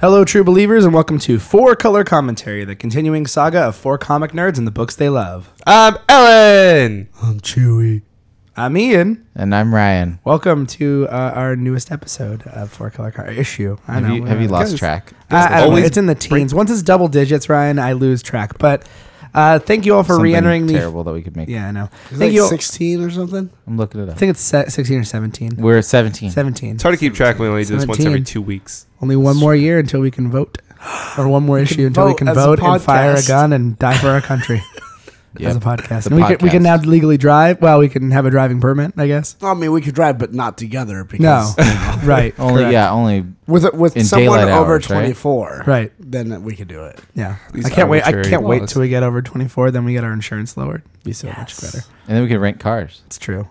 Hello, true believers, and welcome to Four Color Commentary, the continuing saga of four comic nerds and the books they love. I'm Um, Ellen. I'm Chewy. I'm Ian. And I'm Ryan. Welcome to uh, our newest episode of Four Color Car Issue. I Have know. you, have you uh, lost guys- track? I, I don't know. Always It's in the teens. Once it's double digits, Ryan, I lose track. But uh, thank you all for Something re-entering the. terrible that we could make. Yeah, I know. He's Thank like you. all- 16 or something. I'm looking it up. I think it's se- sixteen or seventeen. We're at 17. Seventeen. It's hard to keep track when we only do this once every 17. two weeks. Only one more year until we can vote, or one more issue until we vote can as a vote and fire a podcast. gun and die for our country Yep. as a podcast. The And we can we can podcast. now legally drive. Well, we can have a driving permit, I guess. I mean, we could drive, but not together No, because right? Only, correct. yeah, only. with with In someone daylight over hours, right? 24, Right. Then we could do it. Yeah, These I can't wait. I arbitrary can't wait laws. till we get over twenty four. Then we get our insurance lowered. Be so much better. And then we could rent cars. It's true.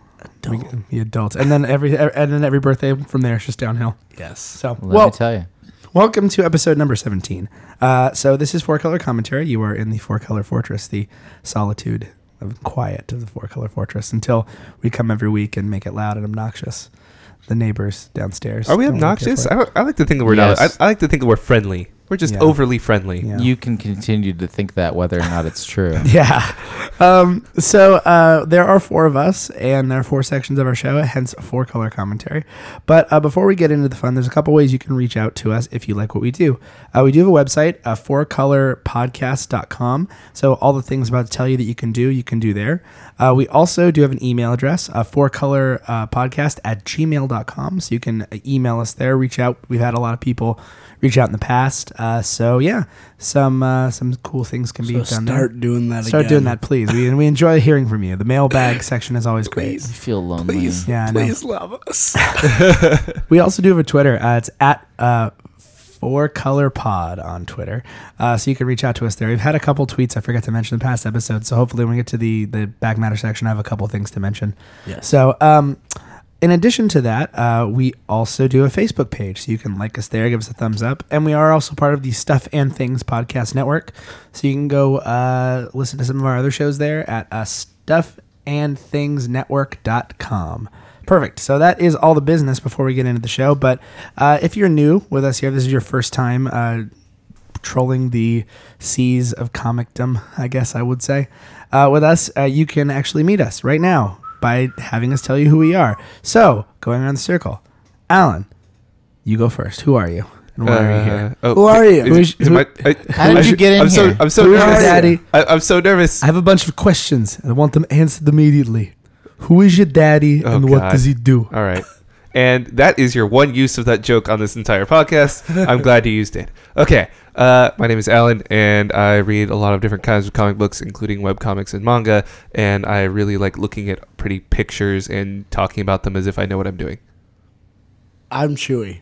We can be adults, and then every e, and then every birthday from there is just downhill. Yes. So Let me tell you. Welcome to episode number 17. Uh, so, this is Four Color Commentary. You are in the Four Color Fortress, the solitude of quiet of the Four Color Fortress until we come every week and make it loud and obnoxious. The neighbors downstairs. Are we don't really care obnoxious? for I, it. don't- I like to think that we're Yes. not. I, I like to think that we're friendly. We're just Yeah. overly friendly. Yeah. You can continue to think that whether or not it's true. Yeah. Um, so uh, there are four of us, and there are four sections of our show, hence four color commentary. But uh, before we get into the fun, there's a couple ways you can reach out to us if you like what we do. Uh, we do have a website, uh, fourcolorpodcast.com. So all the things I'm about to tell you that you can do, you can do there. Uh, we also do have an email address, uh, fourcolorpodcast uh, podcast at gmail.com. So you can uh, email us there, reach out. We've had a lot of people reach out in the past. Uh, so yeah, some uh, some cool things can be So done there. start doing that. Start again. doing that, please. We, we enjoy hearing from you. The mailbag section is always great. You feel lonely. Please, Yeah, I know. please love us. We also do have a Twitter. Uh, it's at uh, Four Color Pod on Twitter. Uh, so you can reach out to us there. We've had a couple tweets I forgot to mention in the past episode. So hopefully when we get to the, the back matter section, I have a couple things to mention. Yes. So, um, in addition to that, uh, we also do a Facebook page. So you can like us there, give us a thumbs up. And we are also part of the Stuff and Things podcast network. So you can go uh, listen to some of our other shows there at uh, stuffandthingsnetwork.com. Perfect. So that is all the business before we get into the show. But uh, if you're new with us here, this is your first time uh, trolling the seas of comicdom, I guess I would say. Uh, with us, uh, you can actually meet us right now by having us tell you who we are. So, going around the circle, Alan, you go first. Who are you? And why are you here? Uh, oh, Who are you? is- Who's- is who- my- I- How did I you should- get in I'm so, here? I'm so Who's your nervous. daddy? I, I'm so nervous. I have a bunch of questions, and I want them answered immediately. Who is your daddy, Oh, and what God. does he do? All right. And that is your one use of that joke on this entire podcast. I'm glad you used it. Okay. Uh, my name is Alan, and I read a lot of different kinds of comic books, including webcomics and manga. And I really like looking at pretty pictures and talking about them as if I know what I'm doing. I'm Chewy,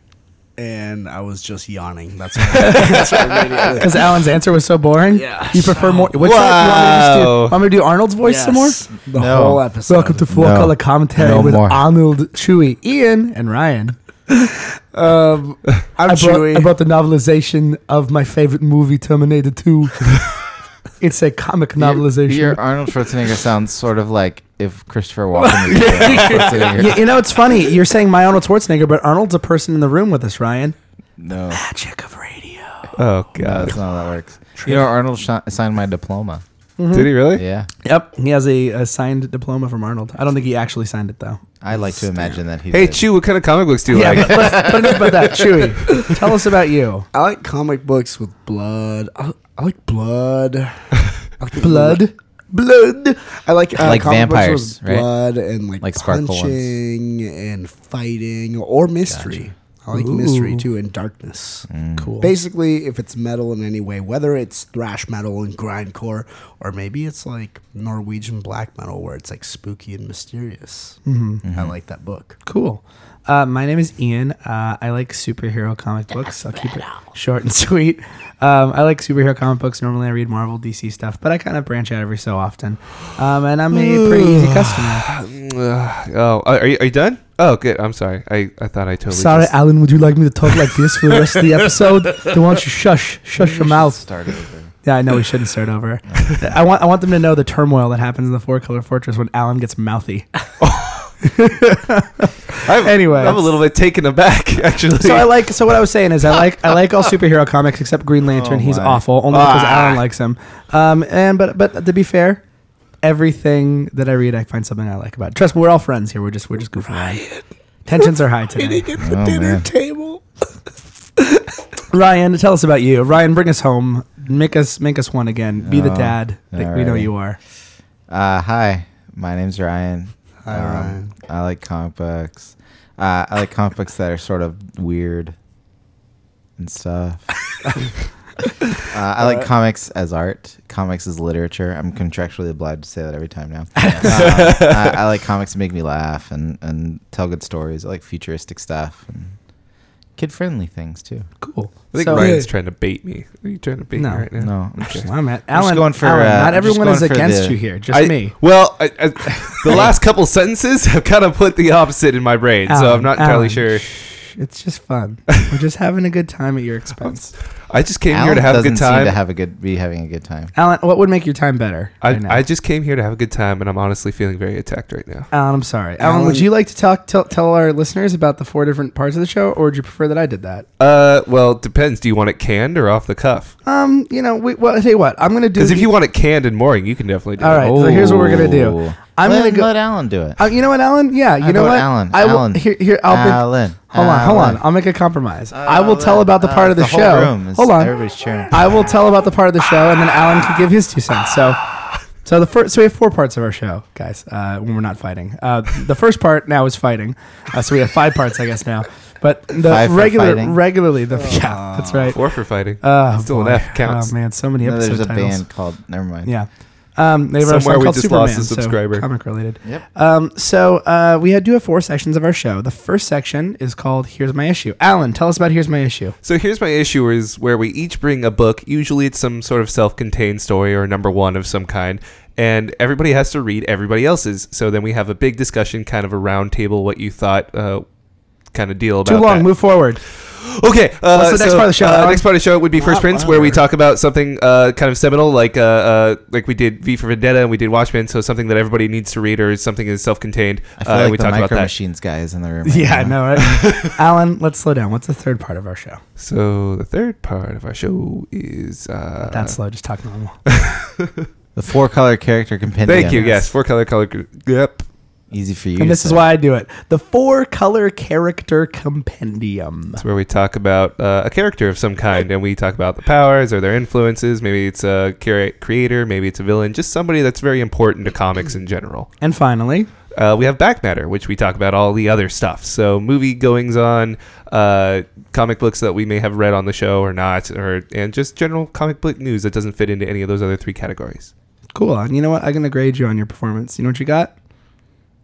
and I was just yawning. That's what that's what immediately- Because Alan's answer was so boring. Yeah. You prefer more. What's that? You want me to just do- want me to do Arnold's voice some more? Yes, The No. whole episode. Welcome to Four No. Color Commentary No with more. Arnold, Chewy, Ian, and Ryan. Um, I'm I brought, Chewy. I brought the novelization of my favorite movie, Terminator 2. it's a comic Your, novelization. your Arnold Schwarzenegger sounds sort of like if Christopher Walken was Arnold Schwarzenegger. you, you know, it's funny. You're saying my Arnold Schwarzenegger, but Arnold's a person in the room with us, Ryan. No, Magic of radio. Oh, no, God. that's not how that works. You know, Arnold sh- signed my diploma. Mm-hmm. Did he really? Yeah. Yep. He has a, a signed diploma from Arnold. I don't think he actually signed it, though. I like to imagine that he Hey, did. Chew, what kind of comic books do you Yeah, like? but, let's- but enough about that. Chewy, tell us about you. I like comic books with blood. I, I like blood. I like Blood. blood. I like uh, Like comic books vampires, with right? blood and like, Like sparkle ones. punching and fighting or mystery. I like mystery Ooh. too and darkness. Mm. Cool. Basically, if it's metal in any way, whether it's thrash metal and grindcore, or maybe it's like Norwegian black metal where it's like spooky and mysterious. I Mm-hmm. like that book. Cool. Uh, my name is Ian. Uh, I like superhero comic books. I'll keep it short and sweet. Um, I like superhero comic books. Normally, I read Marvel, DC stuff, but I kind of branch out every so often. Um, and I'm a pretty easy customer. oh, are you, are you done? Oh, good. I'm sorry. I, I thought I totally. Sorry, just- Alan. Would you like me to talk like this for the rest of the episode? Then why don't you shush, shush your mouth? Start over. Yeah, I know we shouldn't start over. I want, I want them to know the turmoil that happens in the Four Color Fortress when Alan gets mouthy. I'm, Anyways. I'm a little bit taken aback, actually. So I like. So what I was saying is, I like. I like all superhero comics except Green Lantern. Oh He's my. awful, only because Ah. Alan likes him. Um, and but but to be fair, everything that I read, I find something I like about. It. Trust me, we're all friends here. We're just we're just goofing. around. Tensions are high today. Eating at the Oh, dinner man. table. Ryan, tell us about you. Ryan, bring us home. Make us make us one again. Be the Oh, dad that we know alrighty. you are. Uh, hi, my name's Ryan. Um, Hi, Ryan. I like comic books. Uh, I like comic books that are sort of weird and stuff. uh, I like comics as art. Comics as literature. I'm contractually obliged to say that every time now. Uh, I, I like comics that make me laugh and, and tell good stories. I like futuristic stuff and kid friendly things too. Cool. I think so, Ryan's trying to bait me. Are you trying to bait No. me right now? No, I'm just, Well, I'm at I'm just Alan. going for, Alan, uh, not I'm just everyone going is for against the- you here. Just I- me. Well, I, I, the last couple sentences have kind of put the opposite in my brain, so Alan, I'm not entirely Alan, sure. shh, It's just fun. We're just having a good time at your expense. I just came Alan here to have a good doesn't seem time. to have a good, be having a good time. Alan, what would make your time better? right now? I, I just came here to have a good time, and I'm honestly feeling very attacked right now. Alan, I'm sorry. Alan, would Alan- you like to talk tell, tell our listeners about the four different parts of the show, or would you prefer that I did that? Uh, well, it depends. Do you want it canned or off the cuff? Um, you know, we, well, I tell you what, I'm gonna do. Because if the- you want it canned and mooring, you can definitely do All it. right, so here's what we're gonna do. Ooh. I'm let, gonna go. let Alan do it. Uh, you know what, Alan? Yeah, you I know vote what? Alan. I will, Alan. Here, here, I'll bring- Alan. hold on, hold on. Alan. I'll make a compromise. I will tell Alan. about the part Oh, of the, the whole show. room is- hold on, everybody's cheering. I will tell about the part of the show, and then Alan can give his two cents. So, so the first, so we have four parts of our show, guys. Uh, when we're not fighting, uh, the first part now is fighting. Uh, so we have five parts, I guess now. But the Five for regular, fighting? regularly, the yeah, that's right. Four for fighting. Oh, Still an boy. F counts. Oh man, so many No, episode there's a titles. band called. Never mind. Yeah. Um, they wrote a Somewhere song we called just Superman, lost a subscriber. So comic related. Yep. Um, so uh, we do have four sections of our show. The first section is called "Here's My Issue." Alan, tell us about "Here's My Issue." So here's my issue is where we each bring a book, usually it's some sort of self-contained story or number 1 of some kind, and everybody has to read everybody else's. So then we have a big discussion kind of a round table what you thought uh, kind of deal about Too long. that. Move forward. Okay. Uh, What's the next part of the show, uh, Alan? next part of the show would be First Prince, where we talk about something uh, kind of seminal, like uh, uh, like we did V for Vendetta and we did Watchmen. So something that everybody needs to read or something is self-contained. I feel uh, and like we the talk about micro that. machines guy is in the room. right Yeah, I know, now. right? Alan, let's slow down. What's the third part of our show? So the third part of our show is uh, That's slow. Just talk normal. The four color character compendium. Thank you. Yes, four color color. gr- Yep. Easy for you. and to this is say. why I do it. The four color character compendium. It's where we talk about uh, a character of some kind, and we talk about the powers or their influences. Maybe it's a cura- creator, maybe it's a villain, just somebody that's very important to comics in general. And finally, Uh, we have back matter, which we talk about all the other stuff. So movie goings on, uh, comic books that we may have read on the show or not, or and just general comic book news that doesn't fit into any of those other three categories. cool. And you know what? I'm gonna grade you on your performance. You know what you got?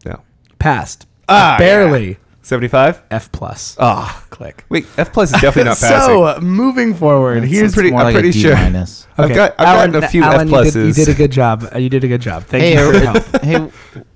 No, Passed. Ah, barely. seventy-five. F plus. Ah, Click. wait, F plus is definitely not passing. so uh, moving forward, It's- here's it's pretty- more I'm like a pretty D sure. minus. I've got- I've gotten a few Alan, You did, F you pluses. uh, did a good job. Uh, You did a good job. Thank Hey, you for your are- help. hey,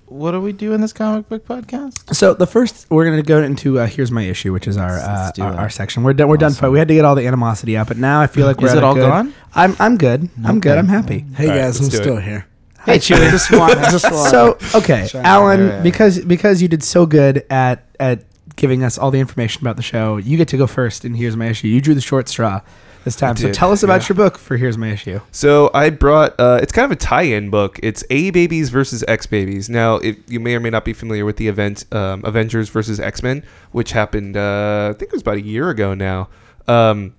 what do we do in this comic book podcast? So the first we're going to go into uh, here's my issue, which is our Let's- uh, let's do our, that. our section. We're done. We're done. Awesome. Mm-hmm. Fight. We had to get all the animosity out, but now I feel like we're Is at it a all good- gone? I'm I'm good. I'm good. Okay. I'm happy. Hey All right, guys, let's I'm do it. still here. Hey, Chewie. Just one. Just one. So okay, Alan, Yeah, yeah, yeah. because because you did so good at at giving us all the information about the show, you get to go first. And here's my issue. You drew the short straw this time. So did, tell us about yeah. your book for here's my issue. So I brought. Uh, it's kind of a tie-in book. It's A babies versus X babies. Now, if you may or may not be familiar with the event um, Avengers versus X Men, which happened, uh, I think it was about a year ago now. Um,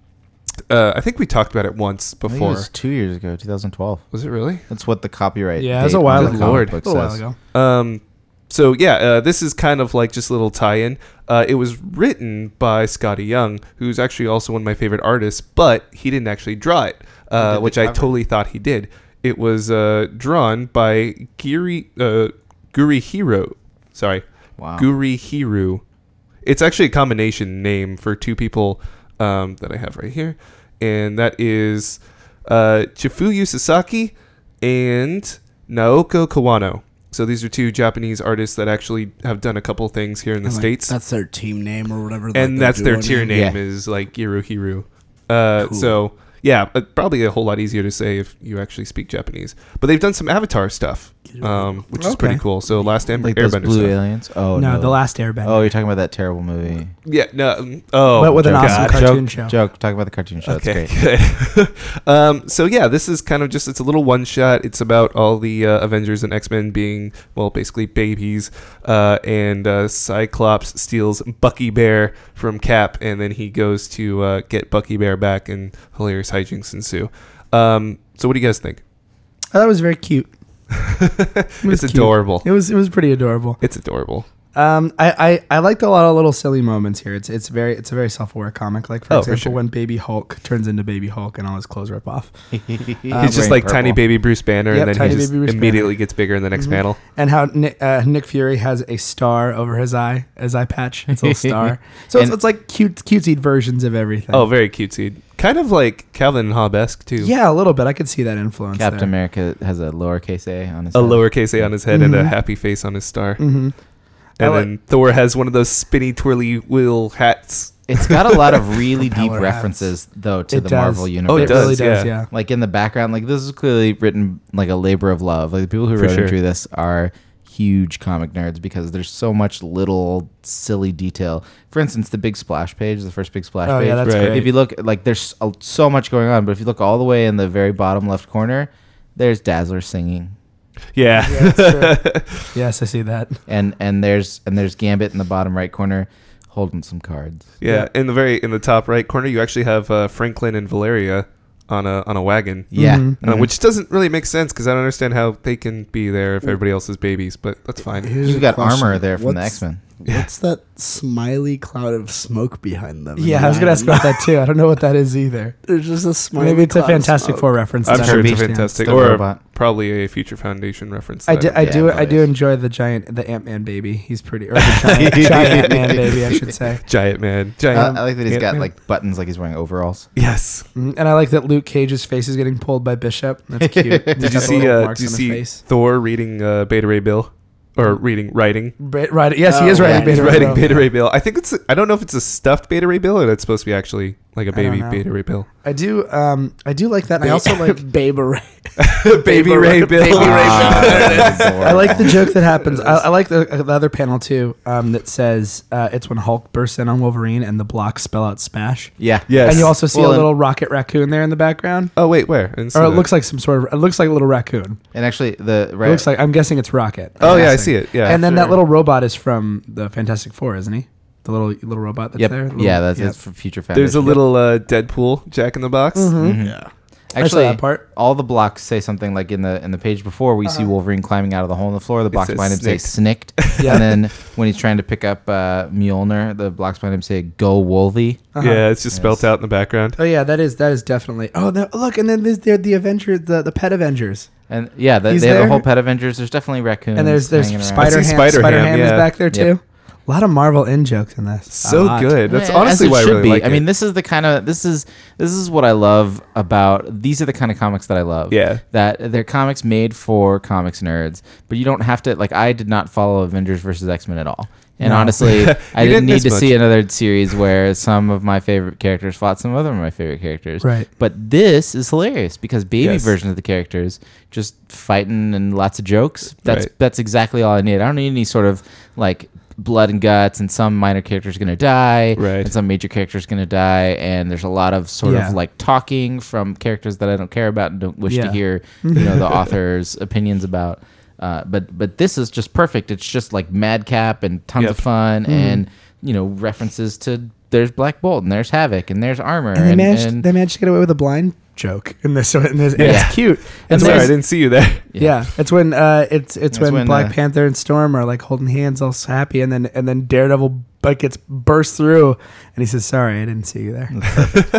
uh, I think we talked about it once I think before. It was two years ago, 2012. was it really? That's what the copyright. Yeah, it was date a while of the ago. comic Lord. A book little while says. ago. Um, so yeah, uh, this is kind of like just a little tie-in. Uh, it was written by Scotty Young, who's actually also one of my favorite artists, but he didn't actually draw it, did uh, the which I cover. totally thought he did. It was uh, drawn by Giri uh, Guri Hiro. Sorry, Wow. Guri Hiru. It's actually a combination name for two people um, that I have right here, and that is uh, Chifuyu Sasaki and Naoko Kawano. So these are two Japanese artists that actually have done a couple things here in the Like, states, That's their team name or whatever. like, and they're that's their doing tier it. name Yeah. is like Giru Hiru. Uh, Cool. So yeah, but probably a whole lot easier to say if you actually speak Japanese. But they've done some Avatar stuff. um, which is Okay. pretty cool. So last Air- Like those Airbender. blue stuff. aliens. Oh no, no, the last airbender. Oh, you're talking about that terrible movie. Yeah, no. mm, Oh, But with an God. awesome car- cartoon joke, show. Joke. Talk about the cartoon show. That's Okay, great. good. um, so yeah, this is kind of just it's a little one shot. It's about all the uh, Avengers and X Men being well, basically babies, uh, and uh, Cyclops steals Bucky Bear from Cap, and then he goes to uh, get Bucky Bear back, and hilarious hijinks ensue. Um, so what do you guys think? Oh, that was very cute. It's was cute. adorable. It was it was pretty adorable. It's adorable. Um, I, I I liked a lot of little silly moments here. It's it's very it's a very self aware comic. Like for Oh, for example, sure. when Baby Hulk turns into Baby Hulk and all his clothes rip off, He's just like tiny baby Bruce Banner, Uh, Yep, and then tiny he just baby Bruce Mm-hmm. immediately gets bigger in the next panel. and how Nick, uh, Nick Fury has a star over his eye, his eye patch, it's a little star. So it's, And- it's like cute cutesy versions of everything. Oh, very cutesy. Kind of like Calvin and Hobbes esque too. yeah, a little bit. I could see that influence. Captain there. America has a lowercase a on his. a head. lowercase a on his head and a Mhm. happy face on his star. Mm-hmm. I And like- then Thor has one of those spinny twirly wheel hats. It's got a lot of really deep Propeller hats. references though to It the does. Marvel universe. Oh, it It really does, does. yeah. Yeah. Like in the background, like this is clearly written like a labor of love. Like the people who For wrote sure. and drew this are huge comic nerds because there's so much little silly detail. For instance, the big splash page, the first big splash Oh page. yeah, that's Right. great. If you look, like there's a- so much going on, but if you look all the way in the very bottom left corner, there's Dazzler singing, Yeah. Yeah, that's true. yes, I see that. and and there's and there's Gambit in the bottom right corner, holding some cards. yeah. In the very in the top right corner you actually have uh, Franklin and Valeria on a on a wagon. Yeah, Mhm. Uh, Mhm. which doesn't really make sense because I don't understand how they can be there if everybody else is babies, but that's fine. Here's you've a got question. armor there from the What's- X Men. Yeah. What's that smiley cloud of smoke behind them? Yeah, I was gonna ask about that too. I don't know what that is either. There's just a smiley. Maybe it's a cloud of Fantastic smoke. Four reference. I'm that I sure it's a understand. fantastic The or robot. probably a Future Foundation reference. I that do, I Yeah, do, I do boys. enjoy the giant, the Ant Man baby. He's pretty, or the giant, giant Man baby, I should say. Giant man. Giant I, I like that he's got Ant-Man. like buttons, like he's wearing overalls. Yes. Mm, And I like that Luke Cage's face is getting pulled by Bishop. That's cute. Did you see uh, did you see Thor reading uh, Beta Ray Bill? Or Hmm? reading writing Ba- right? Yes, he Oh, is writing yeah, Beta He's Ray writing Bill. Beta Ray Bill. I think it's. I don't know if it's a stuffed Beta Ray Bill or that's supposed to be actually like a I don't baby know. Beta Ray Bill. I do, um, I do like that. And I also like, Babe Ray. baby Ray Bill. Baby Ray Ah, Bill. that's I like the adorable. joke that happens. I, I like the, the other panel too, um, that says uh, it's when Hulk bursts in on Wolverine and the blocks spell out Smash. Yeah. Yes. And you also see Well, a and- little rocket raccoon there in the background, Oh wait, where? or it looks like some sort of. It looks like a little raccoon. And actually, the It right. looks like I'm guessing it's Rocket. Oh yeah, I Guessing. see it. Yeah. and then that After- little robot is from the Fantastic Four, isn't he? The little little robot that's yep. there. Little- yeah, that's yep. it's for future foundation. there's a little uh, Deadpool Jack in the Box. Mm-hmm. Yeah. I saw Actually, that part. Uh-huh. all the blocks say something like in the in the page before we see Wolverine climbing out of the hole in the floor. The blocks says behind him say "snicked," Yeah. and then when he's trying to pick up uh, Mjolnir, the blocks behind him say "Go Wolvie." Uh-huh. Yeah, it's just spelt Yes. out in the background. Oh yeah, that is that is definitely. Oh no, look, and then there's there the Avengers, the, the pet Avengers, And yeah, they, He's they have there. a whole pet Avengers. There's definitely raccoons. and there's there's hanging around. Spider I Ham. see Spider Spider-Ham, Ham is yeah. back there too. Yep. A lot of Marvel in jokes in this. A So lot. good. That's Yeah, as honestly it why I should really be. like I it. mean, this is the kind of this is this is what I love about these are the kind of comics that I love. Yeah. that they're comics made for comics nerds, but you don't have to like. I did not follow Avengers versus X Men at all, and No. honestly, I You didn't didn't miss need to much. see another series where some of my favorite characters fought some other of my favorite characters. Right. But this is hilarious because baby Yes. version of the characters just fighting and lots of jokes. That's Right. that's exactly all I need. I don't need any sort of like blood and guts and some minor character's gonna die Right. and some major character's gonna die and there's a lot of sort Yeah. of like talking from characters that i don't care about and don't wish Yeah. to hear you know the author's opinions about uh, but but this is just perfect it's just like madcap and tons Yep. of fun and you know references to there's black bolt and there's havoc and there's armor And they and, managed and- they managed to get away with a blind joke in this. In this and Yeah. It's cute. I'm It's sorry, when- I didn't see you there. Yeah. it's when uh, it's it's That's when, when, Black uh, Panther and Storm are like holding hands, all happy, and then and then Daredevil but gets burst through, and he says, "Sorry, I didn't see you there."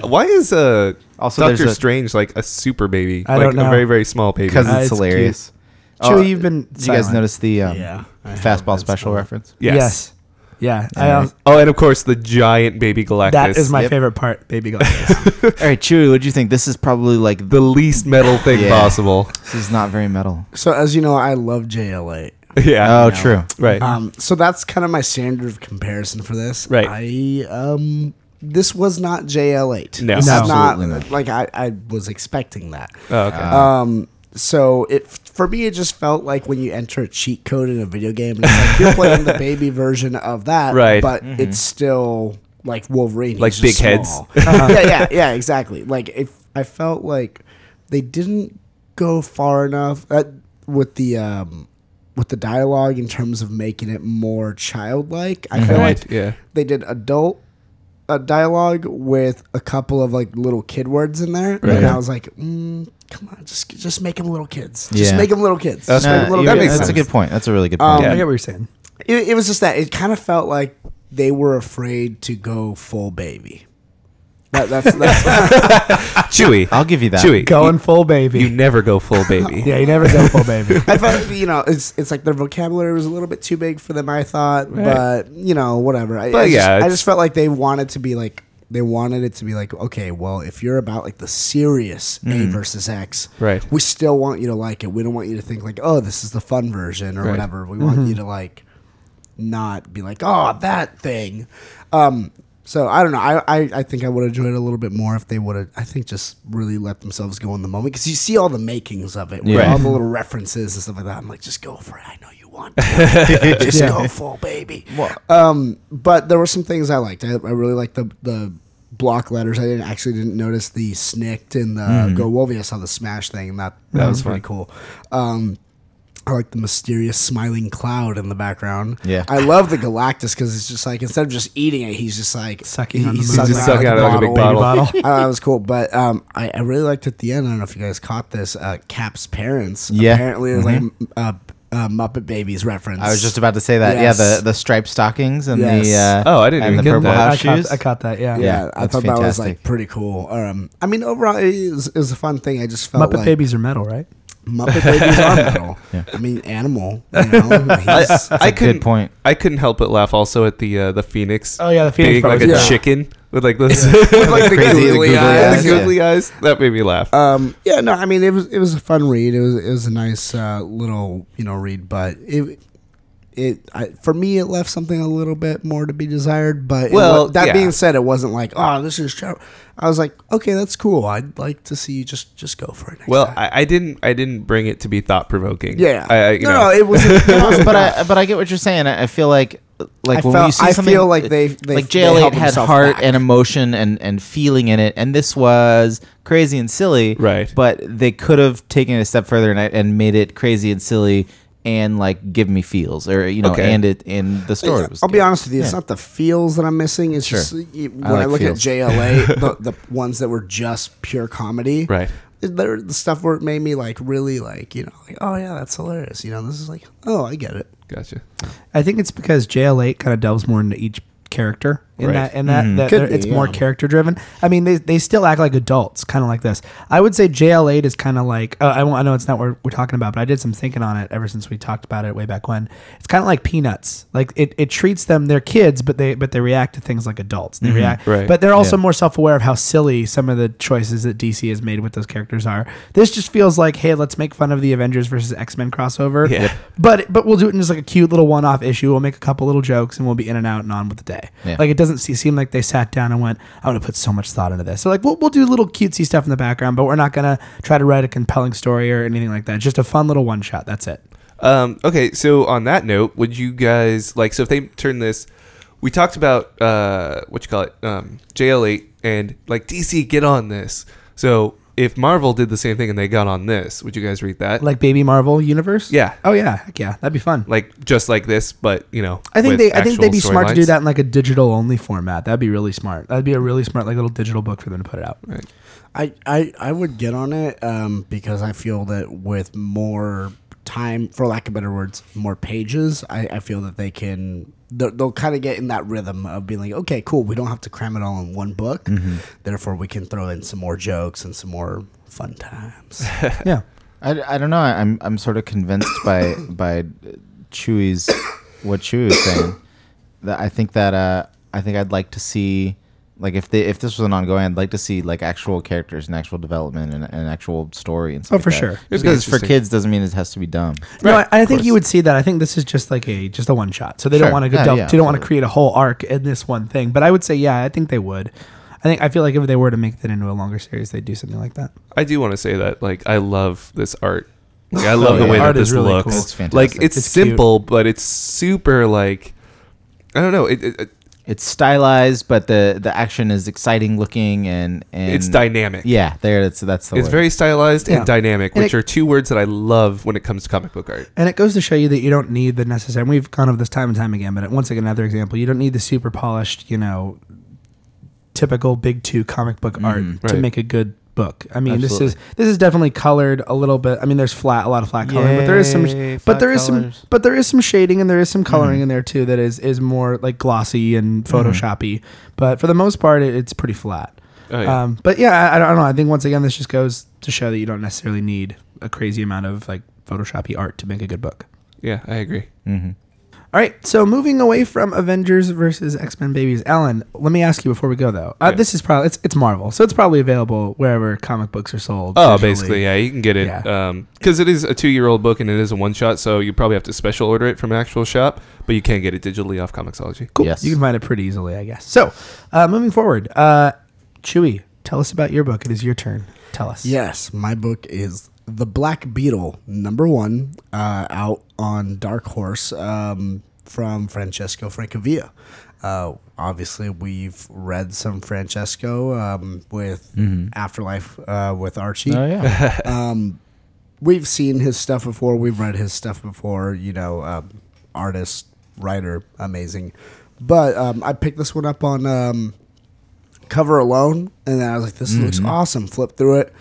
Why is uh Also, there's Doctor a- Strange like a super baby? I like don't a know. very very small baby. because Uh, it's it's, cute. hilarious Chewie, you've been did you guys silent. notice the um, Yeah, I fastball haven't, special so- reference yes. Yes. Yeah. I Yeah. als- Oh, and of course the giant baby Galactus. that is my Yep. favorite part, baby Galactus. all right chewie what do you think this is probably like the least metal thing Yeah. possible. this is not very metal So as you know, I love JLA. yeah. oh No. true Right. Uh, Um, so that's kind of my standard of comparison for this. Right. I um, this was not JL eight. No. this is No. not, Absolutely not. like I, I was expecting that. Uh, oh, okay. Um, so it for me it just felt like when you enter a cheat code in a video game and it's like you're playing the baby version of that Right. Mm-hmm. but it's still like wolverine Like he's big just heads. small. yeah yeah yeah exactly like if i felt like they didn't go far enough uh, with the um with the dialogue in terms of making it more childlike i feel like Mm-hmm. Right. Yeah. they did adult uh, dialogue with a couple of like little kid words in there, and I was like, mm, "Come on, just just make them little kids. Just Yeah. make them little kids." Just Nah, make 'em little you- kids. that makes that's a sense. good point. That's a really good I point. Yeah. get what you're saying. It, it was just that it kind of felt like they were afraid to go full baby. That, that's that's Chewy. I'll give you that. Chewy. Going full baby. You never go full baby. yeah, you never go full baby. I felt you know it's it's like their vocabulary was a little bit too big for them. I thought, but you know whatever. I, But I just- yeah, I it's- just felt like they wanted to be like they wanted it to be like okay, well if you're about like the serious A versus X, Mm-hmm. Right. we still want you to like it. We don't want you to think like, oh, this is the fun version or Right. Mm-hmm. whatever. We want you to like not be like, oh, that thing. Um, so I don't know. I, I, I think I would have enjoyed it a little bit more if they would have. I think just really let themselves go in the moment because you see all the makings of it, with Yeah. all the little references and stuff like that. I'm like, just go for it. I know you want. To. just go full baby. Um, but there were some things I liked. I, I really liked the the block letters. I didn't actually didn't notice the snicked and the go Wolvie. I saw the smash thing. And that Mm. that was pretty cool. Um, I like the mysterious smiling cloud in the background. Yeah. I love the Galactus because it's just like instead of just eating it, he's just like Sucking on the he's moon. sucking Just out sucking the out like a big Baby Bottle. bottle. I thought that was cool. But um, I, I really liked at the end. I don't know if you guys caught this. Uh, Cap's parents. Yeah. Mm-hmm. Apparently, it was like a, a uh, Muppet Babies reference. I was just about to say that. Yes. Yeah, the the striped stockings and the Yes. uh, Oh, I didn't and even the get purple that. I house shoes. caught, I caught that. Yeah. Yeah, Yeah, I that's thought that was like fantastic. pretty cool. Um, I mean, overall, it was, it was a fun thing. I just felt Muppet like babies are metal, right? Muppet Babies are metal. I mean, animal. You know, he's- I That's a couldn't. good point. I couldn't help but laugh also at the uh, the phoenix. Oh, yeah, the phoenix being like a probably- yeah. chicken with like those like the Crazy, the googly googly eyes. eyes, the yeah. googly eyes. That made me laugh. Uh, Um, yeah, no, I mean it was it was a fun read. It was it was a nice uh, little you know read, but it it I, for me it left something a little bit more to be desired. But it wa- Well, that yeah. being said, it wasn't like oh this is terrible. I was like okay that's cool. I'd like to see you just just go for it. Next well, time. I, I didn't. I didn't bring it to be thought provoking. yeah, I, I, you no, know, no, it was it wasn't but bad. I but I get what you're saying. I I feel like like I when felt- you see I something, feel like they- they- like they JL8 held had themselves heart back. and emotion and and feeling in it, and this was crazy and silly. Right. But they could have taken it a step further and I- and made it crazy and silly and like give me feels or you know Okay. and it and the story was. I'll be good. honest with you. It's Yeah. not the feels that I'm missing. It's Sure. just y- when I I, like look feels. at JLA, the, the ones that were just pure comedy. Right. They're the stuff where it made me like really like you know like oh yeah that's hilarious you know this is like oh I get it Gotcha. I think it's because JL8 kind of delves more into each character in Right. Mm-hmm. that and that, that Could they're- be, it's more yeah. character driven. I mean, they, they still act like adults, kind of like this. I would say JL8 is kind of like uh, I, won't- I know it's not what we're talking about, but I did some thinking on it ever since we talked about it way back when. It's kind of like Peanuts. Like it, it treats them they're kids, but they but they react to things like adults. They react, Mm-hmm. Right. but they're also more self aware of how silly some of the choices that DC has made with those characters are. This just feels like hey, let's make fun of the Avengers versus X Men crossover. Yeah. Yep. But but we'll do it in just like a cute little one off issue. We'll make a couple little jokes and we'll be in and out and on with the day. Yeah. Like it doesn't se- seem like they sat down and went, I'm gonna put so much thought into this. So like we'll we'll do little cutesy stuff in the background, but we're not gonna try to write a compelling story or anything like that. Just a fun little one shot. That's it. Um, okay, so on that note, would you guys like so if they turn this? We talked about uh, what you call it, um, JL8, and like DC, get on this. So if Marvel did the same thing and they got on this, would you guys read that? Like Baby Marvel universe? yeah, Oh yeah, heck yeah. That'd be fun. like just like this, but you know, I think with they I think actual they'd be smart to do storylines. that in like a digital only format. That'd be really smart. That'd be a really smart like little digital book for them to put it out. Right. I I, I would get on it um, because I feel that with more time for lack of better words more pages I, I feel that they can they'll, they'll kind of get in that rhythm of being like okay cool we don't have to cram it all in one book therefore we can throw in some more jokes and some more fun times yeah. I, I don't know. I'm I'm sort of convinced by by Chewie's what Chewie was saying. That I think that uh I think I'd like to see like if they if this was an ongoing, I'd like to see like actual characters and actual development and an actual story and stuff. Oh, for like that. sure. It'd Just be because it's for interesting. kids doesn't mean it has to be dumb. No, Right, I, I of think you course. would see that. I think this is just like a just a one shot, so they Sure. don't want to go Yeah, delve, yeah, they don't want to absolutely. create a whole arc in this one thing. But I would say, yeah, I think they would. I I think I feel like if they were to make that into a longer series, they'd do something like that. I do want to say that like I love this art. Like, I love the yeah. way Oh, Art that is this really looks. cool. It's fantastic. Like it's, It's cute. simple, but it's super like I don't know. It, it, it- It's stylized, but the the action is exciting looking and and it's dynamic. Yeah, there. That's that's the. It's word. very stylized Yeah. and dynamic, And which it- are two words that I love when it comes to comic book art. And it goes to show you that you don't need the necessary. And we've gone over this time and time again, but once again, another example. You don't need the super polished, you know, typical big two comic book art to Mm-hmm. right. make a good book. I mean, this Absolutely. is this is definitely colored a little bit. I mean, there's flat, a lot of flat coloring, but there is some, Yay, but flat there is colors. Mm-hmm. some, but there is some shading and there is some coloring in there too that is is more like glossy and photoshoppy. But for the most part, it, it's pretty flat. Oh, yeah. Um, but yeah, I, I don't know. I think once again, this just goes to show that you don't necessarily need a crazy amount of like photoshoppy art to make a good book. Yeah, I agree. Mhm. All right, so moving away from Avengers versus X Men Babies, Alan. Let me ask you before we go though. Uh, Yeah. This is probably it's, it's Marvel, so it's probably available wherever comic books are sold. Oh, digitally. basically, yeah, you can get it because Yeah. it is a two-year-old book and it is a one-shot, so you probably have to special order it from an actual shop, but you can get it digitally off Comixology. Cool. Yes. You can find it pretty easily, I guess. So, uh, moving forward, uh, Chewy, tell us about your book. It is your turn. Tell us. Yes, my book is The Black Beetle, number one, uh, out on Dark Horse um, from Francesco Francavilla. Uh, obviously, we've read some Francesco um, with Afterlife uh, with Archie Mm-hmm. Um, Oh yeah. we've seen his stuff before. We've read his stuff before. You know, um, artist, writer, amazing. But um, I picked this one up on um, cover alone, and then I was like, "This looks Mm-hmm. awesome." Flipped through it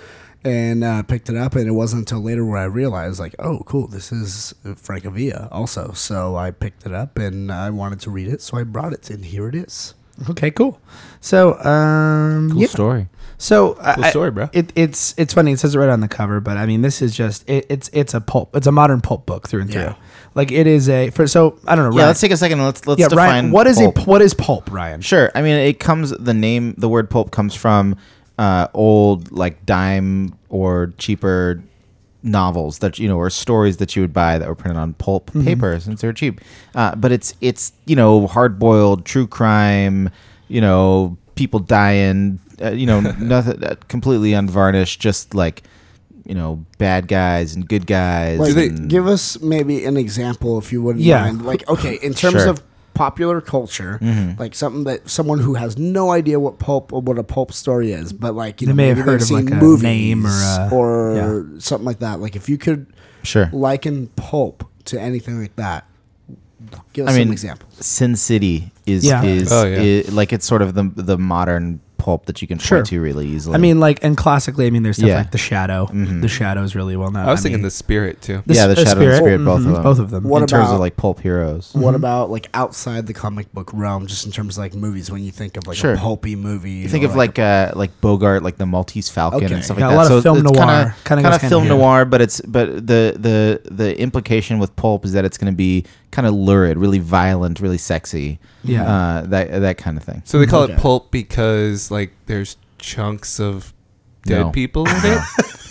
and uh, picked it up, and it wasn't until later where I realized, like, "Oh, cool! This is Frank Avia also." So I picked it up, and I wanted to read it, so I brought it, and here it is. Okay. Cool. So, um, cool yeah. story. So, Cool I- story, bro. It, it's it's funny. It says it right on the cover, but I mean, this is just it, it's it's a pulp. It's a modern pulp book through and Yeah. through. Like it is a for so I don't know. Yeah. Ryan- Let's take a second. and Let's let's yeah, define Ryan. What is pulp. a what is pulp, Ryan? Sure. I mean, it comes. The name, the word pulp comes from uh, old like dime or cheaper novels that you know or stories that you would buy that were printed on pulp paper since they were cheap. Uh, but it's it's you know hard boiled true crime. You know people dying. Uh, you know nothing uh, completely unvarnished. Just like you know bad guys and good guys. Like, they- and- give us maybe an example if you wouldn't Yeah. mind. Like, okay, in terms Sure. of popular culture, Mm-hmm. like something that someone who has no idea what pulp or what a pulp story is, but like you They know, may have maybe heard they've of, like, a seen name or a- or something like that. Like, if you could sure. liken pulp to anything like that, give us I mean, some examples. Sin City is Yeah. is, Oh, yeah. i- like it's sort of the the modern pulp that you can Sure. point to really easily. I mean, like, and classically, I mean, there's stuff Yeah. Mm-hmm. like The Shadow. The Shadow is really well known. I was mean, thinking the spirit too. the yeah, the s- Shadow and Spirit, both of mhm, them, Both of them. What in terms about- of like pulp heroes. What about like outside the comic book realm, just in terms of like movies? When you think of like Sure. a pulpy movie, You think of like uh, like Bogart, like the Maltese Falcon Okay. and stuff Yeah, a like that. lot of film it's noir. Kinda kinda, goes kinda hand film in hand. noir, but it's but the the the implication with pulp is that it's going to be kind of lurid, really violent, really sexy. Yeah. uh, that that kind of thing. So they call Okay. it pulp because like there's chunks of dead No. people in No. it.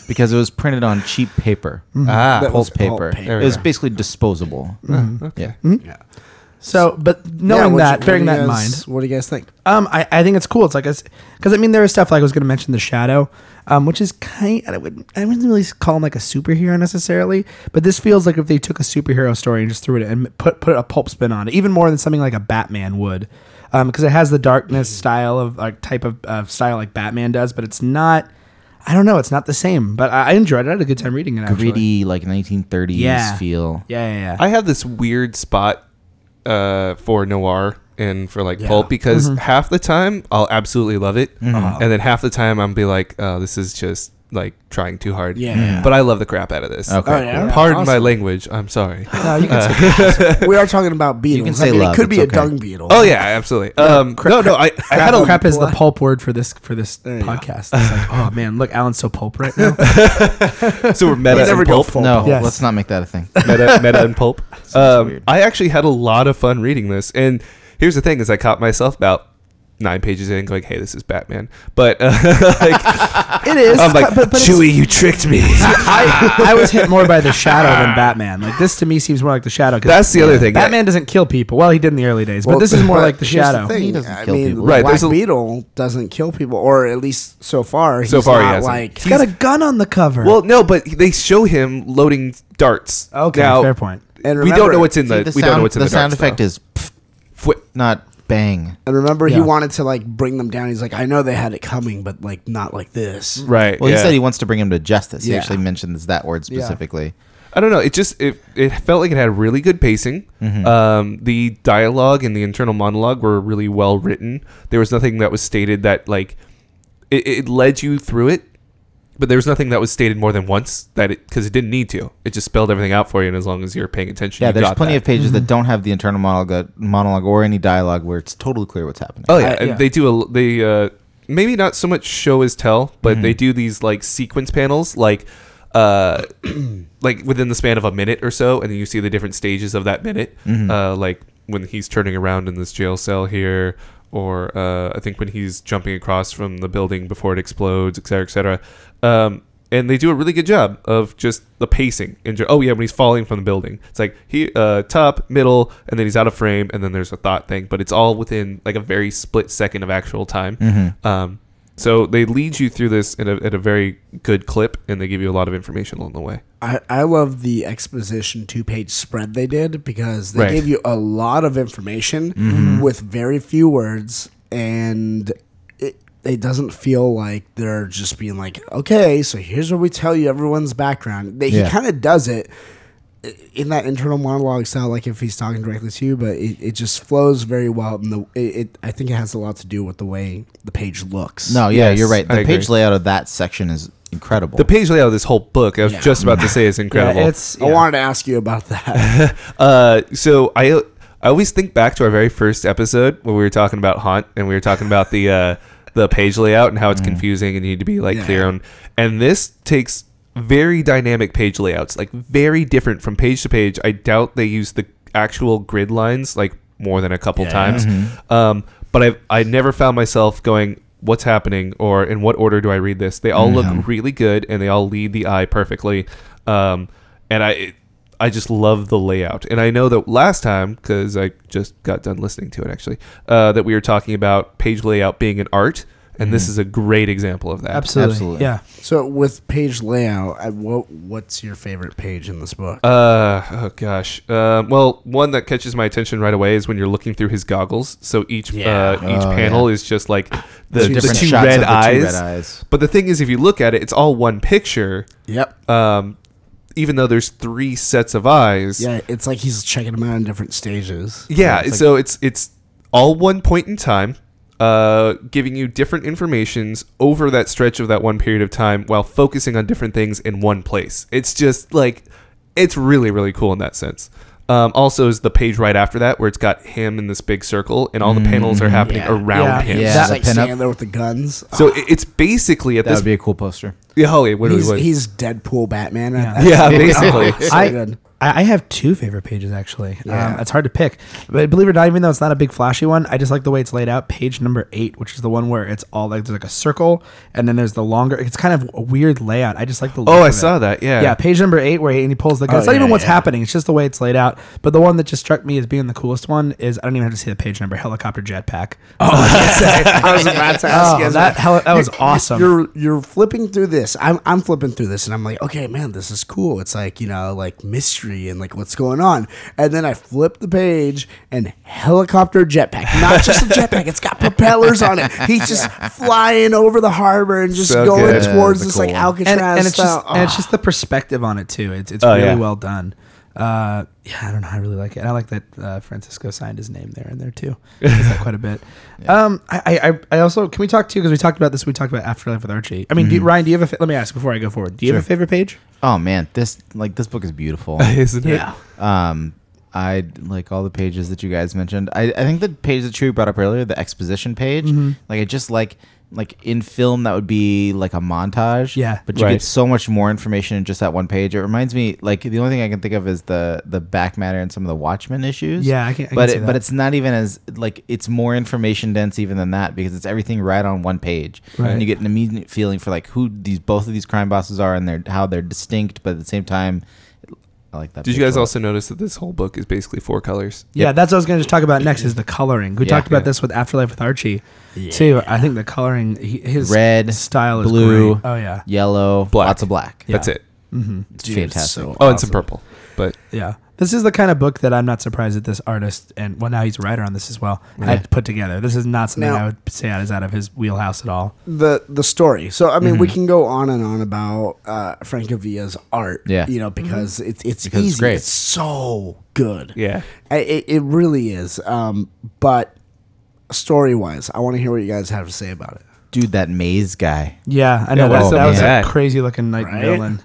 because it was printed on cheap paper, Mm-hmm. ah, pulp That was pulp paper. paper. There It we was go. basically disposable. Mm-hmm. Ah, okay. Yeah. yeah. So, but Yeah, knowing what do you- that, what bearing do you that in guys- mind, what do you guys think? Um, I, I think it's cool. It's like it's because I mean there is stuff like I was going to mention the Shadow, um, which is kind. I wouldn't I wouldn't really call him like a superhero necessarily, but this feels like if they took a superhero story and just threw it and put put a pulp spin on it, even more than something like a Batman would, because it has the darkness Mm. style of like type of uh, style like Batman does, but it's not. I don't know. It's not the same, but I, I enjoyed it. I had a good time reading it. Actually. gritty, like 1930s Yeah. feel. Yeah, yeah, yeah. I have this weird spot uh, for noir and for like pulp because half the time I'll absolutely love it, Mm-hmm. and then half the time I'm be like, oh, this is just like trying too hard. Yeah. But I love the crap out of this. Okay. Oh, yeah? Pardon my Awesome. language. I'm sorry. no, you can say we are talking about beetles. Uh, can say I mean, love, It could be it's a okay. dung beetle. Oh yeah, absolutely. Um, no, no, I, I had a crap is the pulp word for this for this you go. podcast. It's like, oh man, look, Alan's so pulp right now. so we're meta We never and go pulp. full No, Yes. let's not make that a thing. meta, meta and pulp. Sounds Um, weird. I actually had a lot of fun reading this, and here's the thing: is I caught myself out nine pages in, going, "Hey, this is Batman," but uh, like, It is. I'm but- like, but it's- Chewie, you tricked me. I, I was hit more by the shadow than Batman. Like this to me seems more like the shadow. 'cause That's the other thing. Batman doesn't kill people. Well, he did in the early days, but Well, this is more but like the here's shadow. thing. He doesn't I kill mean, people. Right, Black there's a- Beetle doesn't kill people, or at least so far. He's So far he not hasn't. like He's got a gun on the cover. Well, no, but they show him loading darts. okay, now, fair point. And we don't remember- know what's in the, See, the we sound, don't know what's in the, the sound darts, effect though. is pff, Fwi- not bang. And remember, Yeah. he wanted to like bring them down. He's like, I know they had it coming, but like not like this. right. Well, yeah. he said he wants to bring him to justice. He Yeah. actually mentions that word specifically. I don't know. It just it, it felt like it had really good pacing. Um, the dialogue and the internal monologue were really well written. There was nothing that was stated that like it, it led you through it, but there was nothing that was stated more than once that it because it didn't need to. It just spelled everything out for you, and as long as you're paying attention, Yeah, you there's got plenty that. of pages that don't have the internal monologue, monologue or any dialogue where it's totally clear what's happening. Oh yeah, I- and yeah. they do a they uh, maybe not so much show as tell, but they do these like sequence panels like uh like within the span of a minute or so, and then you see the different stages of that minute, uh, like when he's turning around in this jail cell here. Or uh, I think when he's jumping across from the building before it explodes, et cetera, et cetera. Um, and they do a really good job of just the pacing. And ju- oh yeah, when he's falling from the building, it's like he uh, top, middle, and then he's out of frame, and then there's a thought thing. But it's all within like a very split second of actual time. Um, so they lead you through this in a, at a very good clip, and they give you a lot of information along the way. I, I love the exposition two page spread they did because they Right. gave you a lot of information with very few words and it, it doesn't feel like they're just being like okay so here's where we tell you everyone's background they, Yeah. he kind of does it i- in that internal monologue style like if he's talking directly to you but it, it just flows very well and the it, it I think it has a lot to do with the way the page looks No, yeah, Yes, you're right. I The agree. page layout of that section is incredible. The page layout of this whole book, I was Yeah. just about to say, is incredible. Yeah, it's I wanted to ask you about that Uh, so I I always think back to our very first episode when we were talking about haunt and we were talking about the uh, the page layout and how it's confusing and you need to be like Yeah. clear on. And this takes very dynamic page layouts, like very different from page to page. I doubt they use the actual grid lines like more than a couple times. Um, but I I never found myself going. What's happening, or in what order do I read this? They all look really good, and they all lead the eye perfectly. Um, and I, I just love the layout. And I know that last time, because I just got done listening to it actually, uh, that we were talking about page layout being an art, and this is a great example of that. absolutely. Absolutely. Yeah. So with page layout, I, what what's your favorite page in this book? Uh, oh gosh. Um, well, one that catches my attention right away is when you're looking through his goggles. So each Yeah. uh, each Oh, panel is just like the, Two the different two shots red of the two eyes. red eyes. But the thing is, if you look at it, it's all one picture. yep. Um, even though there's three sets of eyes. Yeah, it's like he's checking them out in different stages. Yeah, it's like- so it's it's all one point in time, uh, giving you different informations over that stretch of that one period of time while focusing on different things in one place. It's just like it's really really cool in that sense. Um, also, is the page right after that where it's got him in this big circle and all the panels Mm. are happening Yeah. around Yeah. him. He's Yeah, just the like pinup. standing there with the guns. So it- it's basically at That this. would be a cool poster. yeah, oh, it literally he's, was. he's Deadpool Batman. Yeah. yeah, basically. so I, good. I I have two favorite pages actually. Yeah. Um, it's hard to pick, but believe it or not, even though it's not a big flashy one, I just like the way it's laid out. Page number eight, which is the one where it's all like there's like a circle, and then there's the longer. It's kind of a weird layout. I just like the. look oh, of I it. saw that. Yeah. Yeah, page number eight where he, and he pulls the gun. Oh, it's not yeah, even what's yeah. happening. It's just the way it's laid out. But the one that just struck me as being the coolest one is I don't even have to see the page number. Helicopter jetpack. Oh, I was about to ask you guys that heli- that was awesome. You're you're flipping through this. I'm I'm flipping through this, and I'm like, okay, man, this is cool. It's like you know, like mystery and like what's going on. And then I flip the page, and helicopter jetpack. Not just a jetpack. It's got propellers on it. He's just flying over the harbor and just So going good. towards Yeah, this the like cool one. Alcatraz and, and it's style. just Ah, and it's just the perspective on it too. It's it's Oh, really yeah. well done. Uh, yeah, I don't know. I really like it. And I like that uh, Francisco signed his name there and there too. I like that quite a bit. Um, I, I- I I also can we talk too because we talked about this. We talked about Afterlife with Archie. I mean, do you, Ryan, do you have a? Fa- let me ask before I go forward. Do you have a favorite page? Oh man, this like this book is beautiful. Isn't it? um, I like all the pages that you guys mentioned. I, I think the page that you brought up earlier, the exposition page, Mm-hmm. like I just like like in film that would be like a montage. Yeah. But you Right. get so much more information in just that one page. It reminds me like the only thing I can think of is the the back matter and some of the Watchmen issues. Yeah, I can- I can but see it, that. but it's not even as like it's more information dense even than that because it's everything right on one page. Right. And you get an immediate feeling for like who these both of these crime bosses are and their how they're distinct, but at the same time I like that. Did you page guys a lot. also notice that this whole book is basically four colors? Yeah, that's what I was going to just talk about next is the coloring. We Yeah. talked about Yeah. this with Afterlife with Archie, too. I think the coloring, he, his Red, style is blue. Great. Oh yeah, yellow, Black. lots of black. Yeah. That's it. It's Dude, it's fantastic. so Oh, and some awesome. purple. But yeah. This is the kind of book that I'm not surprised that this artist and well now he's a writer on this as well had put together. This is not something Now- I would say is out of his wheelhouse at all. the the story. So I mean, we can go on and on about uh, Franco Villa's art. Yeah. you know because it's it's Because it's easy. great. It's so good. yeah, I- it, it really is. Um, but story wise, I want to hear what you guys have to say about it. Dude, that maze guy. Yeah, I know what's that, up that with was that? a crazy looking night Right? villain.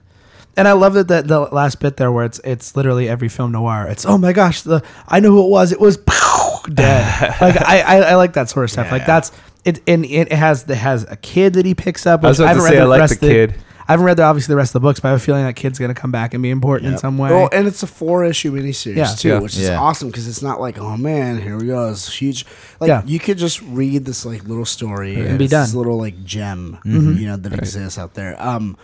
And I love that, that the last bit there where it's it's literally every film noir. It's oh my gosh, the I know who it was. It was pow, dead. like I, I I like that sort of stuff. Like that's it and it has it has a kid that he picks up. I was which about to haven't say, read I like rest the of kid. I haven't read the obviously the rest of the books, but I have a feeling that kid's gonna come back and be important in some way. Well, and it's a four issue miniseries Yeah. too, Yeah. which is Yeah. awesome because it's not like oh man, here we go, it's huge. Like Yeah. you could just read this like little story And be it's This done. Mm-hmm. little like gem, you know, that exists out there. Um,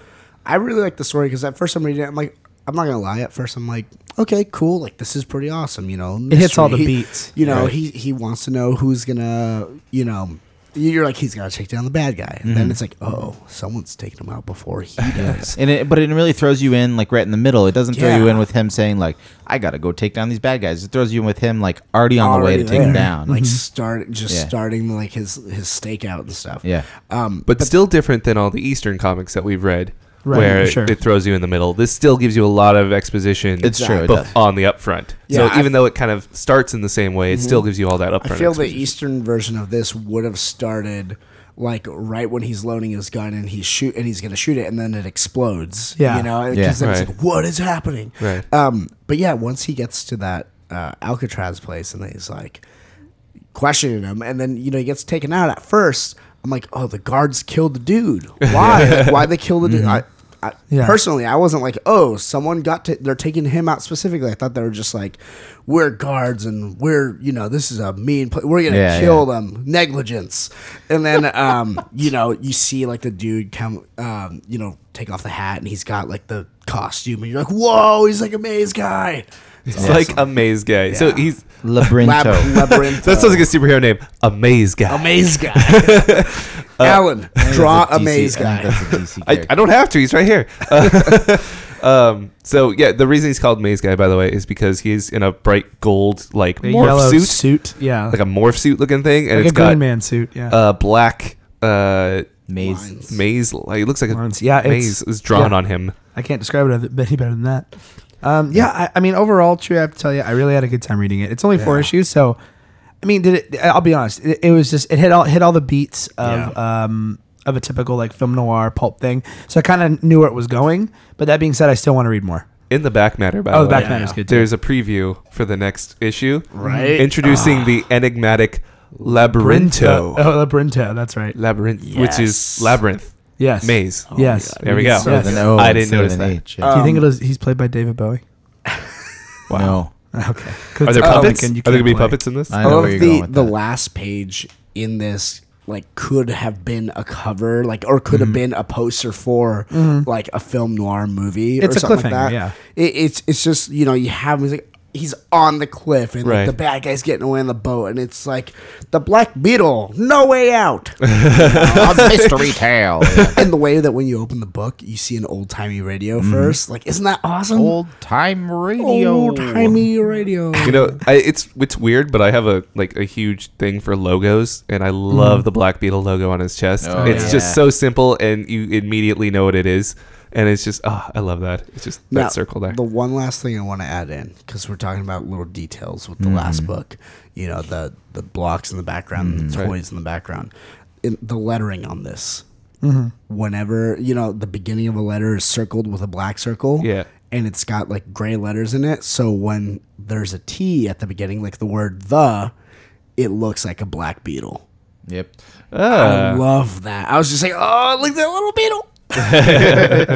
I really like the story because at first I'm reading it, I'm like, I'm not gonna lie. At first I'm like, okay, cool, like this is pretty awesome, you know. It hits all the mystery. beats. You know, Right. he he wants to know who's gonna, you know. You're like he's gotta take down the bad guy, and Mm-hmm. then it's like, oh, someone's taking him out before he does. And it, but it really throws you in like right in the middle. It doesn't throw you Yeah. in with him saying like, "I gotta go take down these bad guys." It throws you in with him like already on the way to already take him there, down. Mm-hmm. Like start just Yeah. starting like his his stakeout and stuff. yeah, Um, but, still different than all the Eastern comics that we've read, Right, where sure. it throws you in the middle. This still gives you a lot of exposition. it's true. It bef- does. on the upfront. Yeah, so I even though it kind of starts in the same way, it still gives you all that I upfront. feel the exposition. Eastern version of this would have started like right when he's loading his gun and he's shoot and he's gonna shoot it and then it explodes. Yeah. you know, because Yeah. then Right. it's like, what is happening? Right. Um, but yeah, once he gets to that uh, Alcatraz place and he's like questioning him, and then you know he gets taken out at first. I'm like, oh, the guards killed the dude. Why? Like, why they kill the dude? I, I, Yeah. Personally, I wasn't like, oh, someone got to. They're taking him out specifically. I thought they were just like, we're guards and we're you know this is a mean. Pl- we're gonna Yeah, kill them. Negligence. And then um, you know you see like the dude come um, you know take off the hat and he's got like the costume and you're like, whoa, he's like a maze guy. It's like a maze guy. So he's Lab- Labrinto. labyrinth. that sounds like a superhero name. A maze guy. A maze guy. Alan, draw a, That's maze DC I think guy. That's a DC I, character. I don't have to. He's right here. Uh, um, so yeah, the reason he's called Maze Guy, by the way, is because he's in a bright gold like a morph yellow suit, suit. Yeah. like a morph suit looking thing, and Like a it's green got man suit, yeah. uh, black uh, maze. maze. Like, it looks like a Lines. Yeah, it's- maze is drawn yeah. on him. I can't describe it a bit any better than that. Um, yeah, I, I mean, overall, true. I have to tell you, I really had a good time reading it. It's only four issues, so I mean, did it? I'll be honest. It, it was just it hit all hit all the beats of um, of a typical like film noir pulp thing. So I kind of knew where it was going. But that being said, I still want to read more. In the back matter, by Oh, the the way, back matter's good, too. There's a preview for the next issue, Right. Introducing Ah. the enigmatic Labyrinto, Oh, Labrinto. That's right. labyrinth, which is Yes. labyrinth yes. maze. yes. Oh, There we go. Um, Yes. Instead of an O, I didn't instead notice of that. an H. Yeah. Uh, Do you think it was? He's played by David Bowie. no, Okay. Are there Oh, puppets? Are there gonna be puppets in this? I I know love where you're going the, with the that. last page in this like could have been a cover like or could have been a poster for like a film noir movie It's or a something like cliffhanger, that yeah. it, it's it's just you know you have he's like he's on the cliff and Right. like, the bad guy's getting away on the boat and it's like the black beetle no way out a mystery tale. and the way that when you open the book you see an old timey radio first like isn't that awesome Old time radio. old timey radio You know, I, it's it's weird, but I have a like a huge thing for logos, and I love the Black Beetle logo on his chest. Oh, it's yeah. just so simple, and you immediately know what it is, and it's just ah, I love that. It's just that Now, circle there. The one last thing I want to add in because we're talking about little details with the last Mm-hmm. book. You know the the blocks in the background, the toys in the background, in, the lettering on this. Whenever you know the beginning of a letter is circled with a black circle, Yeah. and it's got like gray letters in it. So when there's a T at the beginning, like the word the, it looks like a black beetle. Yep. Ah. I love that. I was just like, oh, look at that little beetle.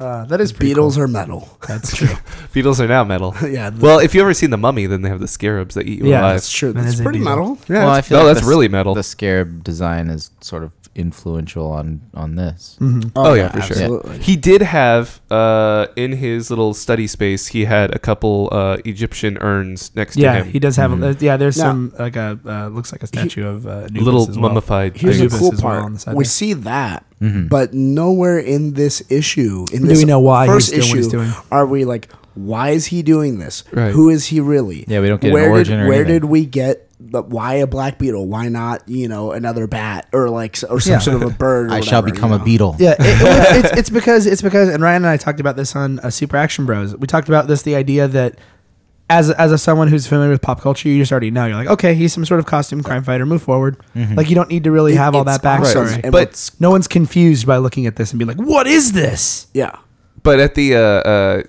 Uh, that is pretty Beetles are metal. That's true. Beetles are now metal. Yeah, the- well, if you ever seen the Mummy, then they have the scarabs that eat you Yeah, alive. that's That's true. That That's is a pretty beetle. metal. Yeah, that's- no, like that's the really s- metal. The scarab design is sort of influential on on this. Oh, yeah, for sure. absolutely. He did have uh, in his little study space. He had a couple uh, Egyptian urns next Yeah, to him. he does have. Uh, yeah, there's Now- some like a uh, looks like a statue of uh, Anubis little as well. mummified. Here's things. Anubis the cool as well part. on the side we there. see that, but nowhere in this issue, in this we know why he's first doing what issue, he's doing? are we like, why is he doing this? Right. Who is he really? Yeah, we don't get an where origin Did, or where anything. did we get? But why a black beetle? Why not you know another bat or like s- or some Yeah. sort of a bird? Or I shall whatever, you become a know? beetle. Yeah, it- well, it's, it's because it's because, and Ryan and I talked about this on uh, Super Action Bros. We talked about this the idea that as as a someone who's familiar with pop culture, you just already know. You're like, okay, he's some sort of costume crime fighter. Move forward. Mm-hmm. Like you don't need to really It- have all it's that backstory. awesome. And But- what's- No one's confused by looking at this and be like, what is this? yeah, But at the uh, uh,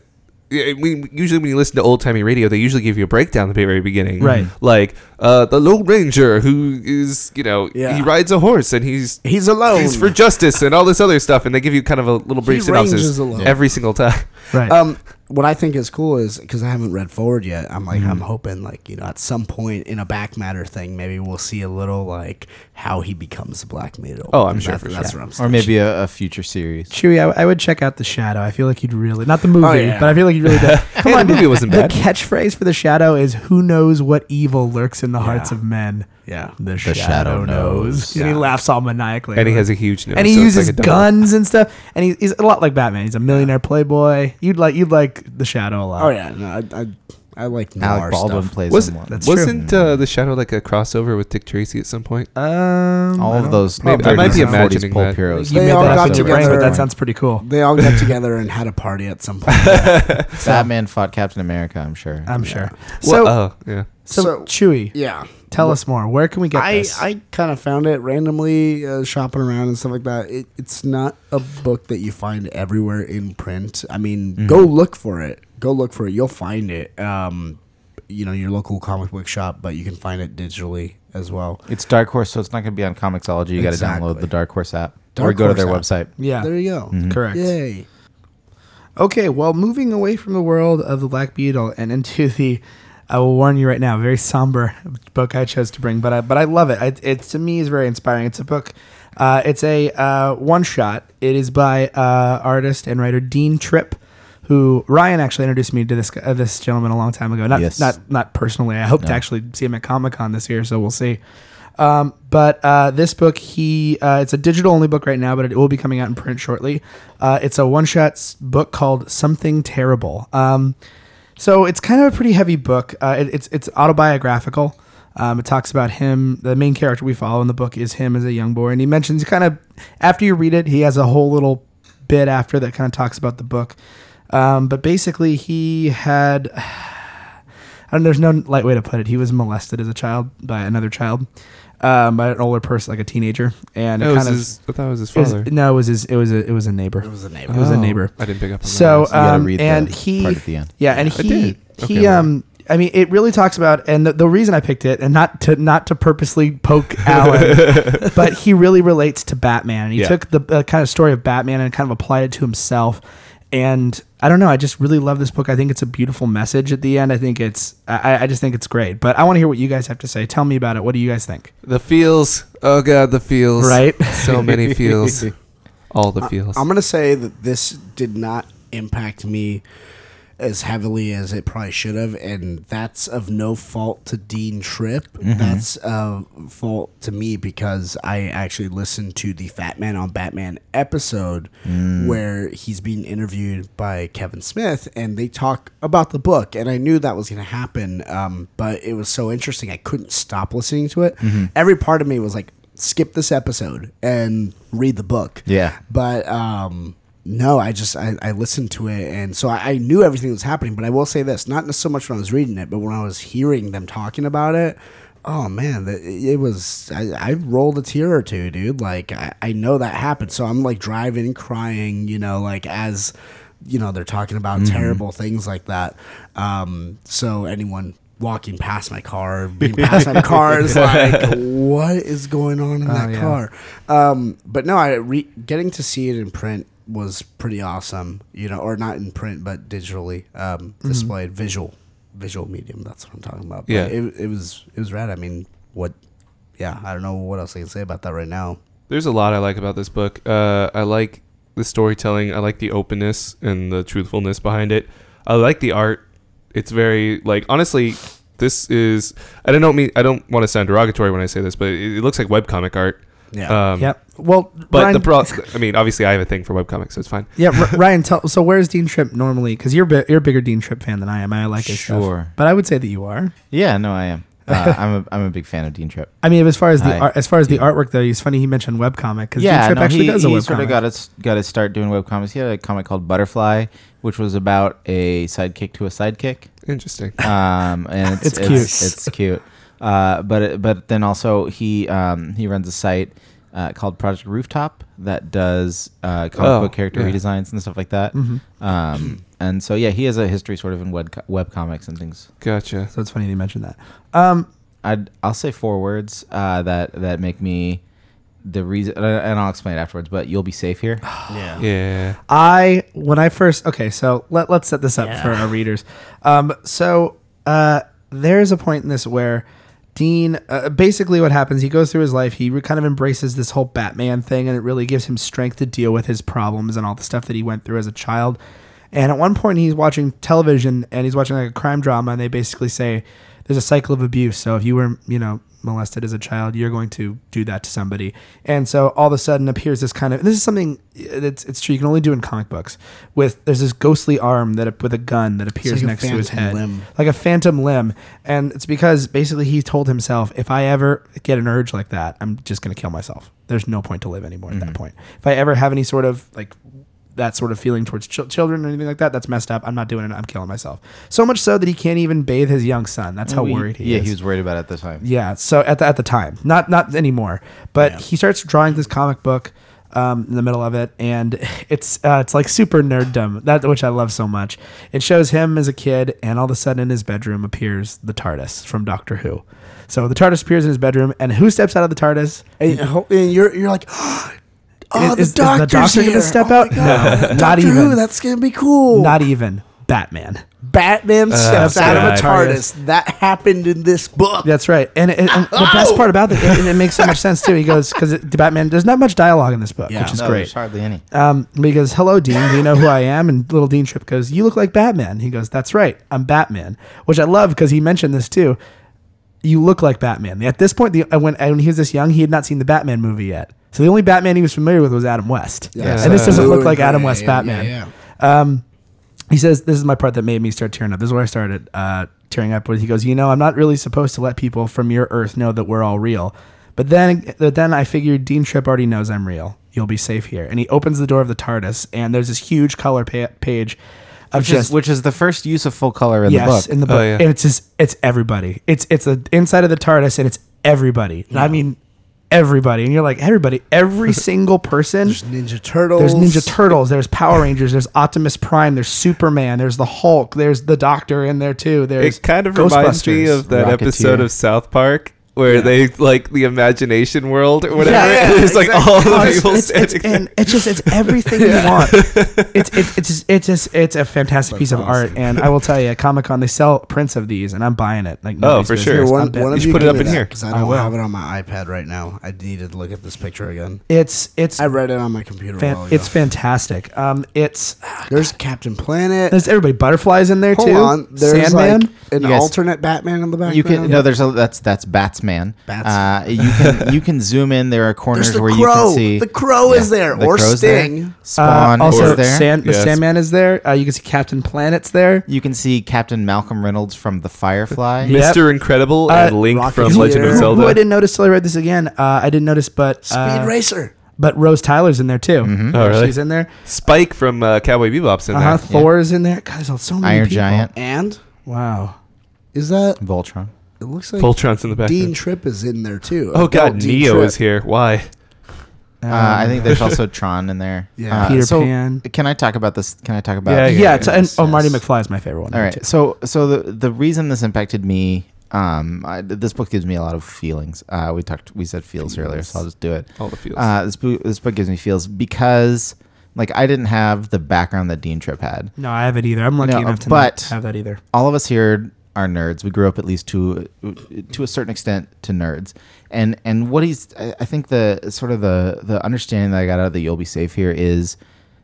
yeah, we, usually when you listen to old timey radio, they usually give you a breakdown at the very beginning, Right. Like uh, the Lone Ranger, who is you know Yeah. he rides a horse and he's he's alone. he's for justice and all this other stuff, and they give you kind of a little brief He synopsis ranges alone. every single time. Right. Um, what I think is cool is because I haven't read forward yet. I'm like, Mm. I'm hoping like you know at some point in a back matter thing, maybe we'll see a little like how he becomes a black beetle. Oh, I'm And sure that- for that's what I'm. Or maybe a, a future series. Chewie, I, I would check out the Shadow. I feel like you'd really not the movie, yeah. but I feel like you'd really. do- Come the on, movie wasn't the bad. catchphrase for the Shadow is "Who knows what evil lurks in the hearts Yeah. of men." Yeah. The, shadow, shadow knows. knows. And he Yeah. laughs all maniacally. And he has a huge nose, and he so it's uses like a double- guns and stuff. And he, he's a lot like Batman. He's a millionaire playboy. You'd like you'd like the Shadow a lot. Oh yeah, no, I I, I like noir Alec Baldwin stuff. plays Was, someone. That's true. wasn't uh, the shadow like a crossover with Dick Tracy at some point? Um, all I of don't- those Maybe- I might be 30s and 40s imagining pulp that. heroes. You They made all that up got in your brain, but together. that sounds pretty cool. They all got together and had a party at some point. Batman fought Captain America, I'm sure. I'm sure. So, Well, oh, yeah. so, so- Chewy, yeah. tell us more. Where can we get I, this? I kind of found it randomly uh, shopping around and stuff like that. It, it's not a book that you find everywhere in print. I mean, Mm-hmm. go look for it. Go look for it. You'll find it. Um, you know, your local comic book shop, but you can find it digitally as well. It's Dark Horse, so it's not going to be on Comixology. You got to download Exactly. the Dark Horse app or Dark go to their Horse website. yeah, Mm-hmm. There you go. correct. Yay. Okay, well, moving away from the world of the Black Beetle and into the, I will warn you right now, very somber book I chose to bring, but I but I love it. It, it to me is very inspiring. It's a book. Uh, it's a uh, one shot. It is by uh, artist and writer Dean Tripp, who Ryan actually introduced me to this uh, this gentleman a long time ago. Not Yes. not not personally. I hope to actually see him at Comic Con this year, so we'll see. Um, but uh, this book, he uh, it's a digital only book right now, but it will be coming out in print shortly. Uh, it's a one shot book called Something Terrible. Um, so it's kind of a pretty heavy book. Uh, it, it's it's autobiographical. Um, it talks about him. The main character we follow in the book is him as a young boy, and he mentions kind of after you read it, he has a whole little bit after that kind of talks about the book. Um, but basically, he had I don't. There's no light way to put it. He was molested as a child by another child, um, by an older person, like a teenager, and No, it it was kind of. his, I thought it was his it was- father. no, it was his. It was a. It was a neighbor. It was a neighbor. It was a Oh, neighbor. I didn't pick up on So that. gotta um, read the and he part at the end. yeah, and I he did. Okay, he well. um. I mean, it really talks about, and the, the reason I picked it, and not to not to purposely poke Alan, but he really relates to Batman, and he Yeah. took the uh, kind of story of Batman and kind of applied it to himself. And I don't know, I just really love this book. I think it's a beautiful message at the end. I think it's, I, I- I just think it's great. But I want to hear what you guys have to say. Tell me about it. What do you guys think? the feels. Oh god, the feels. Right? So many feels. All the feels. I'm gonna say that this did not impact me as heavily as it probably should have, and that's of no fault to Dean Tripp. Mm-hmm. That's a fault to me because I actually listened to the Fat Man on Batman episode Mm. where he's being interviewed by Kevin Smith, and they talk about the book, and I knew that was gonna happen, um, but it was so interesting I couldn't stop listening to it. Mm-hmm. Every part of me was like. Skip this episode and read the book Yeah. but um no i just i, I listened to it and so I, I knew everything that was happening but i will say this not so much when i was reading it but when i was hearing them talking about it oh man that- it was I, I rolled a tear or two dude like I, I know that happened so i'm like driving crying you know like as you know they're talking about terrible things like that. Um, so anyone walking past my car, being past my car is like, what is going on in that Oh, yeah. car? Um, but no, I re- getting to see it in print was pretty awesome. You know, or not in print, but digitally um, Mm-hmm. displayed, visual, visual medium. That's what I'm talking about. But Yeah. it, it was it was rad. I mean, what? Yeah, I don't know what else I can say about that right now. There's a lot I like about this book. Uh, I like the storytelling. I like the openness and the truthfulness behind it. I like the art. It's very like honestly, this is. I don't know. mean I don't want to sound derogatory when I say this, but it, it looks like webcomic art. Yeah. Um, Yep. Well, But Ryan, the pro. I mean, obviously, I have a thing for webcomics, so it's fine. yeah, R- Ryan. Tell, so where's Dean Tripp normally? Because you're bi- you're a bigger Dean Tripp fan than I am. I like his stuff, Sure. but I would say that you are. Yeah, no, I am. Uh, I'm a I'm a big fan of Dean Tripp. I mean, as far as the Hi. art, as far as the artwork though, it's funny he mentioned webcomic because Dean Yeah, Tripp no, actually he, does a he webcomic. sort of got his got his start doing webcomics. He had a comic called Butterfly, which was about a sidekick to a sidekick. Interesting. um, and it's, It's it's, cute. It's, cute. Uh, but it, but then also he um, he runs a site uh, called Project Rooftop that does uh, comic Oh, book character yeah. redesigns and stuff like that. Mm-hmm. Um, and so yeah, he has a history sort of in web web comics and things. Gotcha. so it's funny they mentioned that. Um, I'd I'll say four words uh, that that make me the reason, uh, and I'll explain it afterwards. But you'll be safe here. Yeah. Yeah. I when I first okay, so let let's set this up Yeah. for our readers. Um, so uh, there's a point in this where Dean uh, basically what happens he goes through his life he re- kind of embraces this whole Batman thing and it really gives him strength to deal with his problems and all the stuff that he went through as a child. And at one point he's watching television and he's watching like a crime drama and they basically say there's a cycle of abuse. So if you were you know molested as a child, you're going to do that to somebody. And so all of a sudden appears this kind of this is something it's it's true you can only do in comic books. With there's this ghostly arm that with a gun that appears like a next to his phantom head, limb. like a phantom limb. And it's because basically he told himself, if I ever get an urge like that, I'm just gonna kill myself. There's no point to live anymore Mm-hmm. at that point. If I ever have any sort of like that sort of feeling towards ch- children or anything like that, that's messed up. I'm not doing it. I'm killing myself. So much so that he can't even bathe his young son. That's how Well, worried he yeah, is. Oh, he was worried about it at the time. Yeah. So at the at the time, not not anymore, but he starts drawing this comic book um, in the middle of it, and it's uh, it's like super nerddom that which I love so much. It shows him as a kid, and all of a sudden in his bedroom appears the TARDIS from Doctor Who. So the TARDIS appears in his bedroom, and who steps out of the TARDIS? And, ho- and you're you're like, oh, the Is- is the doctor's doctor gonna here. step Oh my out? God. No. Not Doctor Who, even. that's gonna be cool. Not even Batman. Batman Oh, steps out of a God. TARDIS. That happened in this book. That's right. And, it, and the best part about it, and it makes so much sense too. He goes because Batman. There's not much dialogue in this book, Yeah. which is No, great. there's hardly any. Um, he goes, "Hello, Dean. Do you know who I am?" And little Dean Tripp goes, "You look like Batman." He goes, "That's right. I'm Batman," which I love because he mentioned this too. You look like Batman. At this point, the, uh, when when he was this young, he had not seen the Batman movie yet. So the only Batman he was familiar with was Adam West, Yeah. and this doesn't Blue look and like Adam gray. West Yeah, Batman. yeah, Um, he says, "This is my part that made me start tearing up. This is where I started uh, tearing up." Where he goes, "You know, I'm not really supposed to let people from your Earth know that we're all real, but then, but then I figured Dean Tripp already knows I'm real. You'll be safe here." And he opens the door of the TARDIS, and there's this huge color pa- page of Which just is, which is the first use of full color in yes, the book. Oh, in the book, yeah. and it's just it's everybody. It's it's the inside of the TARDIS, and it's everybody. And I mean, everybody. And you're like everybody, every single person. There's Ninja Turtles. There's Ninja Turtles. There's Power Rangers. There's Optimus Prime. There's Superman. There's the Hulk. There's the Doctor in there too. There's It kind of reminds me Ghostbusters. of that Rocketeer. episode of South Park where they like the imagination world or whatever. Yeah, and it's like all Oh, the it's, people it's, it's, standing there. and it's just it's everything you want. It's it's it's just, it's just it's a fantastic piece of art, and I will tell you, at Comic Con they sell prints of these, and I'm buying it. Like nobody's Oh, for business. sure. Here, I'm one, bet- one You of should you put it give up me in that, here. 'cause I I don't will. have it on my iPad right now. I needed to look at this picture again. It's it's I read it on my computer. a fan- while ago. it's fantastic. Um, it's There's Captain Planet. there's everybody butterflies in there Hold too. on. There's Sandman. like an You guys- alternate Batman in the background. You can no, there's a that's that's Batsman. Bats. Uh, you can you can zoom in. There are corners There's the where you crow. can see The crow is there, or crow's there. Sting. uh, Spawn also, is there. Sand, the Yes. Sandman is there. Uh, you can see Captain Planet's there. you can see Captain Malcolm Reynolds from The Firefly. Yeah. Mr. Incredible and Uh, Link from Rocketeer. Legend of Who- Who I Zelda. didn't notice till I read this again. Uh, I didn't notice, but Speed uh, Racer. but Rose Tyler's in there too. Mm-hmm. Oh, really? She's in there. Spike from uh, Cowboy Bebop's in Uh-huh. there. Thor's in there. God, there's so many Iron people. Giant, And Wow. is that? Voltron. It looks like Voltron's in the back. Dean Tripp is in there too. oh Adult god, Dean Neo Tripp. is here. Why? Uh, I think there's also Tron in there. Yeah. Uh, Um, Peter so Pan. Can I talk about this? Can I talk about? Yeah, yeah, it's, and, Yes, oh, Marty yes. McFly is my favorite one. All right. So so the the reason this impacted me, um, I, this book gives me a lot of feelings. Uh, we talked, we said feels earlier, so I'll just do it. All the feels. Uh, this book, this book gives me feels because like I didn't have the background that Dean Tripp had. No, I haven't either. I'm lucky No, enough to but- not have that either. All of us here are nerds. We grew up at least to to a certain extent to nerds. And and what he's I I think the sort of the the understanding that I got out of the you'll be safe here is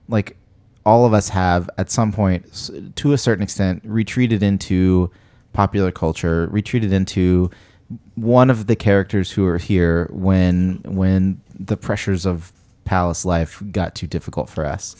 like all of us have at some point s- to a certain extent retreated into popular culture, retreated into one of the characters who are here when when the pressures of palace life got too difficult for us.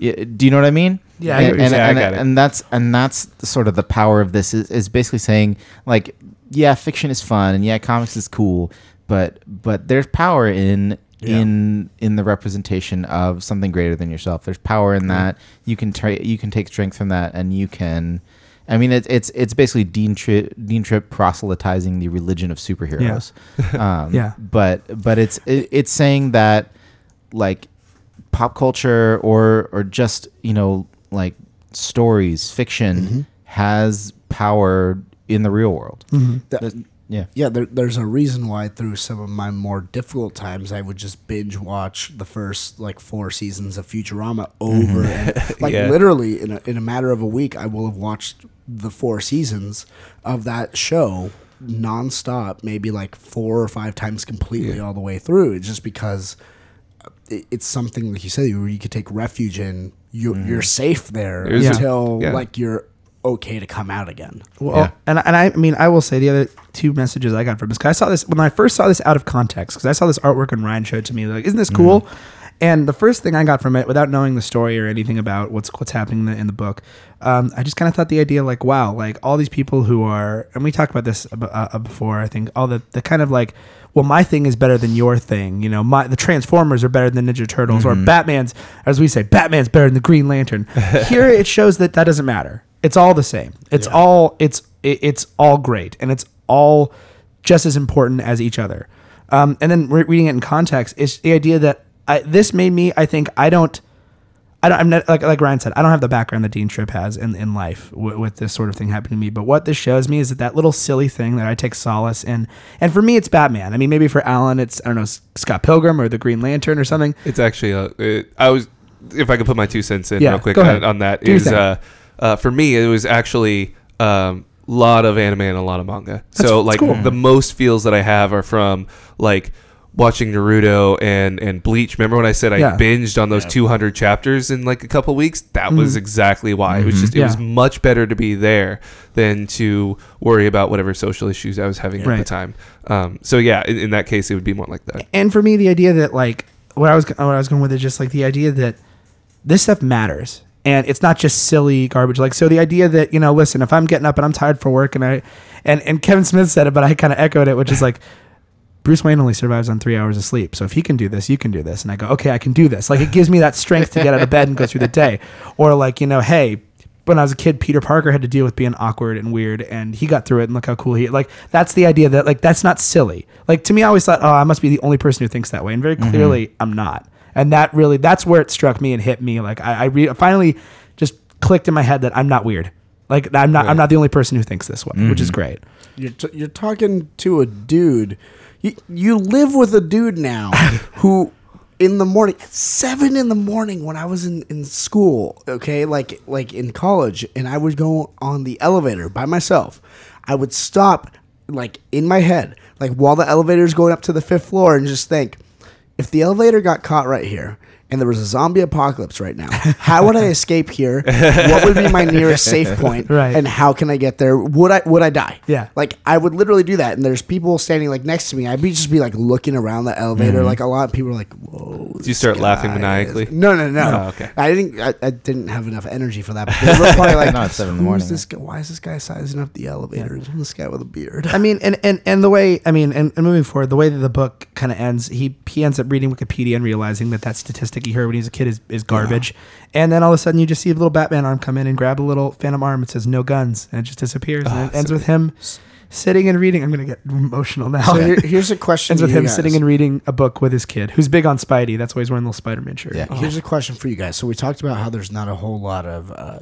Y- Do you know what I mean? Yeah, I and, agree. and, Yeah, I and- got it. and that's and that's sort of the power of this is, is basically saying like, yeah, fiction is fun and yeah, comics is cool, but but there's power in Yeah. in in the representation of something greater than yourself. There's power in that. You can try. You can take strength from that, and you can. I mean, it's it's it's basically Dean Tripp, Dean Tripp proselytizing the religion of superheroes. um, Yeah. But but it's it, it's saying that like pop culture or or just you know like stories, fiction has power in the real world. That- Yeah. yeah, there, there's a reason why through some of my more difficult times, I would just binge watch the first like four seasons of Futurama over and like Yeah. literally in a, in a matter of a week, I will have watched the four seasons of that show nonstop, maybe like four or five times completely all the way through, just because uh, it, it's something like you said where you could take refuge in. You, You're safe there There's a- until yeah. like you're okay to come out again. Well, and and I, I mean, I will say the other two messages I got from this because I saw this when I first saw this out of context because I saw this artwork and Ryan showed it to me like, isn't this cool? And the first thing I got from it, without knowing the story or anything about what's what's happening in the, in the book, um, I just kind of thought the idea like, wow, like all these people who are, and we talked about this ab- uh, uh, before. I think all the the kind of like, well, my thing is better than your thing. You know, my the Transformers are better than Ninja Turtles or Batman's, as we say, Batman's better than the Green Lantern. Here it shows that that doesn't matter. It's all the same. It's all it's it, it's all great, and it's all just as important as each other. Um, and then re- reading it in context, it's the idea that I, this made me. I think I don't. I don't, I'm not like like Ryan said. I don't have the background that Dean Tripp has in in life w- with this sort of thing happening to me. But what this shows me is that that little silly thing that I take solace in, and for me, it's Batman. I mean, maybe for Alan, it's I don't know S- Scott Pilgrim or the Green Lantern or something. It's actually uh, it, I was if I could put my two cents in Yeah, real quick go ahead. on, on that Do your is thing. uh, uh, for me it was actually a um, lot of anime and a lot of manga. so that's like cool. the most feels that I have are from like watching Naruto and and Bleach. Remember when I said I Yeah. Mm-hmm. binged on those 200 chapters in like a couple weeks? That was exactly why. It was just it was Yeah. much better to be there than to worry about whatever social issues I was having at the Right. time. Um, so yeah, in, in that case it would be more like that. and for me, the idea that like what I was what I was going with is just like the idea that this stuff matters and it's not just silly garbage. Like so, the idea that you know, listen, if I'm getting up and I'm tired for work, and I and and Kevin Smith said it, but I kind of echoed it, which is like. Bruce Wayne only survives on three hours of sleep. So if he can do this, you can do this. And I go, okay, I can do this. Like it gives me that strength to get out of bed and go through the day. Or like, you know, hey, when I was a kid, Peter Parker had to deal with being awkward and weird and he got through it and look how cool he like that's the idea that like that's not silly. Like to me I always thought, oh, I must be the only person who thinks that way. And very clearly I'm not. And that really that's where it struck me and hit me. Like I, I re- finally just clicked in my head that I'm not weird. Like I'm not I'm not the only person who thinks this way, which is great. You're, t- you're talking to a dude. You, you live with a dude now who, in the morning, at seven in the morning when I was in, in school, okay, like like in college, and I would go on the elevator by myself. I would stop, like in my head, like while the elevator's going up to the fifth floor, and just think, if the elevator got caught right here and there was a zombie apocalypse right now, how would I escape here? What would be my nearest safe point? Right. And how can I get there? Would I would I die? Yeah. Like I would literally do that. And there's people standing like next to me. I'd be just be like looking around the elevator Mm-hmm. like a lot. People are like, whoa. you this start laughing guy maniacally? is-" No, no, no. Oh, okay. I didn't I, I didn't have enough energy for that. But they were probably like No, it's seven in the morning, "Who's this guy? Why is this guy sizing up the elevator? This guy with a beard. I mean, and and and the way I mean, and, and moving forward, the way that the book kind of ends, he he ends up reading Wikipedia and realizing that that statistic music he heard when he was a kid is, is garbage. And then all of a sudden you just see a little Batman arm come in and grab a little Phantom arm. It says no guns and it just disappears. and it ends with him sitting and reading. I'm going to get emotional now. So here, here's a question. ends to with you him guys. sitting and reading a book with his kid who's big on Spidey. That's why he's wearing a little Spider-Man shirt. Yeah. Oh. Here's a question for you guys. So we talked about how there's not a whole lot of uh,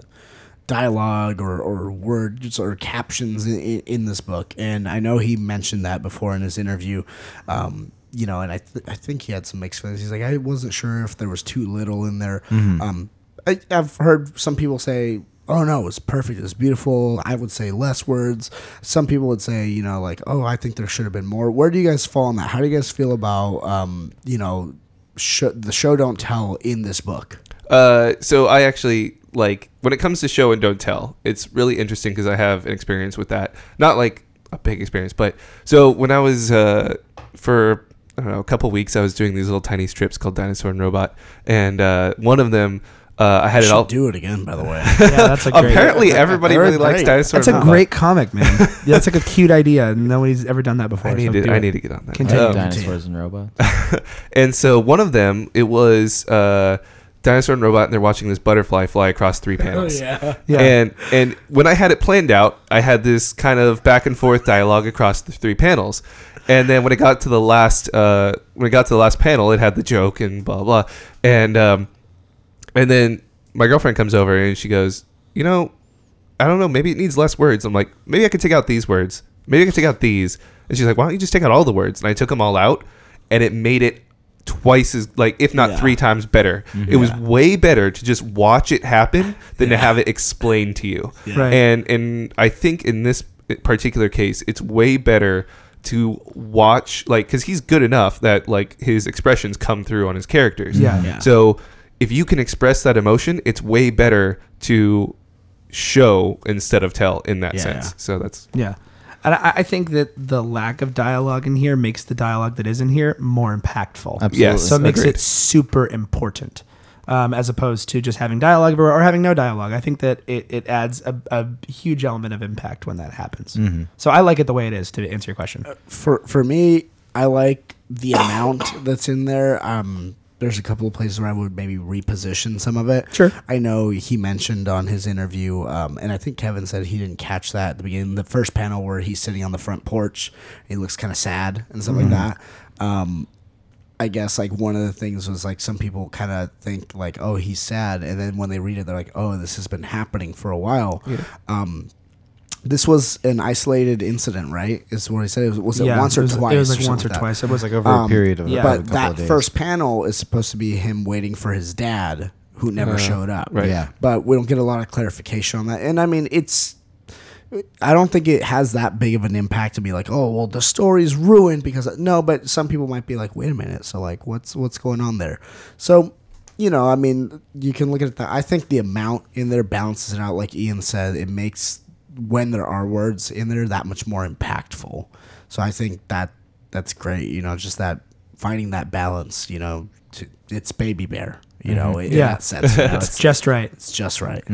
dialogue or, or words or captions in, in, in this book, and I know he mentioned that before in his interview. Um, you know, and I th- I think he had some mixed feelings. He's like, I wasn't sure if there was too little in there. Um, I, I've heard some people say. Oh no, it's perfect. It's beautiful. I would say less words. Some people would say, you know, like, oh, I think there should have been more. Where do you guys fall on that? How do you guys feel about, um, you know, show, the show don't tell in this book. Uh, so I actually like when it comes to show and don't tell. It's really interesting because I have an experience with that. Not like a big experience, but so when I was uh, for I don't know a couple weeks, I was doing these little tiny strips called Dinosaur and Robot, and uh, one of them uh, I had it Should all. do it again, by the way. Yeah, that's a great. Apparently, everybody They're really likes great. Dinosaur. that's and a Robot. great comic, man. Yeah, that's like a cute idea. and Nobody's ever done that before. I need so to. do I it. need to get on that. Continue. Um, Dinosaurs and robots. and so one of them, it was uh, dinosaur and robot, and they're watching this butterfly fly across three panels. yeah. Yeah. And and when I had it planned out, I had this kind of back and forth dialogue across the three panels. And then when it got to the last uh, when it got to the last panel, it had the joke and blah blah. And um, and then my girlfriend comes over and she goes, you know, I don't know, maybe it needs less words. I'm like, maybe I could take out these words. Maybe I could take out these. And she's like, why don't you just take out all the words? And I took them all out, and it made it twice as like if not Yeah. three times better Mm-hmm. it was way better to just watch it happen than to have it explained to you Right. and and i think in this particular case it's way better to watch like because he's good enough that like his expressions come through on his characters Yeah. Yeah. so if you can express that emotion it's way better to show instead of tell in that Yeah. sense so that's Yeah. And I, I think that the lack of dialogue in here makes the dialogue that is in here more impactful. Absolutely. yes So it makes agreed. it super important um, as opposed to just having dialogue or, or having no dialogue. I think that it, it adds a, a huge element of impact when that happens. Mm-hmm. So I like it the way it is to answer your question. Uh, For for me, I like the amount that's in there. Um, there's a couple of places where I would maybe reposition some of it. Sure. I know he mentioned on his interview, um, and I think Kevin said he didn't catch that at the beginning, the first panel where he's sitting on the front porch. He looks kind of sad and stuff Mm-hmm. like that. Um, I guess like one of the things was like some people kind of think like, oh, he's sad, and then when they read it, they're like, oh, this has been happening for a while. Um, this was an isolated incident, right? Is what I said. It was, was it once or it was, twice? It was like once something or like that? twice. It It was was like over a Um, period of yeah. about a But couple that of days. first panel is supposed to be him waiting for his dad, who Uh-huh. never showed up. right. Yeah. But we don't get a lot of clarification on that. And I mean, it's. I don't think it has that big of an impact to be like, oh, well, the story's ruined because no. But some people might be like, wait a minute, so like, what's what's going on there? So, you know, I mean, you can look at that. I think the amount in there balances it out. Like Ian said, it makes when there are words in there that much more impactful. So I think that that's great. You know, just that finding that balance. You know, to, it's baby bear. You know, in Yeah. that sense, you know, it's just right. it's just right.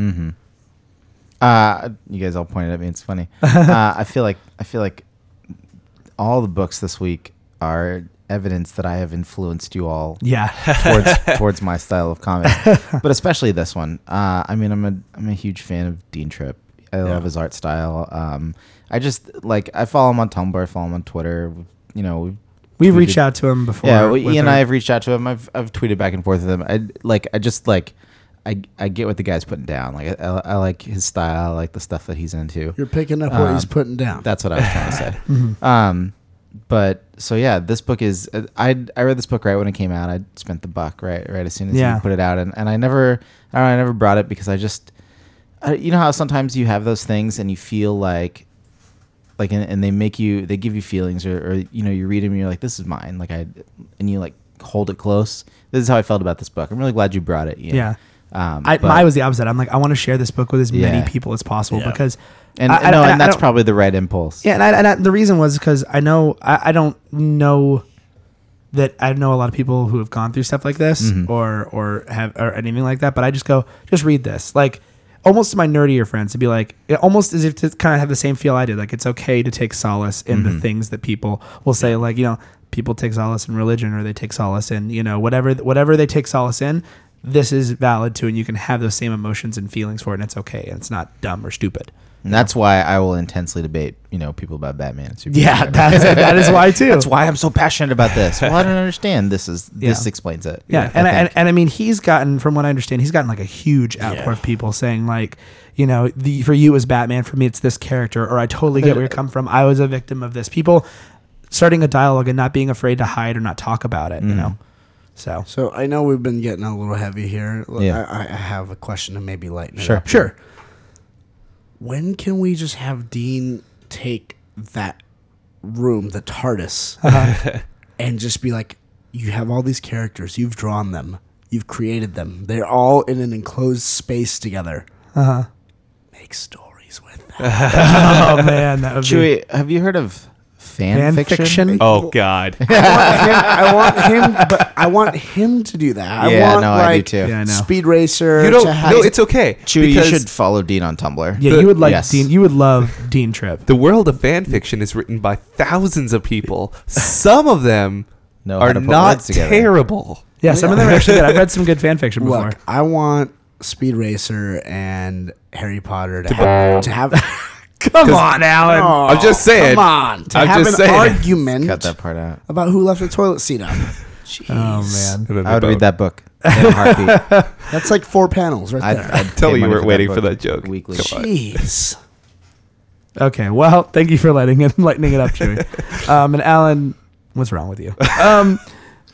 Uh, you guys all pointed at me. It's funny. uh, I feel like I feel like all the books this week are evidence that I have influenced you all Yeah. towards towards my style of comic, but especially this one. Uh, I mean, I'm a I'm a huge fan of Dean Tripp. I love his art style. Um, I just like I follow him on Tumblr. I follow him on Twitter. We- You know, we- We've we reached did- out to him before. Yeah, well, with Ian and our- I have reached out to him. I've I've tweeted back and forth with him. I like I just like. I, I get what the guy's putting down. Like I, I, I like his style. I like the stuff that he's into. You're picking up what he's Um, putting down. That's what I was trying to say. Mm-hmm. Um, but so yeah, this book is uh, I I read this book right when it came out. I spent the buck right right as soon as Yeah. you put it out, and, and I never I don't know, I never brought it because I just I, you know how sometimes you have those things and you feel like like and, and they make you they give you feelings or, or you know you read them and you're like this is mine like I and you like hold it close. This is how I felt about this book. I'm really glad you brought it. Ian. Yeah. Um, I, but- my was the opposite. I'm like, I want to share this book with as Yeah. many people as possible Yeah. because. and I- I- no, I- and I that's don't- probably the right impulse. Yeah, and, I, and I, the reason was because I know I, I don't know that I know a lot of people who have gone through stuff like this or or have or anything like that. But I just go, just read this, like, almost to my nerdier friends to be like it almost as if to kind of have the same feel I did. Like it's okay to take solace in the things that people will say. Like you know, people take solace in religion or they take solace in you know whatever whatever they take solace in. This is valid too, and you can have those same emotions and feelings for it, and it's okay, and it's not dumb or stupid. And that's why I will intensely debate, you know, people about Batman and Superman. Yeah, that's, that is why too. That's why I'm so passionate about this. Well, I don't understand. This is this Yeah. explains it. Yeah, and, I, think. and and I mean, he's gotten, from what I understand, he's gotten like a huge outpour of people saying like, you know, the for you as Batman, for me it's this character, or I totally get where you come from. I was a victim of this. People starting a dialogue and not being afraid to hide or not talk about it. You know, so So I know we've been getting a little heavy here. L- Yeah. I, I have a question to maybe lighten it Sure. up. sure. When can we just have Dean take that room, the TARDIS, and just be like, you have all these characters, you've drawn them, you've created them. They're all in an enclosed space together. Uh huh. Make stories with them. Oh man, that would be Chewie, have you heard of fan, fan fiction? fiction. Oh God. I want him, I want him but I want him to do that. Yeah, I want no, like I do too. Yeah, I know. Speed Racer You don't. to have No, it's okay. Chewie, you because should follow Dean on Tumblr. Yeah, the- you would like yes. Dean. You would love Dean Trip. The world of fan fiction is written by thousands of people. Some of them Know how are to put not words together. terrible. Yeah, some of them are actually good. I've read some good fan fiction before. Look, I want Speed Racer and Harry Potter to, have, to have. Come on, Alan. No, I'm just saying. Come on, to I'm have just an saying. argument Cut that part out. about who left the toilet seat up. Jeez. Oh man. And then I would they read vote. that book in a heartbeat. that's like four panels right I'd, there. I'd Tell pay me you money weren't for waiting book for that joke. Weekly. Come on. Jeez. Okay. Well, thank you for lighting it, lightening it up, Chewy. Um, and Alan, what's wrong with you? Um,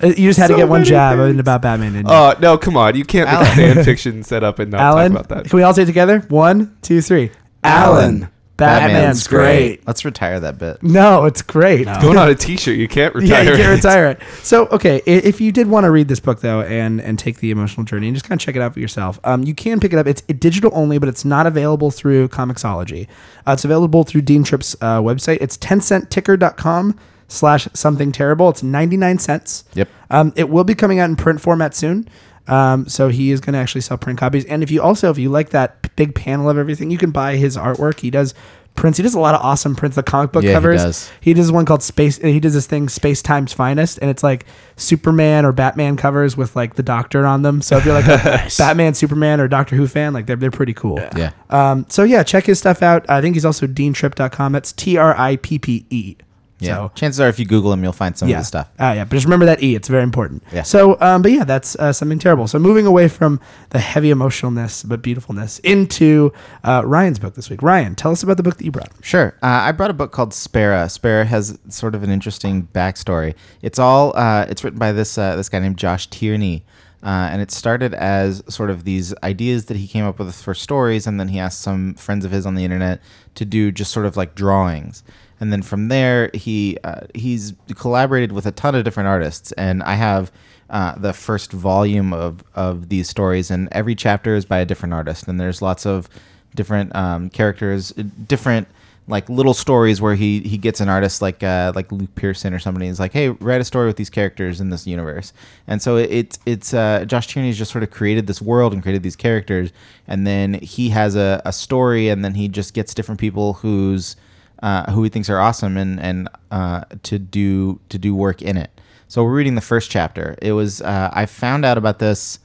uh, you just had So to get one many jab things. in about Batman. Didn't you? Oh no, come on! You can't make a fan fiction set up and not Alan, talk about that. can we all say it together? One, two, three. Alan, Batman's, Batman's great. great. Let's retire that bit. No, it's great. Going on a T-shirt, you can't Yeah, retire. you it. can't retire it. So, okay, i- if you did want to read this book though, and and take the emotional journey and just kind of check it out for yourself, um, you can pick it up. It's it digital only, but it's not available through Comixology. Uh, it's available through Dean Tripp's uh, website. It's tencentticker.com slash something terrible. It's ninety nine cents. Yep. Um, it will be coming out in print format soon. Um, so he is going to actually sell print copies. And if you also, if you like that p- big panel of everything, you can buy his artwork. He does prints. He does a lot of awesome prints. The comic book Yeah, he covers. does. He does one called Space. He does this thing, Space Time's Finest, and it's like Superman or Batman covers with like the Doctor on them. So if you're like a Batman, Superman, or Doctor Who fan, like they're they're pretty cool. Yeah. Um, so yeah, check his stuff out. I think he's also DeanTrip.com. That's T R I P P E. Yeah. So Chances are, if you Google him, you'll find some of the stuff. Ah, yeah, but just remember that E. It's very important. Yeah. So, um, but yeah, that's uh, something terrible. So moving away from the heavy emotionalness but beautifulness into uh, Ryan's book this week. Ryan, tell us about the book that you brought. Sure. Uh, I brought a book called Spera. Spera has sort of an interesting backstory. It's all uh, it's written by this uh, this guy named Josh Tierney, uh, and it started as sort of these ideas that he came up with for stories, and then he asked some friends of his on the internet to do just sort of like drawings. And then from there, he uh, he's collaborated with a ton of different artists, and I have uh, the first volume of of these stories, and every chapter is by a different artist, and there's lots of different um, characters, different like little stories where he he gets an artist like uh, like Luke Pearson or somebody and is like, hey, write a story with these characters in this universe. And so it, it's it's uh, Josh Tierney's just sort of created this world and created these characters, and then he has a, a story, and then he just gets different people who's uh, who he thinks are awesome and and uh, to do to do work in it. So we're reading the first chapter. It was uh, I found out about this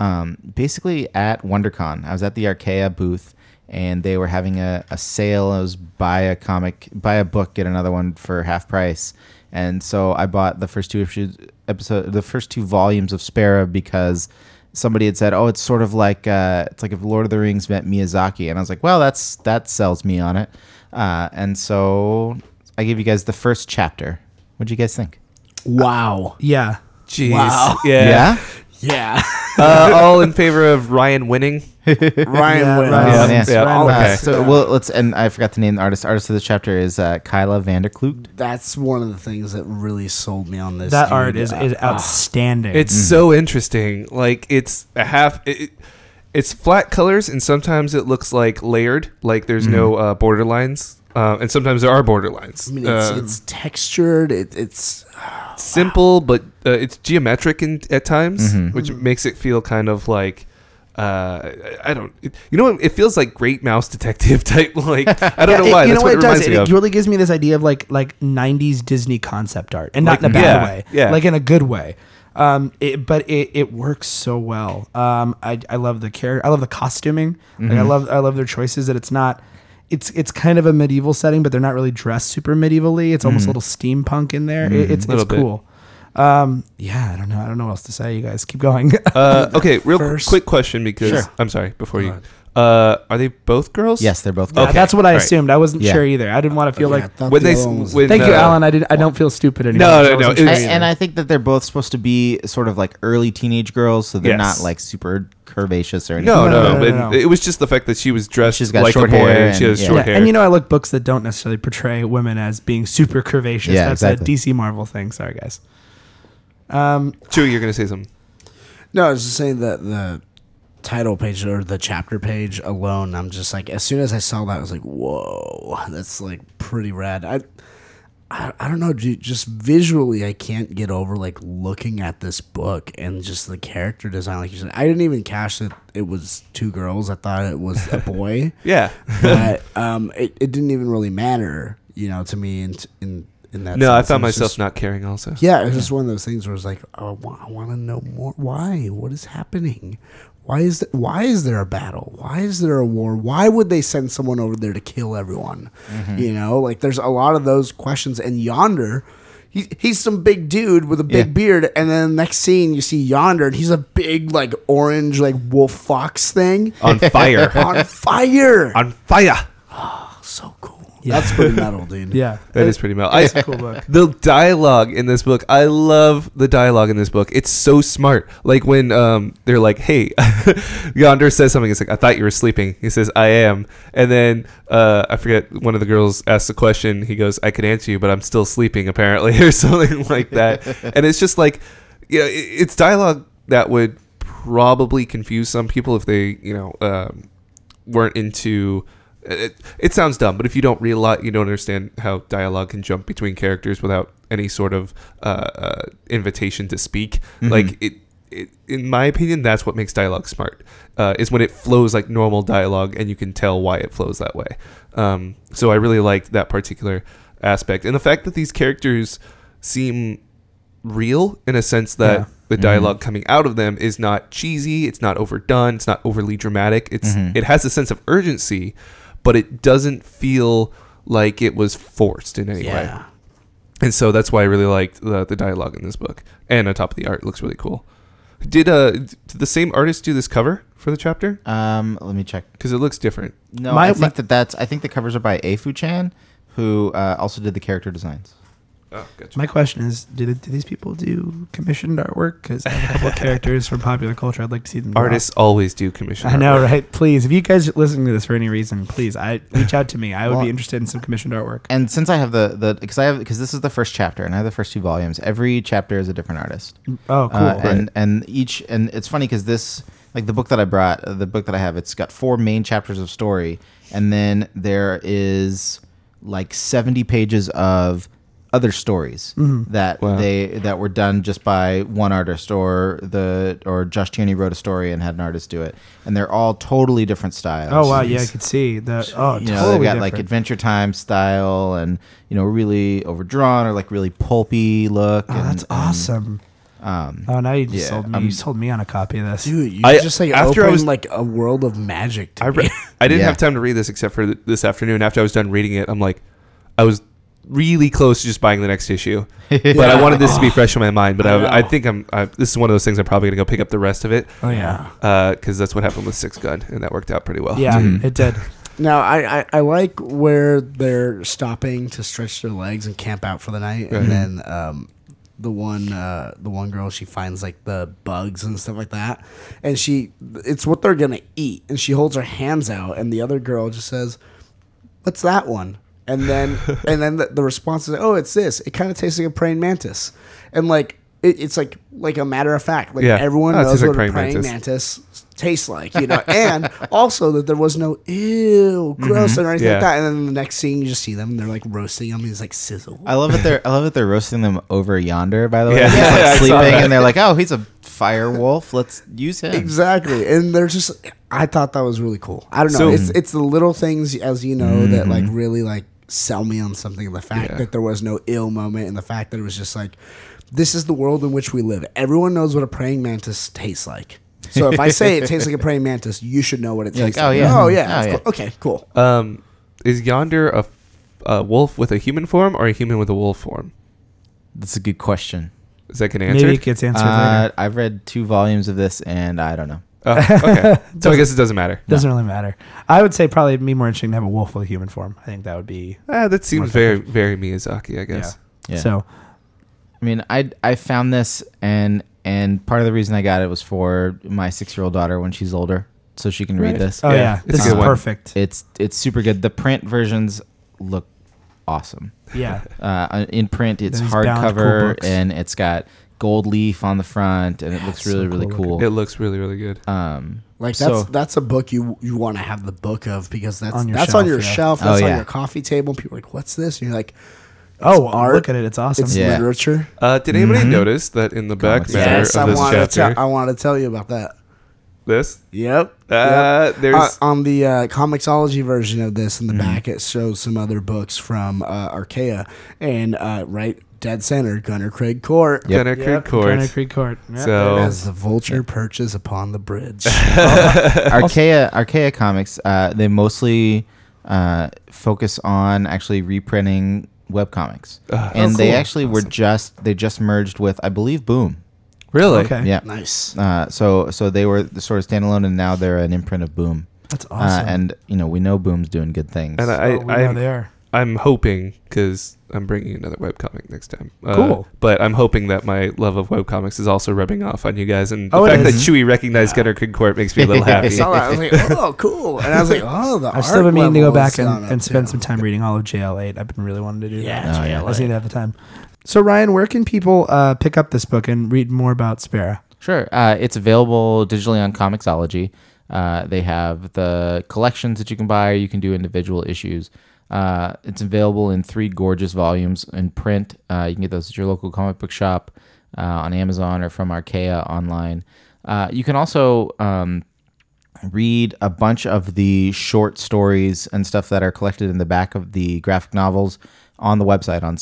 um, basically at WonderCon. I was at the Arkea booth and they were having a, a sale. It was buy a comic, buy a book, get another one for half price. And so I bought the first two issues, episode, the first two volumes of Sparrow because somebody had said, "Oh, it's sort of like uh, it's like if Lord of the Rings met Miyazaki." And I was like, "Well, that's that sells me on it." Uh, and so I gave you guys the first chapter. What would you guys think? Wow. Yeah. Jeez. Wow. Yeah. Yeah. Uh, all in favor of Ryan winning? Ryan Yeah, wins. Ryan Yeah, wins. yeah, Ryan okay. wins. Uh, so well, let's and I forgot to name the artist. Artist of the chapter is uh, Kyla Vanderklut. That's one of the things that really sold me on this. That dude. art is, is Uh, ah. outstanding. It's so interesting. Like it's a half. It, it- it's flat colors, and sometimes it looks like layered. Like there's no uh, border lines, uh, and sometimes there are border lines. I mean, it's, Uh, it's textured. It, it's simple, but uh, it's geometric in, at times, which makes it feel kind of like Uh, I I don't. It, you know, what? it feels like Great Mouse Detective type. Like I don't know it- why. You That's know what, what it does? reminds It, me it of. really gives me this idea of like like '90s Disney concept art, and not Like- in a bad yeah, way, yeah. like in a good way. Um, it, but it, it works so well. Um, I, I love the character. I love the costuming. Like Mm-hmm. I love I love their choices. That it's not. It's it's kind of a medieval setting, but they're not really dressed super medievally. It's almost a little steampunk in there. It, it's it's Mm. Mm-hmm. Little bit. cool. Um, yeah, I don't know. I don't know what else to say. You guys keep going. Uh, okay, real first- quick question because Sure. I'm sorry. Before you, uh, are they both girls? Yes, they're both. Yeah, Good. Okay, that's what I all right. assumed. I wasn't Yeah. sure either. I didn't want to feel like. When they s- when- Thank you, uh, Alan. I didn't. I don't feel stupid anymore. No, no, I wasn't no, sure it was- either. and I think that they're both supposed to be sort of like early teenage girls, so they're Yes. not like super curvaceous or anything. No, No, no, no, no, no, and no. It was just the fact that she was dressed She's got like short a boy hair and, and- she has yeah. short Yeah, hair. and you know, I look books that don't necessarily portray women as being super curvaceous. Yeah, That's exactly. a DC Marvel thing. Sorry, guys. Um, Chewie, you're gonna say something. No, I was just saying that the title page or the chapter page alone, I'm just like, as soon as I saw that, I was like, whoa, that's like pretty rad. I, I, I don't know, dude, just visually, I can't get over like looking at this book and just the character design. Like you said, I didn't even cash that it was two girls. I thought it was a boy, Yeah. but um, it, it didn't even really matter, you know, to me. In in in that, No, I sense. found It was myself just- not caring. Also. yeah, it was just one of those things where it's like, oh, wa- I want to know more. Why? What is happening? Why is th- why is there a battle? Why is there a war? Why would they send someone over there to kill everyone? Mm-hmm. You know, like there's a lot of those questions. And yonder, he, he's some big dude with a big Yeah. beard, and then the next scene you see yonder, and he's a big like orange like wolf fox thing On fire. on fire. On fire. so cool. That's pretty metal, dude. yeah, That is pretty metal. I, a cool book. The dialogue in this book, I love the dialogue in this book. It's so smart. Like when um, they're like, "Hey," Yonder says something. It's like, "I thought you were sleeping." He says, "I am," and then uh, I forget one of the girls asks a question. He goes, "I could answer you, but I'm still sleeping, apparently," or something like that. and it's just like, you know, it, it's dialogue that would probably confuse some people if they, you know. Um, weren't into it, it sounds dumb but if you don't realize you don't understand how dialogue can jump between characters without any sort of uh, uh, invitation to speak like it, it in my opinion that's what makes dialogue smart uh, is when it flows like normal dialogue and you can tell why it flows that way um, so i really liked that particular aspect and the fact that these characters seem real in a sense that Yeah. the dialogue coming out of them is not cheesy, it's not overdone, it's not overly dramatic. It's it has a sense of urgency, but it doesn't feel like it was forced in any way. Yeah. And so that's why I really liked the, the dialogue in this book. And on top of the art, it looks really cool. Did uh did the same artist do this cover for the chapter? Um, let me check. Because it looks different. No, My- I think my- that that's. I think the covers are by Afu Chan, who uh, also did the character designs. Oh, gotcha. Uh, My question is, do, th- do these people do commissioned artwork? Because I have a couple of characters from popular culture. I'd like to see them. draw. Artists always do commission. I know, artwork. right? Please, if you guys are listening to this for any reason, please, I reach out to me. I would Well- be interested in some commissioned artwork. And since I have the the because I have because this is the first chapter and I have the first two volumes. Every chapter is a different artist. Oh, cool. Uh, and and each and it's funny because this like the book that I brought uh, the book that I have it's got four main chapters of story and then there is like seventy pages of other stories Mm-hmm. that Wow. they that were done just by one artist or the or Josh Tierney wrote a story and had an artist do it and they're all totally different styles. oh wow, yeah, I could see the. Oh, uh, totally you know, they've got like different. Adventure Time style and you know really overdrawn or like really pulpy look. Oh, and, that's awesome. Um, Oh, now you just yeah, sold me. um, you sold me on a copy of this. Dude, you I- just like after I opened was- like a world of magic. To I me. re- I didn't Yeah. have time to read this except for th- this afternoon. After I was done reading it, I'm like, I was really close to just buying the next issue, but I wanted this to be fresh in my mind. But I, I, I know. think I'm. I, this is one of those things I'm probably gonna go pick up the rest of it Oh yeah. because that's what happened with Six Gun, and that worked out pretty well. Yeah, it did. Now I, I, I like where they're stopping to stretch their legs and camp out for the night, Right. and then um, the one uh, the one girl she finds like the bugs and stuff like that, and she it's what they're gonna eat, and she holds her hands out, and the other girl just says, "What's that one?" And then and then the, the response is, "Oh, it's this. It kind of tastes like a praying mantis," and like. It, it's like like a matter of fact. Like Yeah. everyone Oh, it tastes knows like what praying a praying mantis. mantis mantis tastes like, you know, and also that there was no ew, gross, Mm-hmm. or anything Yeah. like that. And then the next scene, you just see them, they're like roasting them, and it's like sizzle. I love that they're I love that they're roasting them over yonder. By the way, Yeah. He's, like, Yeah, I saw sleeping, that. and they're like, "Oh, he's a Firewolf. Let's use him. Exactly. And they're just I thought that was really cool. I don't know. So- it's it's the little things as you know that like Mm-hmm. really like sell me on something. The fact Yeah. that there was no ill moment and the fact that it was just like this is the world in which we live. Everyone knows what a praying mantis tastes like. So if I say it tastes like a praying mantis, you should know what it You're tastes like, oh, like. yeah. Oh yeah. Oh, it's yeah. cool. Okay, cool. Um, is yonder a, a wolf with a human form or a human with a wolf form? That's a good question. Is that getting answered? Maybe it gets answered Uh, later. I've read two volumes of this, and I don't know. Oh, okay. so I guess it doesn't matter. Doesn't really matter. I would say probably it'd be more interesting to have a wolf with a human form. I think that would be. Ah, that seems very, very Miyazaki, I guess. Yeah. Yeah. So I mean, I I found this, and and part of the reason I got it was for my six year old daughter when she's older, so she can Right. read this. oh yeah, Yeah, it's this a is good one. perfect. It's it's super good. The print versions look awesome. yeah. Uh, in print, it's These bound cool hardcover, books. and it's got gold leaf on the front, and it looks it's really so really cool looking. cool. It looks really, really good. Um, Like so- that's that's a book you you want to have the book of because that's On your that's shelf, on your yeah. shelf, Oh, that's on yeah. your coffee table. People are like, "What's this?" And you're like, Oh, art. look at it. It's awesome. "It's Yeah. literature." Uh, did anybody Mm-hmm. Mhm. notice that in the back Comics. matter Yes, of I this want to chapter, tell I want to tell you about that. this? Yep. Uh, yep. there's- Uh, on the uh, comicsology version of this in Mm-hmm. the back, it shows some other books from uh, Archaea and uh, right dead center, Gunner Craig Court. Yep. Gunner Creek Court. Granite Creek Court. Yep. So- As the vulture perches upon the bridge. Archaea Archaea Comics. Uh, they mostly uh, focus on actually reprinting web comics, Ah, and oh, they cool. actually were just they just merged with I believe Boom. Really? okay. Yeah. nice. Uh, so so they were the sort of standalone, and now they're an imprint of Boom. That's awesome. Uh, and you know we know Boom's doing good things. And I, I, Oh, we know I, they are. I'm hoping because I'm bringing another webcomic next time. Uh, Cool. But I'm hoping that my love of webcomics is also rubbing off on you guys, and the Oh, it fact that is. Chewy recognized Gunner Creek Court makes me a little I happy. saw that. I was like, oh, cool. And I was like, oh, the I've still been meaning to go back and, and spend some some. time reading all of JL8. I've been really wanting to do Yeah, that. Oh, yeah. I just need to have the time. So Ryan, where can people uh, pick up this book and read more about Sparrow? Sure. Uh, it's available digitally on Comixology. Uh, they have the collections that you can buy. You can do individual issues. Uh, it's available in three gorgeous volumes in print. Uh, you can get those at your local comic book shop, uh, on Amazon, or from Arkea online. Uh, you can also um, read a bunch of the short stories and stuff that are collected in the back of the graphic novels on the website on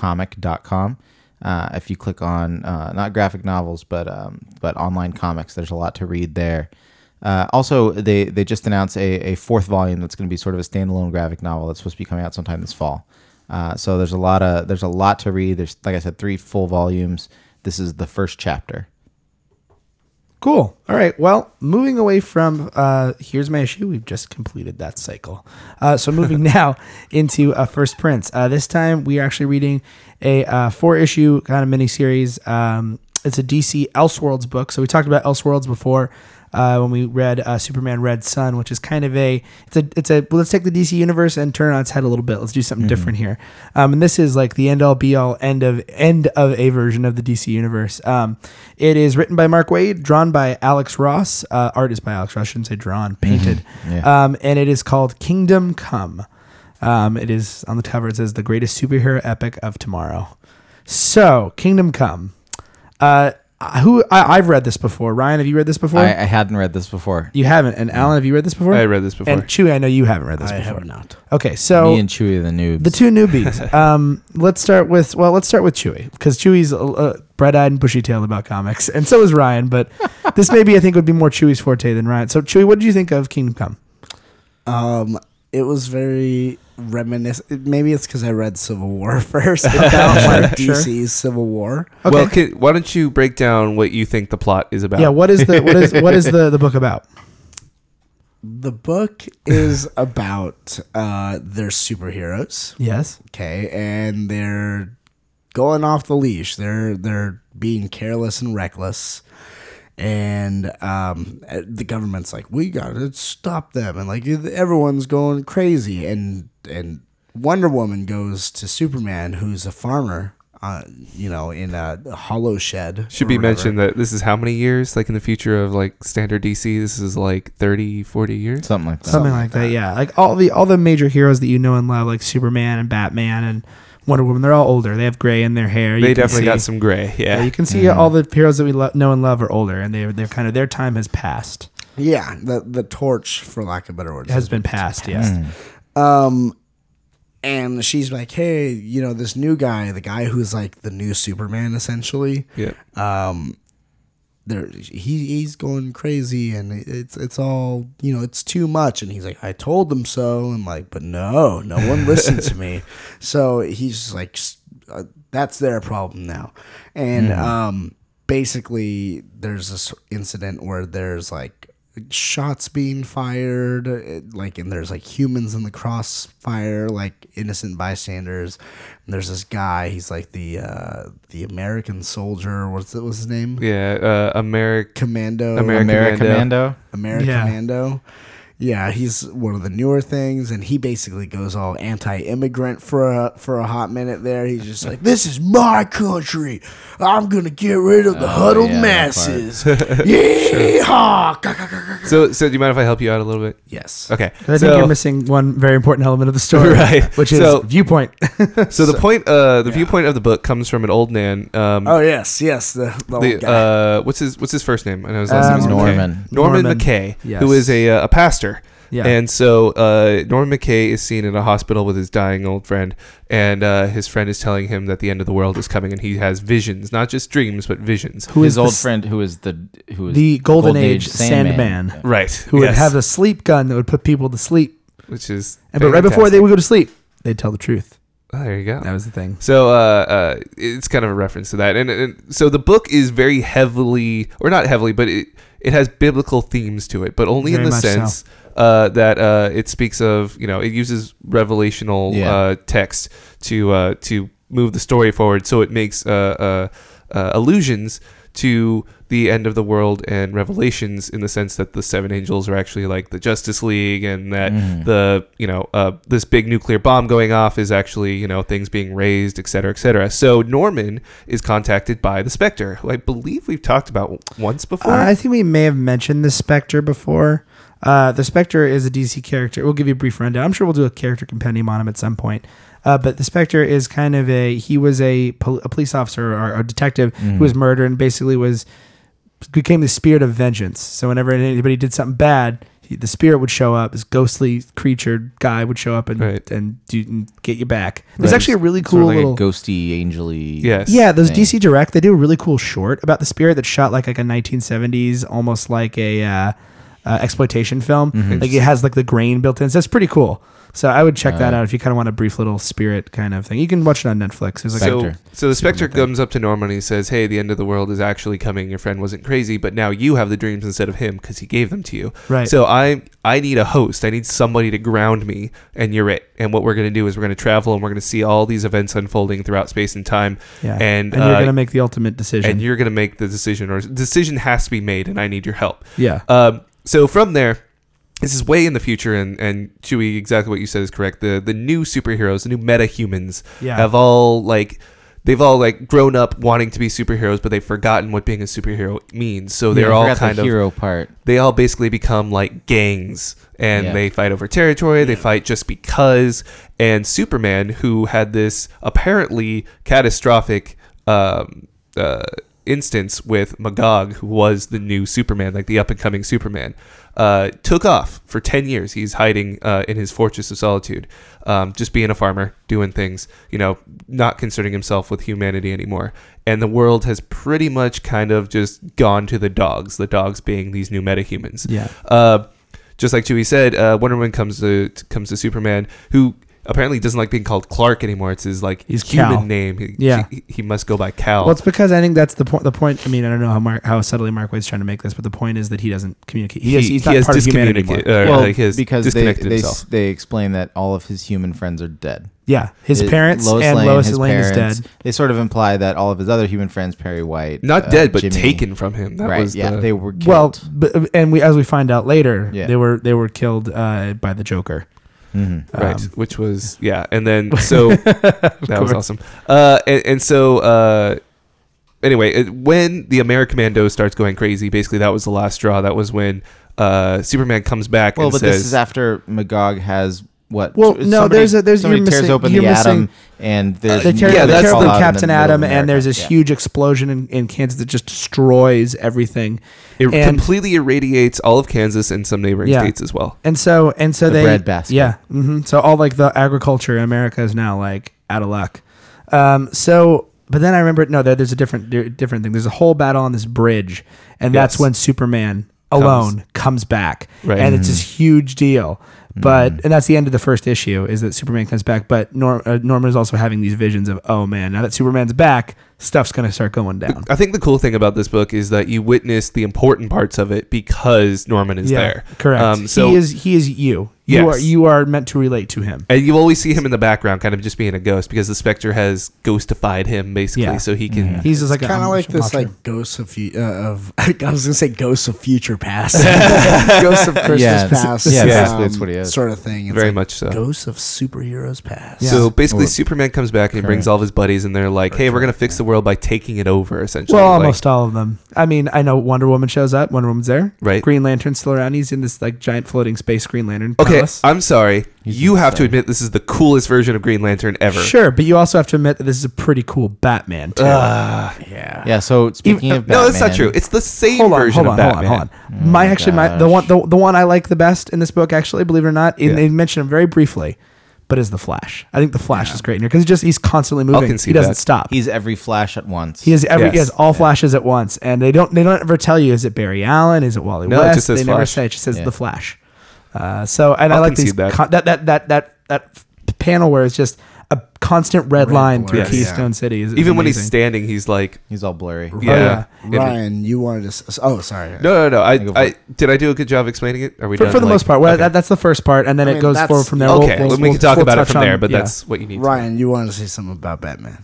spara-comic.com. Uh, if you click on uh, not graphic novels but um, but online comics, there's a lot to read there. Uh, also, they they just announced a, a fourth volume that's going to be sort of a standalone graphic novel that's supposed to be coming out sometime this fall. Uh, so there's a lot of there's a lot to read. There's like I said, three full volumes. This is the first chapter. Cool. All right. Well, moving away from uh, here's my issue. We've just completed that cycle. Uh, so moving now into uh, First Prince. Uh, this time we are actually reading a uh, four issue kind of mini series. Um, it's a DC Elseworlds book. So we talked about Elseworlds before uh, when we read uh, Superman Red Sun, which is kind of a it's a it's a well, let's take the DC universe and turn it on its head a little bit. Let's do something different here. Um, and this is like the end all be all end of end of a version of the DC universe. Um, it is written by Mark Wade, drawn by Alex Ross, uh, art is by Alex Ross. I shouldn't say drawn, painted. Yeah. Um, and it is called Kingdom Come. Um, it is on the cover. It says the greatest superhero epic of tomorrow. So Kingdom Come. Uh, who I, I've read this before. Ryan, have you read this before? I, I hadn't read this before. You haven't. And Alan, have you read this before? I read this before. And Chewy, I know you haven't read this I before. have not. Okay, so Me and Chewy the noobs. the two newbies. um, let's start with well, let's start with Chewy because Chewy's uh, bright-eyed and bushy-tailed about comics, and so is Ryan. But this maybe I think would be more Chewy's forte than Ryan. So Chewy, what did you think of Kingdom Come? Um, it was very reminiscent. Maybe it's because I read Civil War first. It felt like Sure. DC's Civil War. Well, can, why don't you break down what you think the plot is about? Yeah, what is the what is what is the the book about? The book is about uh, they're superheroes, Yes. okay, and they're going off the leash. They're they're being careless and reckless. And um, uh, the government's like, we gotta stop them, and like everyone's going crazy. And and Wonder Woman goes to Superman, who's a farmer, uh, you know, in a hollow shed. Should or be whatever. mentioned that this is how many years? Like in the future of like standard DC, this is like 30, 40 years? something like that. Something like that, yeah. Like all the all the major heroes that you know and love, like Superman and Batman and Wonder Woman. They're all older. They have gray in their hair. You They can definitely got see- some gray. Yeah, Yeah. you can see Yeah. all the heroes that we lo- know and love are older, and they they've kind of their time has passed. Yeah, the the torch, for lack of better words, It has been passed. Yeah. Um, and she's like, hey, you know, this new guy, the guy who's like the new Superman, essentially. yeah. Um, there he he's going crazy, and it's it's all you know, it's too much. And he's like, I told them so. I'm like, but no, no one listened to me. So he's just like, "S- uh, that's their problem now, and um. Basically, there's this incident where there's like shots being fired it- like and there's like humans in the crossfire like innocent bystanders and there's this guy he's like the uh the american soldier what's that was his name Yeah. Uh, America. commando Ameri- America Commando. Commando. american Yeah. commando yeah he's one of the newer things and he basically goes all anti-immigrant for a for a hot minute there he's just like this is my country i'm gonna get rid of the huddled yeah, that part. masses Yeehaw! Ka- ka- ka- ka- ka. So, so do you mind if I help you out a little bit? yes Okay. I think so, you're missing one very important element of the story, Right. Which is So- viewpoint. so the point, uh, the viewpoint of the book comes from an old man. Um, Oh yes, yes, the, the, old the, guy. uh, what's his What's his first name? I know his last name is Um, Norman. McKay. Norman, Norman, McKay, yes. who is a uh, a pastor. Yeah. And so uh, Norman McKay is seen in a hospital with his dying old friend, and uh, his friend is telling him that the end of the world is coming, and he has visions, not just dreams, but visions. who His the old s- friend who is the who is the Golden, Age, Sandman, Right. who would yes. have a sleep gun that would put people to sleep, which is and but right before they fantastic. would go to sleep, they'd tell the truth. Oh, there you go. That was the thing. So uh, uh, it's kind of a reference to that, and, and so the book is very heavily, or not heavily, but it it has biblical themes to it, but only Very in the much so. sense uh, that uh, it speaks of, you know, it uses revelational Yeah. uh, text to uh, to move the story forward, so it makes uh, uh, uh, allusions to the end of the world and revelations in the sense that the seven angels are actually like the justice league and that Mm. the you know uh, this big nuclear bomb going off is actually you know things being raised et cetera et cetera so norman is contacted by the spectre who i believe we've talked about once before Uh, I think we may have mentioned the Spectre before. Uh, the Spectre is a DC character. We'll give you a brief rundown. I'm sure we'll do a character compendium on him at some point. Uh, but the Spectre is kind of a he was a, pol- a police officer or a detective who Mm. was murdered and basically was became the spirit of vengeance. So whenever anybody did something bad, he, the spirit would show up. This ghostly creature guy would show up and Right. and, do, and get you back. There's Right. actually a really Sort cool of like little a ghosty, angely. yes yeah, those thing. DC Direct, they do a really cool short about the spirit that's shot like like a 1970s, almost like a uh, uh, exploitation film. Like it has like the grain built in, so it's pretty cool. So I would check that out if you kind of want a brief little spirit kind of thing. You can watch it on Netflix. There's like a- so, Spectre. so the spectre comes up to Norman and he says, "Hey, the end of the world is actually coming. Your friend wasn't crazy, but now you have the dreams instead of him because he gave them to you. Right. So I I need a host. I need somebody to ground me, and you're it. And what we're gonna do is we're gonna travel and we're gonna see all these events unfolding throughout space and time. yeah, And, you're uh, gonna make the ultimate decision. and you're gonna make the decision, or decision has to be made, and I need your help. yeah, Um, so from there, this is way in the future, and and Chewie, exactly what you said is correct. The the new superheroes, the new meta humans, Yeah. have all like they've all like grown up wanting to be superheroes, but they've forgotten what being a superhero means. So they're I all forgot kind the of hero part. they all basically become like gangs and Yeah. they fight over territory they fight just because and superman who had this apparently catastrophic um, uh, instance with magog who was the new superman like the up and coming superman uh, took off for 10 years he's hiding uh, in his fortress of solitude um, just being a farmer doing things you know not concerning himself with humanity anymore and the world has pretty much kind of just gone to the dogs the dogs being these new metahumans Yeah. uh, just like Chewie said, uh, Wonder Woman comes to comes to Superman, who apparently doesn't like being called Clark anymore. It's his like He's human Cal. name. He, Yeah. he, he must go by Cal. well, it's because I think that's the point. The point. I mean, I don't know how Mark, how subtly Mark Wade's trying to make this, but the point is that he doesn't communicate. He, is, he's not part of humanity anymore. discommunicate- or, well, Uh, like, he has because they disconnected they, himself. s- they explain that all of his human friends are dead. Yeah, his It- parents and Lois Lane is dead. They sort of imply that all of his other human friends, Perry White, Not uh, dead, but Jimmy- taken from him. That right? was yeah, the, they were killed. Well, but, and we as we find out later, Yeah. they were they were killed uh, by the Joker. Mhm. right, Um, which was yeah, and then so that was awesome. Uh, and, and so uh, anyway, it, when the American Mando starts going crazy, basically that was the last straw. That was when uh, Superman comes back. well, and but says, this is after Magog has what? Well, no, there's a- there's- somebody you're tears missing- open you're the atom missing- and there's They tear, Yeah, they that's- tear up fallout in Uh, the Captain middle of Adam, and there's this America. huge explosion in, in Kansas that just destroys everything. It and, completely irradiates all of Kansas and some neighboring Yeah. states as well. and so and so The they breadbasket. yeah. hmm So all like the agriculture in America is now like out of luck. Um, so but then I remember no, there, there's a different di- different thing. There's a whole battle on this bridge, and that's Yes. when Superman alone comes back, Right. and it's this huge deal. But and that's the end of the first issue is that Superman comes back. But Norm, uh, Norman is also having these visions of oh man, now that Superman's back, stuff's gonna start going down. I think the cool thing about this book is that you witness the important parts of it because Norman is there. Correct. Um, so he is he is you. You Yes. are you are meant to relate to him. And you always see him in the background, kind of just being a ghost, because the specter has ghostified him basically, Yeah. Mm-hmm. so he can. He's just like kind of of like this, like ghosts of, fu- uh, of I was gonna say ghosts of future past, ghosts of Christmas Yeah, past, um, yeah, basically that's what he is. sort of thing. It's Very like much so. ghosts of superheroes past. Yeah. So basically, Or- Superman comes back and he brings Correct. all of his buddies, and they're like, "Hey, we're gonna fix the world by taking it over." Essentially, Well, Like, almost all of them. I mean, I know Wonder Woman shows up. Wonder Woman's there. Right. Green Lantern's still around. He's in this like giant floating space Green Lantern. Okay, palace. I'm sorry. He's you have to insane. admit this is the coolest version of Green Lantern ever. sure, but you also have to admit that this is a pretty cool Batman. Too. yeah. yeah. So speaking of Batman, No, that's not true. It's the same hold on, version hold on, of hold on, Batman. Oh hold on. My actually, my the one, the, the one I like the best in this book, actually, believe it or not, and Yeah. they mention him very briefly, but is the Flash. I think the Flash is great in here because just he's constantly moving. He concede doesn't that. stop. He's every flash at once. He has every he Yes. has all flashes at once, and they don't they don't ever tell you is it Barry Allen, is it Wally No, it West? just says they never Flash. say. It just says Yeah. the Flash. Uh, so and i I'll like these concede that. con- that that that that that f- panel where it's just a constant red, line blur. through Yes. Keystone City. Is, is Even when he's amazing. Oh, standing, he's like, He's all blurry. "Yeah." yeah. And- Ryan, you wanted to. s- Oh, sorry. No, no, no. I, go for I it. did. I do a good job explaining it. Are we for, done? for the Like- most part. Well, okay. that, that's the first part, and then I it mean, goes that's- forward from there. okay. We'll- we'll- we can talk we'll about it touch from on- there, but yeah. that's what you need. to know. Ryan, you wanted to say something about Batman.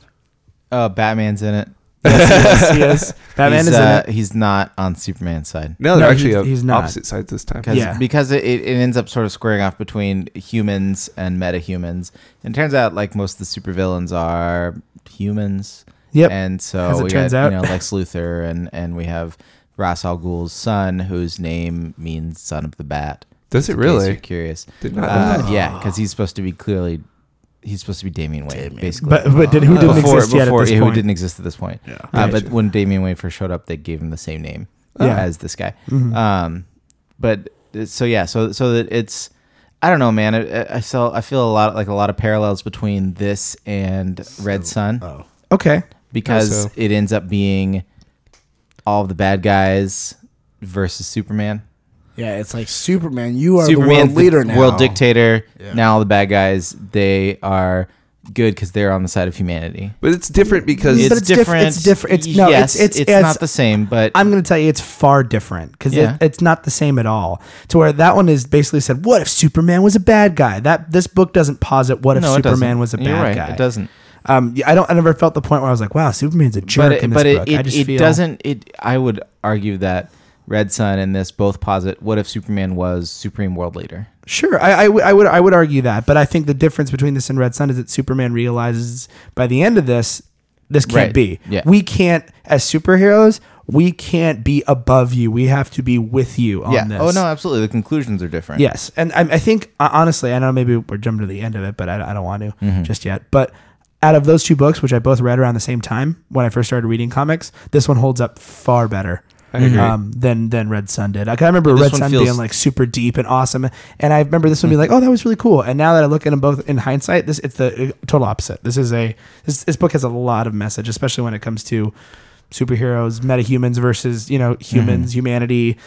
Uh, Batman's in it. yes, he is. Batman he's, is in uh, it. He's not on Superman's side. No, they're No, actually he's- on he's not. opposite sides this time. Because Yeah. because it, it it ends up sort of squaring off between humans and metahumans. And it turns out like most of the supervillains are humans. Yep. And so As it we turns got, out. you know, Lex Luthor and, and we have Ras Al Ghul's son, whose name means son of the bat. Does it In case really? You're curious. Did not know Uh, yeah, because he's supposed to be clearly he's supposed to be Damian Wayne, basically. But but did, Oh. who didn't before, exist yet at before this who point? didn't exist at this point. Uh, but when Damian Wayne first showed up, they gave him the same name uh, Yeah. as this guy. Mm-hmm. Um, but uh, so yeah, so so that it's I don't know, man. I, I- I feel I feel a lot like a lot of parallels between this and Red Sun Oh, Okay. because How so? it ends up being all of the bad guys versus Superman. yeah. It's like Superman. You are Superman's the world leader now. world dictator. Yeah. Now all the bad guys they are good because they're on the side of humanity. But it's different because But it's diff- it's different. It's- no, yes, it's- it's, it's- it's- not the same. But I'm going to tell you, it's far different because Yeah. it, it's not the same at all. To where that one is basically said, "What if Superman was a bad guy?" That this book doesn't posit what if no, it doesn't. Superman was a bad You're right, guy. It doesn't. Um, yeah, I don't. I never felt the point where I was like, "Wow, Superman's a jerk." but it, in this but it, book. I it, just it feel, doesn't it i would argue that red sun and this both posit what if superman was supreme world leader Sure, I, I, w- I would I would argue that, but I think the difference between this and Red Sun is that Superman realizes by the end of this, this can't Right. be. Yeah. We can't, as superheroes, we can't be above you. We have to be with you on this. oh no absolutely the conclusions are different Yes, and I, I think uh, honestly, I know maybe we're jumping to the end of it, but I, I don't want to Mm-hmm. just yet. But out of those two books, which I both read around the same time when I first started reading comics, this one holds up far better. Um, than than Red Sun did. Like, I remember This Red one Sun feels- Mm-hmm. being like super deep and awesome, and I remember this one being like, "Oh, that was really cool." And now that I look at them both in hindsight, this it's the uh, total opposite. This is a this, this book has a lot of message, especially when it comes to superheroes, metahumans versus you know humans, Mm-hmm. humanity,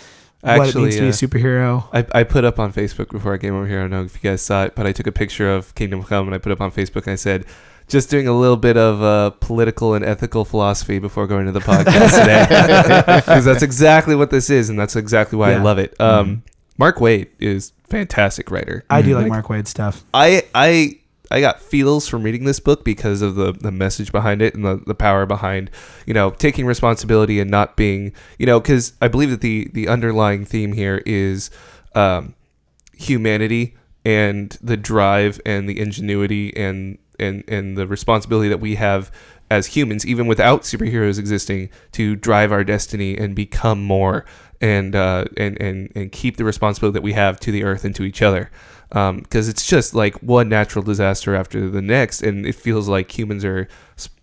what it means Actually, to be a uh, superhero. I, I put up on Facebook before I came over here. I don't know if you guys saw it, but I took a picture of Kingdom Come and I put up on Facebook and I said, just doing a little bit of uh, political and ethical philosophy before going to the podcast today. Because that's exactly what this is, and that's exactly why I Yeah. Mm-hmm. love it. Um, Mark Waid is fantastic writer. I do like Mark Wade stuff. I I I got feels from reading this book because of the the message behind it and the, the power behind you know taking responsibility and not being you know because I believe that the the underlying theme here is um, humanity and the drive and the ingenuity and and and the responsibility that we have as humans even without superheroes existing to drive our destiny and become more and uh, and and and keep the responsibility that we have to the earth and to each other. Because Um, it's just like one natural disaster after the next, and it feels like humans are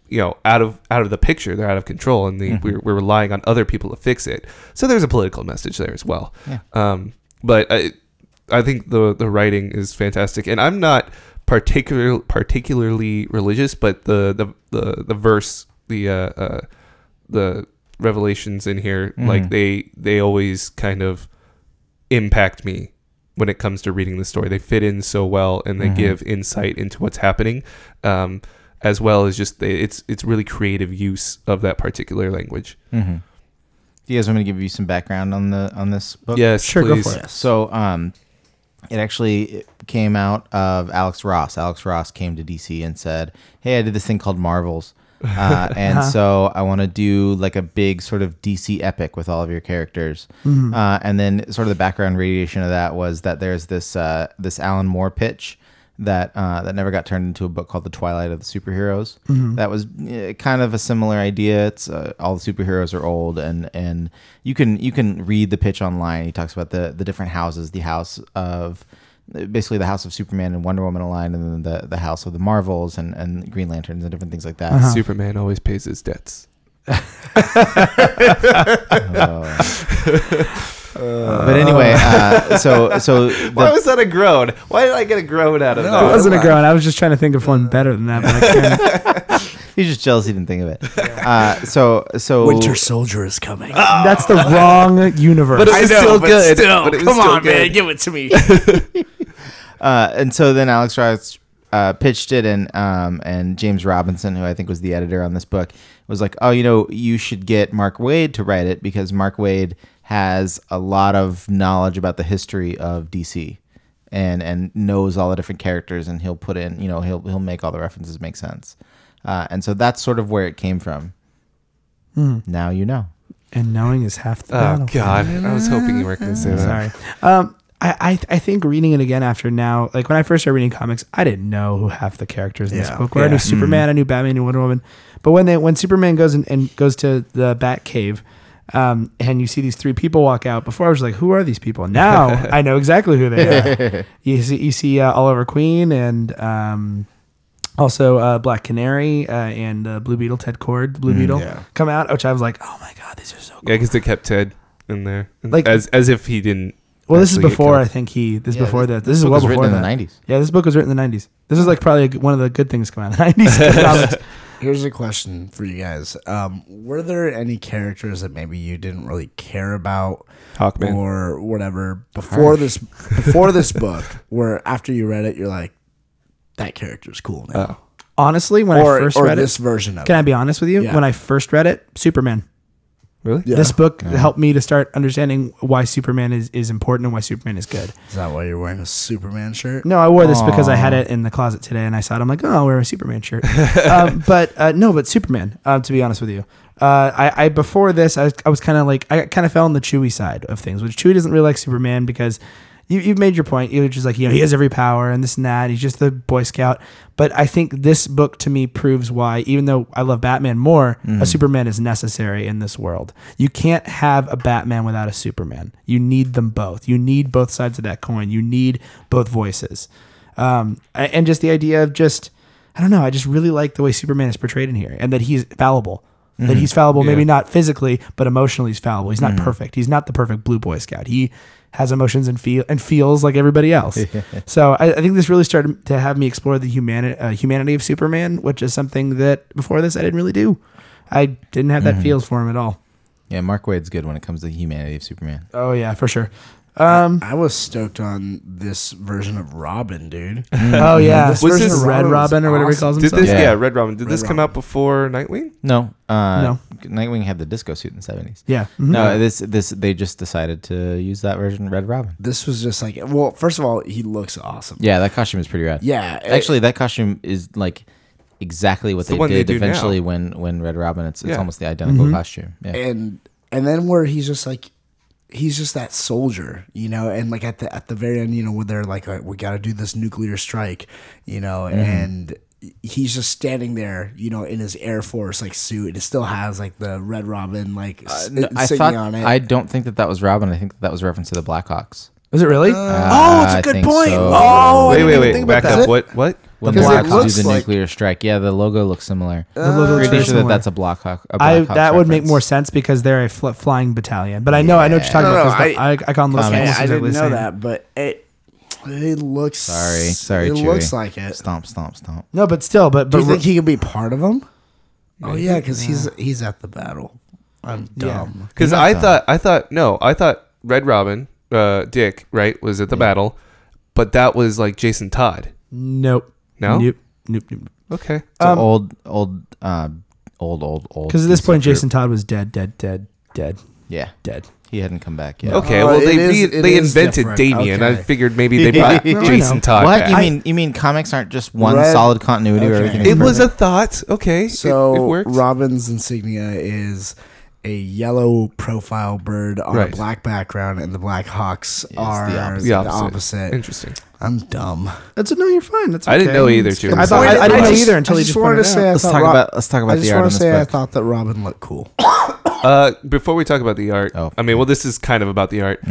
you know out of out of the picture they're out of control and the, we're, we're relying on other people to fix it so there's a political message there as well Yeah. um, but I, I think the the writing is fantastic and i'm not particular particularly religious but the the the, the verse the uh, uh the revelations in here like they they always kind of impact me when it comes to reading the story. They fit in so well, and Mm-hmm. they give insight into what's happening, um, as well as just they, it's it's really creative use of that particular language. Mm-hmm. Do you guys want me to give you some background on the on this book? Yes, Oh, Sure, go please. for it. So, um, it actually came out of Alex Ross. Alex Ross came to DC and said, "Hey, I did this thing called Marvels, uh, and so I want to do like a big sort of DC epic with all of your characters." Uh, and then, sort of the background radiation of that was that there's this uh, this Alan Moore pitch that uh, that never got turned into a book called The Twilight of the Superheroes. That was eh, kind of a similar idea. It's uh, all the superheroes are old, and and you can you can read the pitch online. He talks about the the different houses, the house of basically the house of Superman and Wonder Woman aligned, and then the the house of the Marvels and and Green Lanterns and different things like that. Superman always pays his debts. but anyway, uh, so so Why the, was that a groan? Why did Oh, I get a groan out of it that? wasn't a groan. I was just trying to think of one better than that, but I can't. he's just jealous he didn't think of it. Uh, so so Winter Soldier is coming. Ah! That's the wrong universe. But it was I know, still but good. still, but it was come still on, good. man, give it to me. uh, and so then Alex Ross uh, pitched it, and um, and James Robinson, who I think was the editor on this book, was like, "Oh, you know, you should get Mark Wade to write it because Mark Wade has a lot of knowledge about the history of DC, and and knows all the different characters, and he'll put in, you know, he'll he'll make all the references make sense." Uh, and so that's sort of where it came from. Now you know. Mm. and knowing is half the Oh battle. God! I was hoping you weren't going to say that. Sorry. Um, I, I I think reading it again after now, like when I first started reading comics, I didn't know who half the characters in this Yeah. Mm. book were. I knew Superman, I knew Batman, I knew Wonder Woman, but when they when Superman goes and, and goes to the Bat Cave, um, and you see these three people walk out. Before I was like, who are these people? Now I know exactly who they are. you see you see uh, Oliver Queen and um, also uh, Black Canary uh, and uh, Blue Beetle Ted Cord, the Blue Beetle Mm, yeah. come out, which I was like, oh my god, these are so. cool. Yeah, because they kept Ted in there, Like- like as as if he didn't. Well, this is actually get before killed. I think he. This is Yeah, before this- that. This, this is book well was written before in the that. 90s. Yeah, this book was written in the nineties. This is like probably a g- one of the good things coming out of the nineties. Um, Here's a question for you guys. Um, were there any characters that maybe you didn't really care about Hawkman. or whatever before this before this book where after you read it you're like that character's cool Uh, Oh, now. Honestly, when or I first or read this it, version of can it. I be honest with you? Yeah. When I first read it, Superman. Really? Yeah. This book helped me to start understanding why Superman is, is important and why Superman is good. Is that why you're wearing a Superman shirt? No, I wore this because I had it in the closet today, and I saw it. I'm like, oh, I'll wear a Superman shirt. um, but uh, no, but Superman. Um, to be honest with you, uh, I, I before this, I was, I was kind of like, I kind of fell on the Chewy side of things, which Chewy doesn't really like Superman because you, you've made your point. You're just like, you know, he has every power and this and that. He's just the Boy Scout. But I think this book to me proves why, even though I love Batman more, a Superman is necessary in this world. You can't have a Batman without a Superman. You need them both. You need both sides of that coin. You need both voices um, a- and just the idea of just I don't know. I just really like the way Superman is portrayed in here, and that he's fallible. That he's fallible, maybe Yeah. not physically, but emotionally, he's fallible. He's not perfect. He's not the perfect blue boy scout. He has emotions and feel and feels like everybody else. so I, I think this really started to have me explore the humani- uh, humanity of Superman, which is something that before this I didn't really do. I didn't have that feels for him at all. Yeah, Mark Wade's good when it comes to the humanity of Superman. Oh yeah, for sure. Um, I was stoked on this version of Robin, dude. oh yeah, This was version this of Red Robin was Robin or whatever he awesome. calls Did himself? this? Yeah. Yeah, Red Robin. Did this come out before Nightwing? No, uh, No. Nightwing had the disco suit in the seventies. Yeah. Mhm. No, this this they just decided to use that version, Red Robin. This was just like, well, first of all, he looks awesome. Yeah, that costume is pretty rad. Yeah, it- actually, that costume is like exactly what the they one they did do now. eventually when when Red Robin. It's it's Yeah. Mm-hmm. almost the identical costume. Yeah, and and then where he's just like he's just that soldier, you know. And like at the at the very end, you know, when they're like, "All right, we got to do this nuclear strike, you know, Mm-hmm. and he's just standing there, you know, in his Air Force like suit, and it still has like the Red Robin like s- Uh, No, I insignia thought uh, on it. Uh, I don't think that that was Robin. I think that, that was reference to the Blackhawks. Is it really? oh, it's Ah, I a good think point. so. Oh, I wait, didn't wait, even wait. think Back about that. up. What? What? When Because it Blackhawks do looks the like- nuclear strike, yeah, the logo looks similar. The Uh, logo looks Pretty sure that similar. that's a Blackhawk. A I, Blackhawks that would make reference. more sense because they're a fl- flying battalion. But I know I know what you're talking No, about. no, 'cause the I, icon looks Comics. almost yeah, I exactly didn't the know same. that, but it it looks Sorry, sorry, It Chewie. looks like it. Stomp, stomp, stomp. No, but still, but but Do you think he could be part of them? Oh yeah, because he's he's at the battle. I'm dumb. Because I thought, I thought, no, I thought Red Robin, uh, Dick, right, was at the battle, but that was like Jason Todd. nope, No? nope, nope, nope. Okay. It's an old, old, uh, old, old, old. Because at this piece of point, group. Jason Todd was dead, dead, dead, dead, Yeah, dead. he hadn't come back yet. Okay. Oh, well, it they is- re- it they is invented different. Damien. I Okay. figured maybe they brought No, I Jason know. Todd What you back. mean? You mean comics aren't just one Right. solid continuity where Okay. everything? It was a thought. Okay. it- So it, worked. Robin's insignia is a yellow profile bird on Right. a black background, and the Black Hawks are the opposite. the opposite. Interesting. I'm dumb. That's a, no, you're fine. That's I didn't okay. know either, Julie. I, thought, I, I didn't know either until he I just wanted pointed to it say out. I Let's thought talk Rob- about let's talk I about the just art want on to this say I book. thought that Robin looked cool. Uh, before we talk about the art, Oh. Mm-hmm. I mean, well, this is kind of about the art.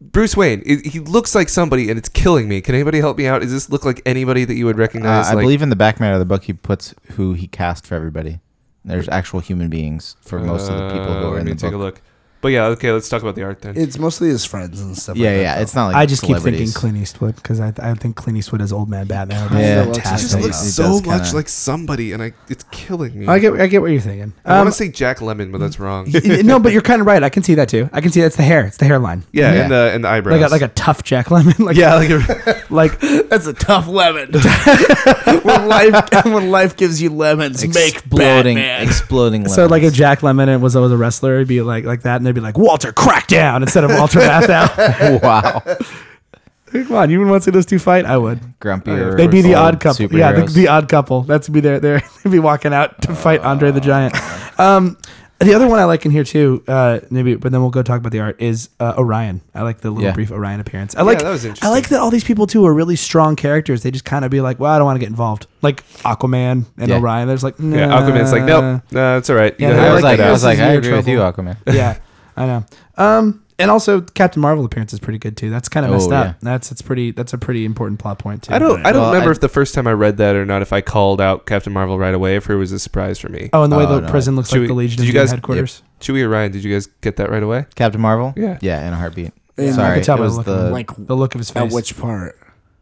Bruce Wayne, i he looks like somebody, and it's killing me. Can anybody help me out? Does this look like anybody that you would Uh, recognize? I like, believe in the back matter of the book he puts who he cast for everybody. There's actual human beings for most of the people Uh, who are let in me the take book. a look. But yeah, okay, let's talk about the art then. It's mostly his friends and stuff. Yeah, like yeah, That, it's not like I just keep thinking celebrities. Clint Eastwood because I, I think Clint Eastwood as old man Batman would be kinda looks he just fantastic. like- looks It so does much kinda- like somebody, and I it's killing me. I get I get what you're thinking. I Um, want to say Jack Lemon, but that's wrong. no, but you're kind of right. I can see that too. I can see that's the hair. It's the hairline. Yeah, Yeah. and the and the eyebrows. Like a, like a tough Jack Lemon. Like yeah, like a, like That's a tough lemon. when life when life gives you lemons, Exploding, Batman. exploding. So like lemons. if Jack Lemmon was was a wrestler, it'd be like like that, and they'd be like Walter Crackdown instead of Walter Matthau. wow, Come on, you would want to see those two fight? I would. grumpy. or They'd be the old odd couple. Yeah, the, superheroes. the odd couple. That's be their their they'd be walking out to fight Andre the Giant. Oh. Um, the other one I like in here too, uh, maybe, but then we'll go talk about the art is uh, Orion. I like the little Yeah. brief Orion appearance. I like that was I like that all these people too are really strong characters. They just kind of be like, well, I don't want to get involved. Like Aquaman and Yeah. Orion. There's like, yeah, Aquaman's like, nah. nope, nah, it's all right. You Yeah, know, I I was like like, I this was is like, I your agree with you, Aquaman. yeah, I know. Um, and also Captain Marvel appearance is pretty good too. That's kind of messed Oh, yeah. up. That's it's pretty. That's a pretty important plot point too. I don't. I don't Well, remember I- if the first time I read that or not. If I called out Captain Marvel right away, if it was a surprise for me. Oh, and the way Oh, the no. prison looks Should like the we- Legion did of you Doom guys- headquarters. Chewie or Ryan, did you guys get that right away? Captain Marvel. Yeah. yeah, in a heartbeat. Yeah, I Sorry, I could tell it by was the look, the like the look of his face. at which part?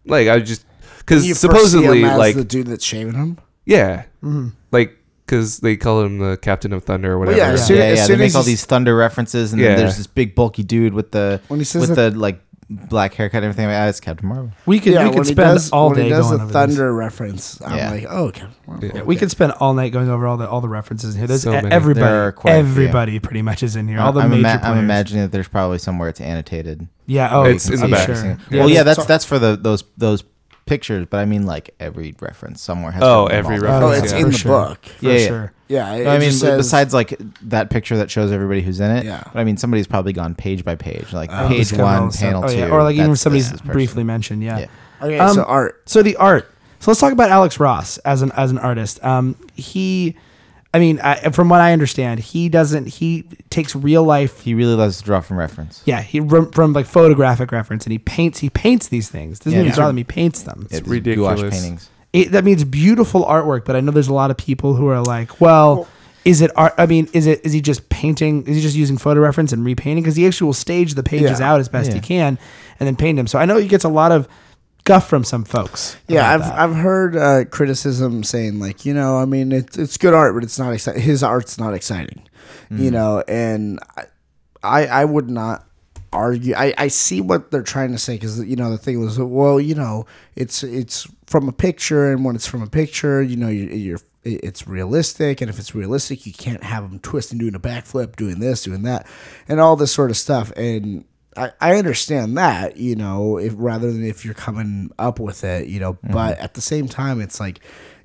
Like I just When because you first see supposedly him as like the dude that's shaving him. yeah, Mm-hmm. like because they call him the Captain of Thunder or Well, whatever. yeah, as soon- yeah, as yeah. They soon make as all he's- these thunder references, and Yeah. then there's this big bulky dude with the When he says with that- the like black haircut and everything. I'm Like, ah, it's Captain Marvel. we could we could he spend does, all when day he does going the over thunder This. reference. I'm Yeah. like, oh, okay. Well, Yeah. We could spend all night going over all the all the references in here. There's So e- many. everybody. There are quite a few. everybody pretty much is in here. All the I'm, major ima- players. I'm imagining that there's probably somewhere it's annotated. Yeah. Oh, It's I'm in the back. Sure. Well, yeah, that's So- that's for the those those pictures, but I mean like every reference somewhere has. Oh, been every involved. reference. Oh, it's yeah. in For the sure. book. For Yeah, yeah. sure. Yeah, it No, I mean, just b- says- besides like that picture that shows everybody who's in it. Yeah. But I mean, somebody's probably gone page by page, like Oh, page Just kinda all one, the stuff. panel Oh, two. yeah. Or like even that's- if somebody's this is person. briefly mentioned. Yeah. Yeah. Okay, Um, so art. So the art. So let's talk about Alex Ross as an as an artist. Um, he, I mean, I, from what I understand, he doesn't. He takes real life. He really loves to draw from reference. Yeah, he from, from like photographic reference, and he paints. He paints these things. Doesn't Yeah, even these draw are- them. He paints them. It's ridiculous. gouache paintings. It, that means beautiful artwork. But I know there's a lot of people who are like, well. is it art? I mean, is it is he just painting? Is he just using photo reference and repainting? Because he actually will stage the pages Yeah. out as best he Yeah. can, and then paint them. So I know he gets a lot of guff from some folks. Yeah, about I've that. I've heard uh, criticism saying like, you know, I mean, it's it's good art, but it's not exciting. His art's not exciting, you Mm. know. And I- I I would not argue. I I see what they're trying to say because you know the thing was well, you know, it's it's from a picture, and when it's from a picture, you know, you're. you're it- it's realistic, and if it's realistic, you can't have them twisting, doing a backflip, doing this, doing that, and all this sort of stuff. And I, I understand that, you know, if rather than if you're coming up with it, you know, but at the same time, it's like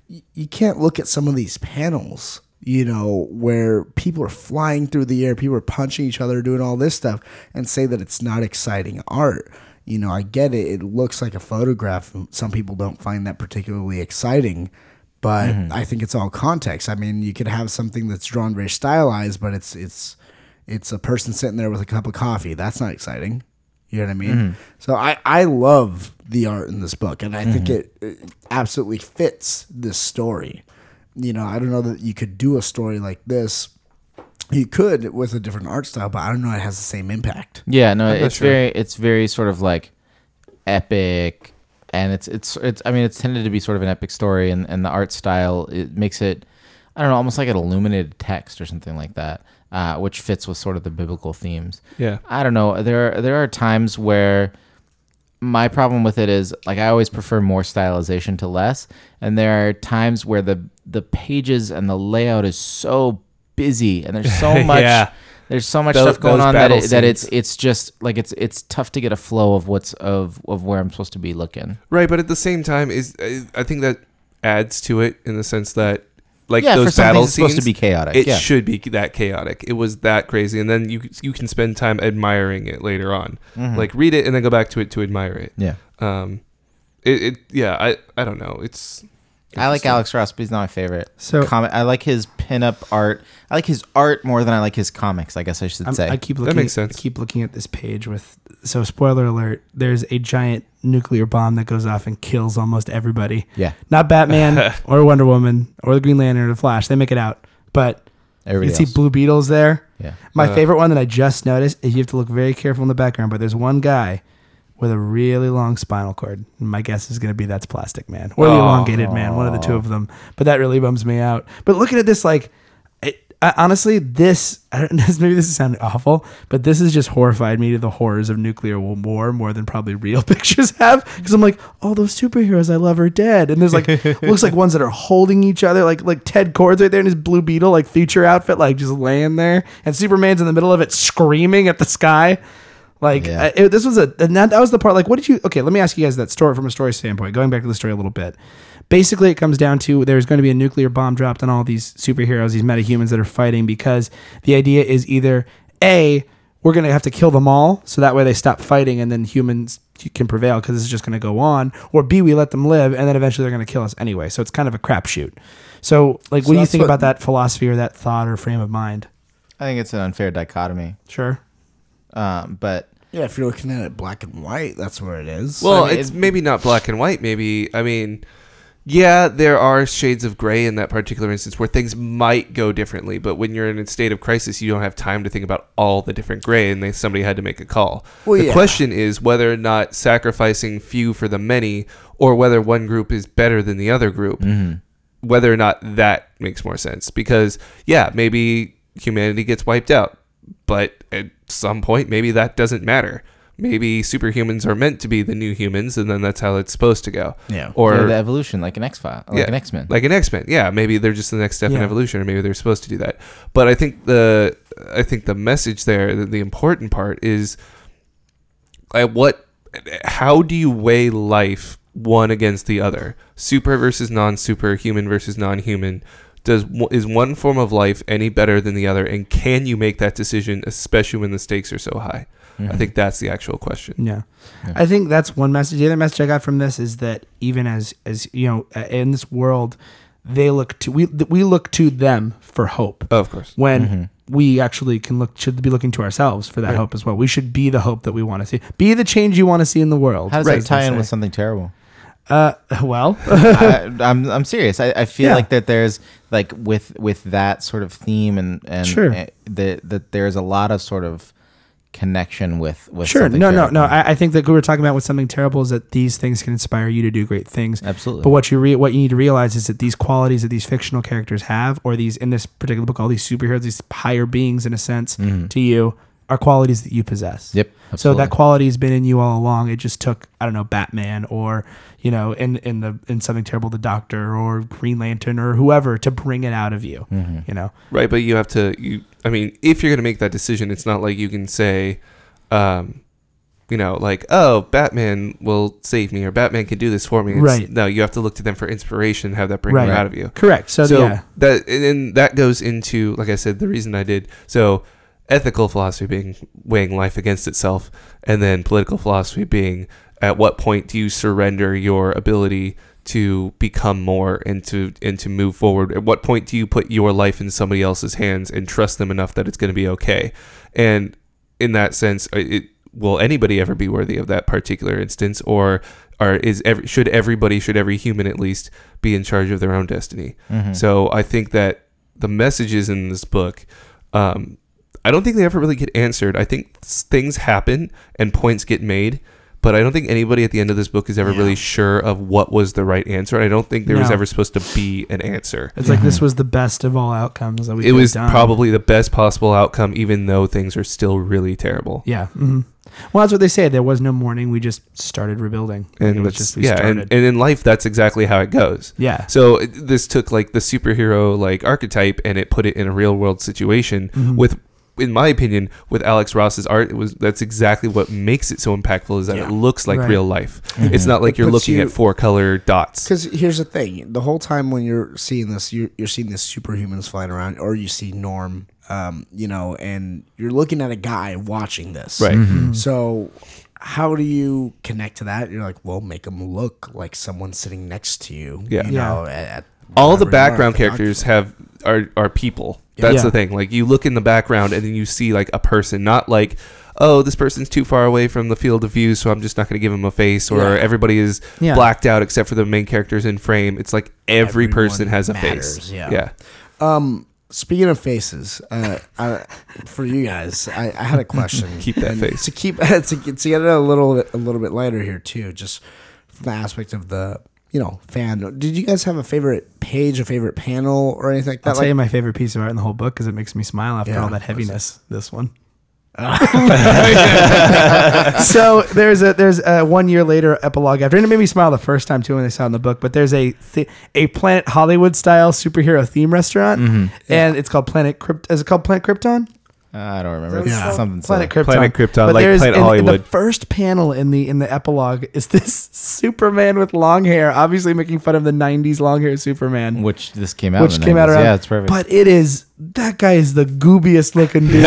y- you can't look at some of these panels you know, where people are flying through the air, people are punching each other, doing all this stuff, and say that it's not exciting art. You know, I get it. It looks like a photograph. and Some people don't find that particularly exciting, but I think it's all context. I mean, you could have something that's drawn very stylized, but it's it's it's a person sitting there with a cup of coffee. That's not exciting. You know what I mean? So I, I love the art in this book, and I think it, it absolutely fits this story. You know, I don't know that you could do a story like this. You could with a different art style, but I don't know it has the same impact. Yeah, no, not it's sure. very it's very sort of like epic and it's it's it's I mean it's tended to be sort of an epic story and, and the art style it makes it I don't know, almost like an illuminated text or something like that, uh, which fits with sort of the biblical themes. Yeah. I don't know. There are, there are times where my problem with it is like I always prefer more stylization to less, and there are times where the the pages and the layout is so busy and there's so much Yeah. there's so much Tho- stuff going those on that battle it, that it's scenes. it's just like it's it's tough to get a flow of what's of of where I'm supposed to be looking. Right, but at the same time, is I I think that adds to it in the sense that like yeah, for those some battle things it's scenes, supposed to be chaotic. it yeah. should be that chaotic. It was that crazy, and then you you can spend time admiring it later on. Mm-hmm. Like read it and then go back to it to admire it. yeah. Um, it, it yeah, I I don't know. It's I like interesting. Alex Ross, but he's not my favorite. So- Comi- I like his pinup art. I like his art more than I like his comics. I guess I should I'm- say. I keep looking. makes sense. I keep looking at this page with. So spoiler alert: there's a giant nuclear bomb that goes off and kills almost everybody. yeah, Not Batman or Wonder Woman or the Green Lantern or the Flash. They make it out, but everybody you can else. see Blue Beetles there. yeah, My Uh. favorite one that I just noticed is you have to look very careful in the background, but there's one guy with a really long spinal cord. My guess is going to be that's Plastic Man or the Aw. Elongated Man, one of the two of them. But that really bums me out. But looking at this, like, it, I, honestly, this, I don't know, maybe this is sounding awful, but this has just horrified me to the horrors of nuclear wa- war more than probably real pictures have. Because I'm like, all those superheroes I love are dead. And there's like, looks like ones that are holding each other, like like Ted Kord's right there in his Blue Beetle, like future outfit, like just laying there. And Superman's in the middle of it screaming at the sky. Like Yeah. I- it- this was a and that, that was the part. Like, what did you? Okay, let me ask you guys that story from a story standpoint. Going back to the story a little bit. Basically, it comes down to there's going to be a nuclear bomb dropped on all these superheroes, these metahumans that are fighting because the idea is either a we're going to have to kill them all, so that way they stop fighting and then humans can prevail because this is just going to go on, or b we let them live and then eventually they're going to kill us anyway. So it's kind of a crapshoot. So like, So what do you that's think what- about that philosophy or that thought or frame of mind? I think it's an unfair dichotomy. Sure. Um, but Yeah, if you're looking at it black and white, that's where it is. Well, I mean, it's it- maybe not black and white. Maybe I mean, yeah, there are shades of gray in that particular instance where things might go differently. But when you're in a state of crisis, you don't have time to think about all the different gray, and they, somebody had to make a call. Well, the yeah. question is whether or not sacrificing few for the many, or whether one group is better than the other group. Whether or not that makes more sense, because yeah, maybe humanity gets wiped out, but at some point maybe that doesn't matter maybe superhumans are meant to be the new humans and then that's how it's supposed to go Yeah. or yeah, the evolution, like an X file, like yeah, an X Men. like an x-men yeah maybe they're just the next step in Yeah. evolution or maybe they're supposed to do that but i think the i think the message there the, the important part is at what how do you weigh life one against the other super versus non-super human versus non-human does one- is one form of life any better than the other and can you make that decision especially when the stakes are so high i Mm-hmm. think that's the actual question Yeah. I think that's one message. The other message I got from this is that even as as you know uh, in this world, they look to we th- we look to them for hope Oh. of course when Mm-hmm. we actually can look should be looking to ourselves for that hope as well. We should be the hope that we want to see. Be the change you want to see in the world. How does as that they tie in say. with something terrible? Uh, well, I, I'm I'm serious. I, I feel Yeah. like that there's like with with that sort of theme and and Sure. eh, that that there's a lot of sort of connection with with sure. something No, no, terrible. no. I, I think that we were talking about with something terrible is that these things can inspire you to do great things. Absolutely. But what you re- what you need to realize is that these qualities that these fictional characters have, or these in this particular book, all these superheroes, these higher beings in a sense Mm-hmm. to you, are qualities that you possess. Yep, So absolutely. that quality has been in you all along. It just took I don't know Batman or you know in in the in something terrible the Doctor or Green Lantern or whoever to bring it out of you. Mm-hmm. You know. Right, but you have to. You, I mean, if you're going to make that decision, it's not like you can say, um, you know, like, oh, Batman will save me or Batman can do this for me. It's- Right. No, you have to look to them for inspiration, have that bring Right. you out of you. Correct. So, So yeah. that and then that goes into like I said the reason I did so ethical philosophy being weighing life against itself and then political philosophy being at what point do you surrender your ability to become more and to and to move forward at what point do you put your life in somebody else's hands and trust them enough that it's going to be okay and in that sense uh, it it- will anybody ever be worthy of that particular instance or or is every, should everybody should every human at least be in charge of their own destiny Mm-hmm. so I think that the messages in this book, um, I don't think they ever really get answered. I think s- things happen and points get made, but I don't think anybody at the end of this book is ever really sure of what was the right answer. And I don't think there was No. ever supposed to be an answer. It's like this was the best of all outcomes that we mm-hmm. it could've was done. probably the best possible outcome, even though things are still really terrible. Yeah. mhm. Well, that's what they say. There was no morning. We just started rebuilding. It And was that's, just we yeah, and, started. and in life, that's exactly how it goes. yeah. So it- this took like the superhero like archetype and it put it in a real world situation Mm-hmm. with in my opinion with Alex Ross's art it was that's exactly what makes it so impactful is that Yeah. it looks like Right. Mm-hmm. real life. It's not like It you're puts looking you- at four color dots. Because here's the thing: the whole time when you're seeing this, you're, you're seeing this superhumans flying around, or you see Norm, um, you know, and you're looking at a guy watching this, Right. Mm-hmm. So, how do you connect to that? You're like, well, make them look like someone sitting next to you. Yeah. you Yeah. know, at- at All the whatever you are, background at the characters have are are people. That's Yeah. the thing. Like you look in the background and then you see like a person, not like oh this person's too far away from the field of view, so I'm just not going to give him a face, or Yeah. everybody is Yeah. blacked out except for the main characters in frame. It's like every Everyone person has a face. matters, yeah. yeah. Um, speaking of faces, uh, I, for you guys, I, I had a question. Keep that And face. to keep to, get- to get it a little a little bit lighter here too, just from the aspect of the you know fan. Did you guys have a favorite page, a favorite panel, or anything like I'll that? tell you Like, my favorite piece of art in the whole book because it makes me smile after Yeah. all that heaviness. This one. so there's a there's a one year later epilogue after, and it made me smile the first time too when they saw it in the book. But there's a th- a Planet Hollywood style superhero theme restaurant, Mm-hmm. and it's called Planet Crypt. Is it called Planet Krypton? Uh, I don't remember. Yeah. Yeah. Something Planet silly. Krypton. Planet Krypton, like there's- Planet in- in Hollywood. the first panel in the in the epilogue is this Superman with long hair, obviously making fun of the '90s long hair Superman which this came out. in which the came out 90s. around. Yeah, it's perfect. But it is that guy is the goobiest looking dude.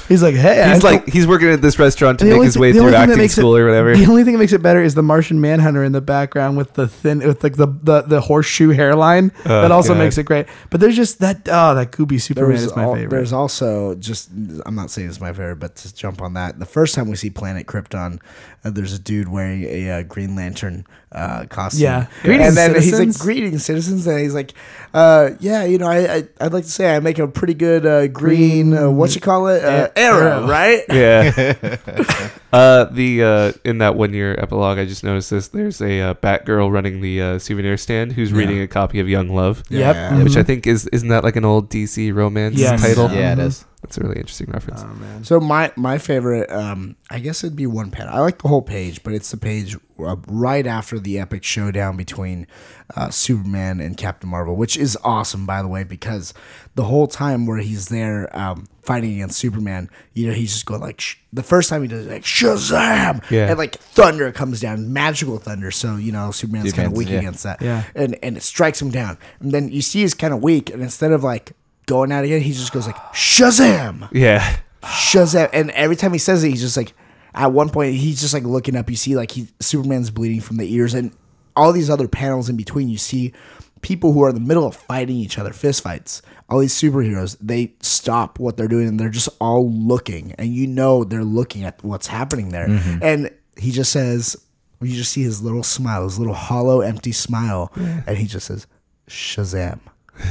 he's like, hey, I He's don't- like he's working at this restaurant to the make only his thi- way the only through thing that acting makes it- school or whatever. The only thing that makes it better is the Martian Manhunter in the background with the thin, with like the the, the horseshoe hairline. Oh, that also God. makes it great. But there's just that oh, that gooby there Superman was is my al- favorite. there's also just I'm not saying it's my favorite, but to jump on that, the first time we see Planet Krypton, uh, there's a dude wearing a uh, Green Lantern uh, costume. Yeah. Greetings, and then he's citizens. like, "Greetings, citizens," and he's like, uh, "Yeah, you know, I, I I'd like to say I make a pretty good uh, green uh, what you call it uh, arrow, right?" yeah. uh, the uh, in that one year epilogue, I just noticed this. There's a uh, Batgirl running the uh, souvenir stand who's reading a copy of Young Love, yep, Yeah. Um, mhm. which I think is isn't that like an old DC romance Yes. title? yeah, it Um, Mhm. is. That's a really interesting reference. So my my favorite, um, I guess it'd be one panel. I like the whole page, but it's the page uh, right after the epic showdown between uh, Superman and Captain Marvel, which is awesome, by the way, because the whole time where he's there um, fighting against Superman, you know, he's just going like sh- the first time he does it, like Shazam, Yeah. and like thunder comes down, magical thunder. So you know, Superman's kind of Superman's- weak yeah. against that, Yeah. and and it strikes him down, and then you see he's kind of weak, and instead of like going out again, he just goes like Shazam. yeah. Shazam! And every time he says it, he's just like, at one point, he's just like looking up. You see, like he Superman's bleeding from the ears, and all these other panels in between. You see people who are in the middle of fighting each other, fist fights. All these superheroes, they stop what they're doing and they're just all looking, and you know they're looking at what's happening there. And he just says, you just see his little smile, his little hollow, empty smile, and he just says, Shazam.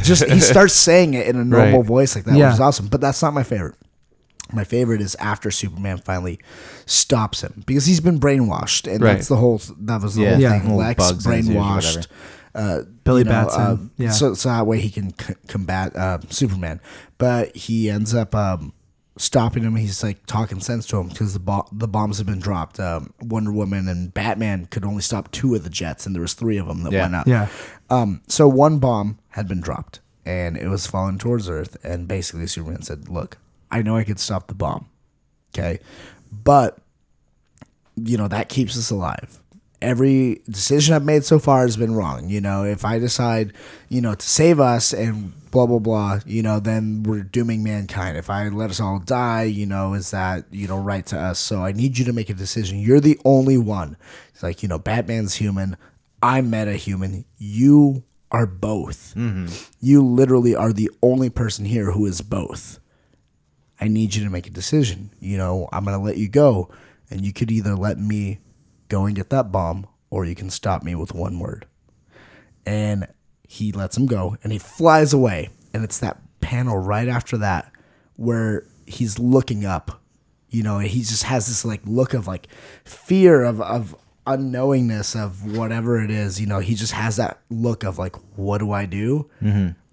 Just he starts saying it in a normal Right. voice like that, Yeah. which is awesome. But that's not my favorite. My favorite is after Superman finally stops him because he's been brainwashed, and Right. that's the whole. That was the Yeah. whole Yeah. thing. Little Lex bugs in his ears or brainwashed. Uh, Billy you know, Batson, uh, yeah. So, so that way he can c- combat uh, Superman, but he ends up um, stopping him. He's like talking sense to him because the bo- the bombs have been dropped. Um, Wonder Woman and Batman could only stop two of the jets, and there was three of them that Yeah. went up. Yeah. Um, so one bomb had been dropped and it was falling towards Earth. And basically, Superman said, Look, I know I could stop the bomb. Okay. But you know, that keeps us alive. Every decision I've made so far has been wrong. You know, if I decide, you know, to save us and blah, blah, blah, you know, then we're dooming mankind. If I let us all die, you know, is that, you know, right to us? So I need you to make a decision. You're the only one. It's like, you know, Batman's human. I'm meta human. You are both. You literally are the only person here who is both. I need you to make a decision. You know, I'm going to let you go. And you could either let me go and get that bomb or you can stop me with one word. And he lets him go and he flies away. And it's that panel right after that where he's looking up. You know, and he just has this like look of like fear of, of unknowingness of whatever it is. You know, he just has that look of like, what do I do?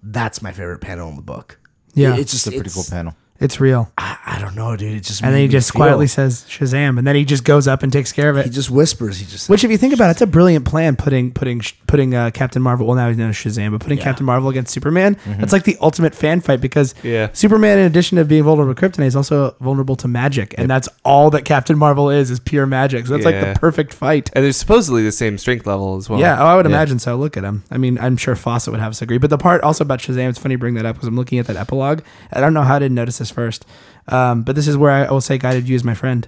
That's my favorite panel in the book. Yeah. It- it's just Mm-hmm. It's a pretty cool it's- panel. It's real. Mm-hmm. I, I don't know, dude. It just And made then he me just feel- quietly says Shazam, and then he just goes up and takes care of he it. just whispers. He just Which, if you think about it, it's a brilliant plan. Putting putting sh- putting uh, Captain Marvel. Well, now he's known as Shazam, but putting Yeah. Captain Marvel against Superman. That's like the ultimate fan fight because Yeah. Superman, in addition to being vulnerable to kryptonite, is also vulnerable to magic, and that's all that Captain Marvel is is pure magic. So that's like Yeah. the perfect fight. And there's supposedly the same strength level as well. Yeah, oh, I would yeah. imagine so. Look at him. I mean, I'm sure Fawcett would have us agree. But the part also about Shazam, it's funny you bring that up because I'm looking at that epilogue. I don't know how I didn't notice this first, um, but this is where I will say, "God, did you as my friend."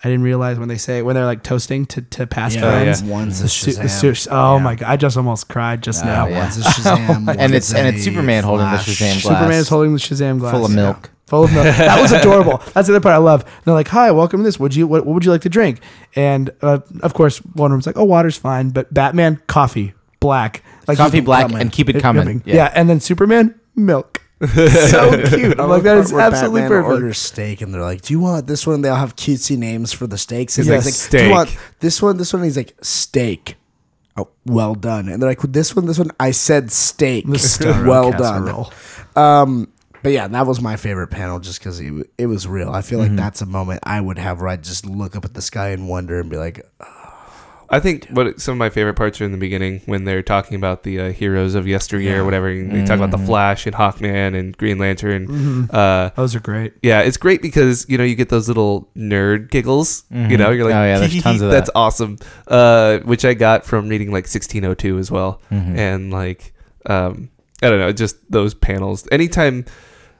I didn't realize when they say when they're like toasting to to past friends. yeah. One's a The su- the Shazam. su- oh Yeah. my god! I just almost cried just Uh, now. yeah. One's a Shazam. And it's- and it's Superman holding the Shazam glass. Superman is holding the Shazam glass Full of milk. Full of milk. That was adorable. That's the other part I love. And they're like, "Hi, welcome to this. Would you what, what would you like to drink?" And uh, of course, one of them's like, "Oh, water's fine," but Batman, coffee, black, like Coffee he's- black coming. and keep it coming. Yeah. and then Superman, milk. so cute. I'm like, that is absolutely perfect. Order steak, and they're like, "Do you want this one?" They all have cutesy names for the steaks. And He's like, he's like, "Do you "Steak." want this one? This one?" And he's like, "Steak." Oh, well done. And they're like, "This one, this one." I said steak. well done. Um, but yeah, that was my favorite panel just because it, w- it was real. I feel Mm-hmm. like that's a moment I would have where I'd just look up at the sky and wonder and be like, I think what some of my favorite parts are in the beginning when they're talking about the uh, heroes of yesteryear Yeah. or whatever. And they talk about Mm-hmm. the Flash and Hawkman and Green Lantern. Uh, Those are great. yeah, it's great because you know you get those little nerd giggles. You know, you're like, Oh, yeah, there's tons of That's that. awesome. Uh, which I got from reading like 1602 as well, Mm-hmm. and like, um, I don't know, just those panels. Anytime,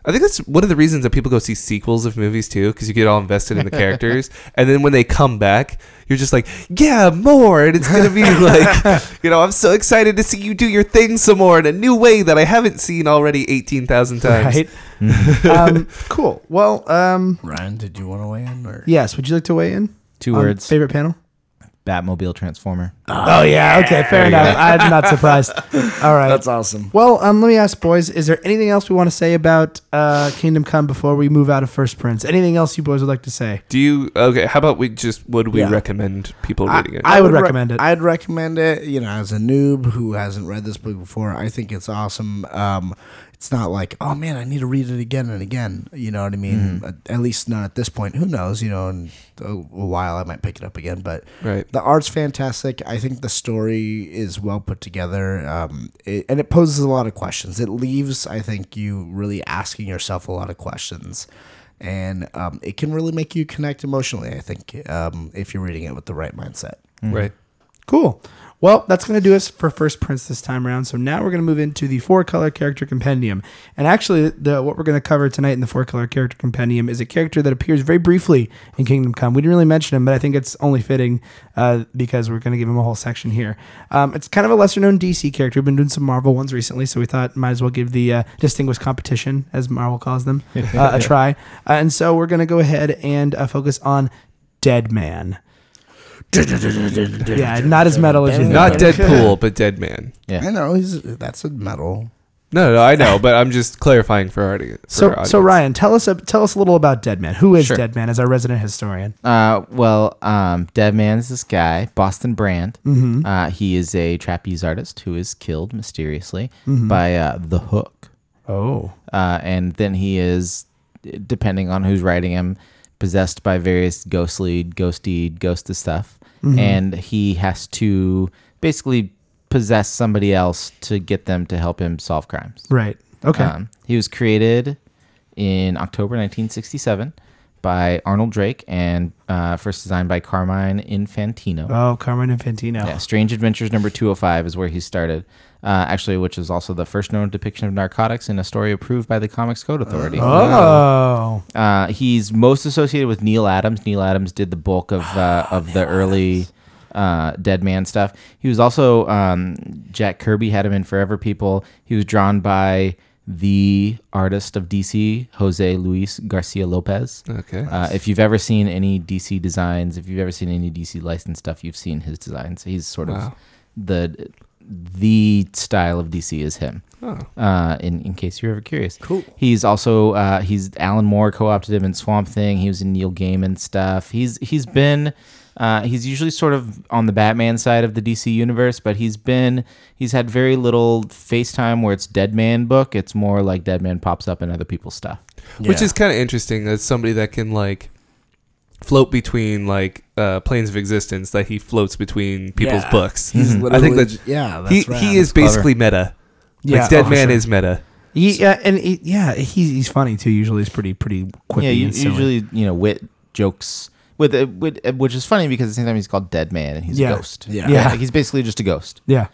I think that's one of the reasons that people go see sequels of movies too, because you get all invested in the characters, and then when they come back, you're just like, yeah, more, and it's gonna be like, you know, I'm so excited to see you do your thing some more in a new way that I haven't seen already 18,000 times. Right. um, cool. Well, um, "Ryan, did you want to weigh in?" Or yes. Would you like to weigh in? Two on words. Um, Favorite panel? Batmobile Transformer. Oh, yeah. Okay. Fair enough. I'm not surprised. All right. that's awesome. well, um, let me ask, boys. Is there anything else we want to say about uh, Kingdom Come before we move out of First Prince? Anything else you boys would like to say? Do you okay? How about we just would we Yeah. recommend people reading it? I- would recommend it. I'd recommend it. You know, as a noob who hasn't read this book before, I think it's awesome. Um, it's not like, oh man, I need to read it again and again. You know what I mean? At, at least not at this point. Who knows? You know, in a, a while I might pick it up again. But right. the art's fantastic. I think the story is well put together, um, it, and it poses a lot of questions. It leaves, I think, you really asking yourself a lot of questions, and um, it can really make you connect emotionally. I think um, if you're reading it with the right mindset. Mm. Right. Cool. Well, that's going to do us for First Prince this time around. So now we're going to move into the Four Color Character Compendium. And actually, the, what we're going to cover tonight in the Four Color Character Compendium is a character that appears very briefly in Kingdom Come. We didn't really mention him, but I think it's only fitting uh, because we're going to give him a whole section here. Um, it's kind of a lesser known DC character. We've been doing some Marvel ones recently, so we thought might as well give the uh, distinguished competition, as Marvel calls them, uh, a try. Uh, and so we're going to go ahead and uh, focus on Dead Man. Yeah, not as metal as you think. Not Deadpool, but Dead Man. I know he's that's a metal. No, no, I know, but I'm just clarifying for our audi- for So, our audience. so Ryan, tell us a, tell us a little about Deadman. Who is Sure. Deadman as our resident historian? Uh, well, um, Dead Man is this guy, Boston Brand. Uh, he is a trapeze artist who is killed mysteriously by uh, the hook. Oh, Uh, and then he is, depending on who's writing him, possessed by various ghostly, ghosty, ghosty stuff. And he has to basically possess somebody else to get them to help him solve crimes. right. Okay. Um, he was created in October 1967 by Arnold Drake and uh, first designed by Carmine Infantino. Oh, Carmen Infantino. Yeah, Strange Adventures number 205 is where he started. Uh, actually, which is also the first known depiction of narcotics in a story approved by the Comics Code Authority. Oh, Uh, he's most associated with Neil Adams. Neil Adams did the bulk of uh, of the early uh, Dead Man stuff. He was also um, Jack Kirby had him in Forever People. He was drawn by the artist of DC, Jose Luis Garcia Lopez. Okay. Uh, if you've ever seen any DC designs, if you've ever seen any DC licensed stuff, you've seen his designs. He's sort of Wow. the the style of DC is him Oh. uh, in, in case you're ever curious. Cool. He's also uh, he's Alan Moore co-opted him in Swamp Thing. He was in Neil Gaiman stuff. He's he's been uh, he's usually sort of on the Batman side of the DC universe, but he's been he's had very little face time where it's Dead Man book. It's more like Dead Man pops up in other people's stuff. Which is kind of interesting as somebody that can like float between like uh, planes of existence that he floats between people's Yeah. books. He's Mm-hmm. literally, Mm-hmm. I think that yeah, that's he rad. he is clever. basically meta. yeah. like Dead oh, Man sure. is meta. He, yeah, uh, and he, yeah, he's he's funny too. Usually, he's pretty pretty quippy yeah, you, and silly. usually you know wit jokes with, uh, with which is funny because at the same time he's called Dead Man and he's Yeah. a ghost. Yeah. Yeah. he's basically just a ghost. yeah,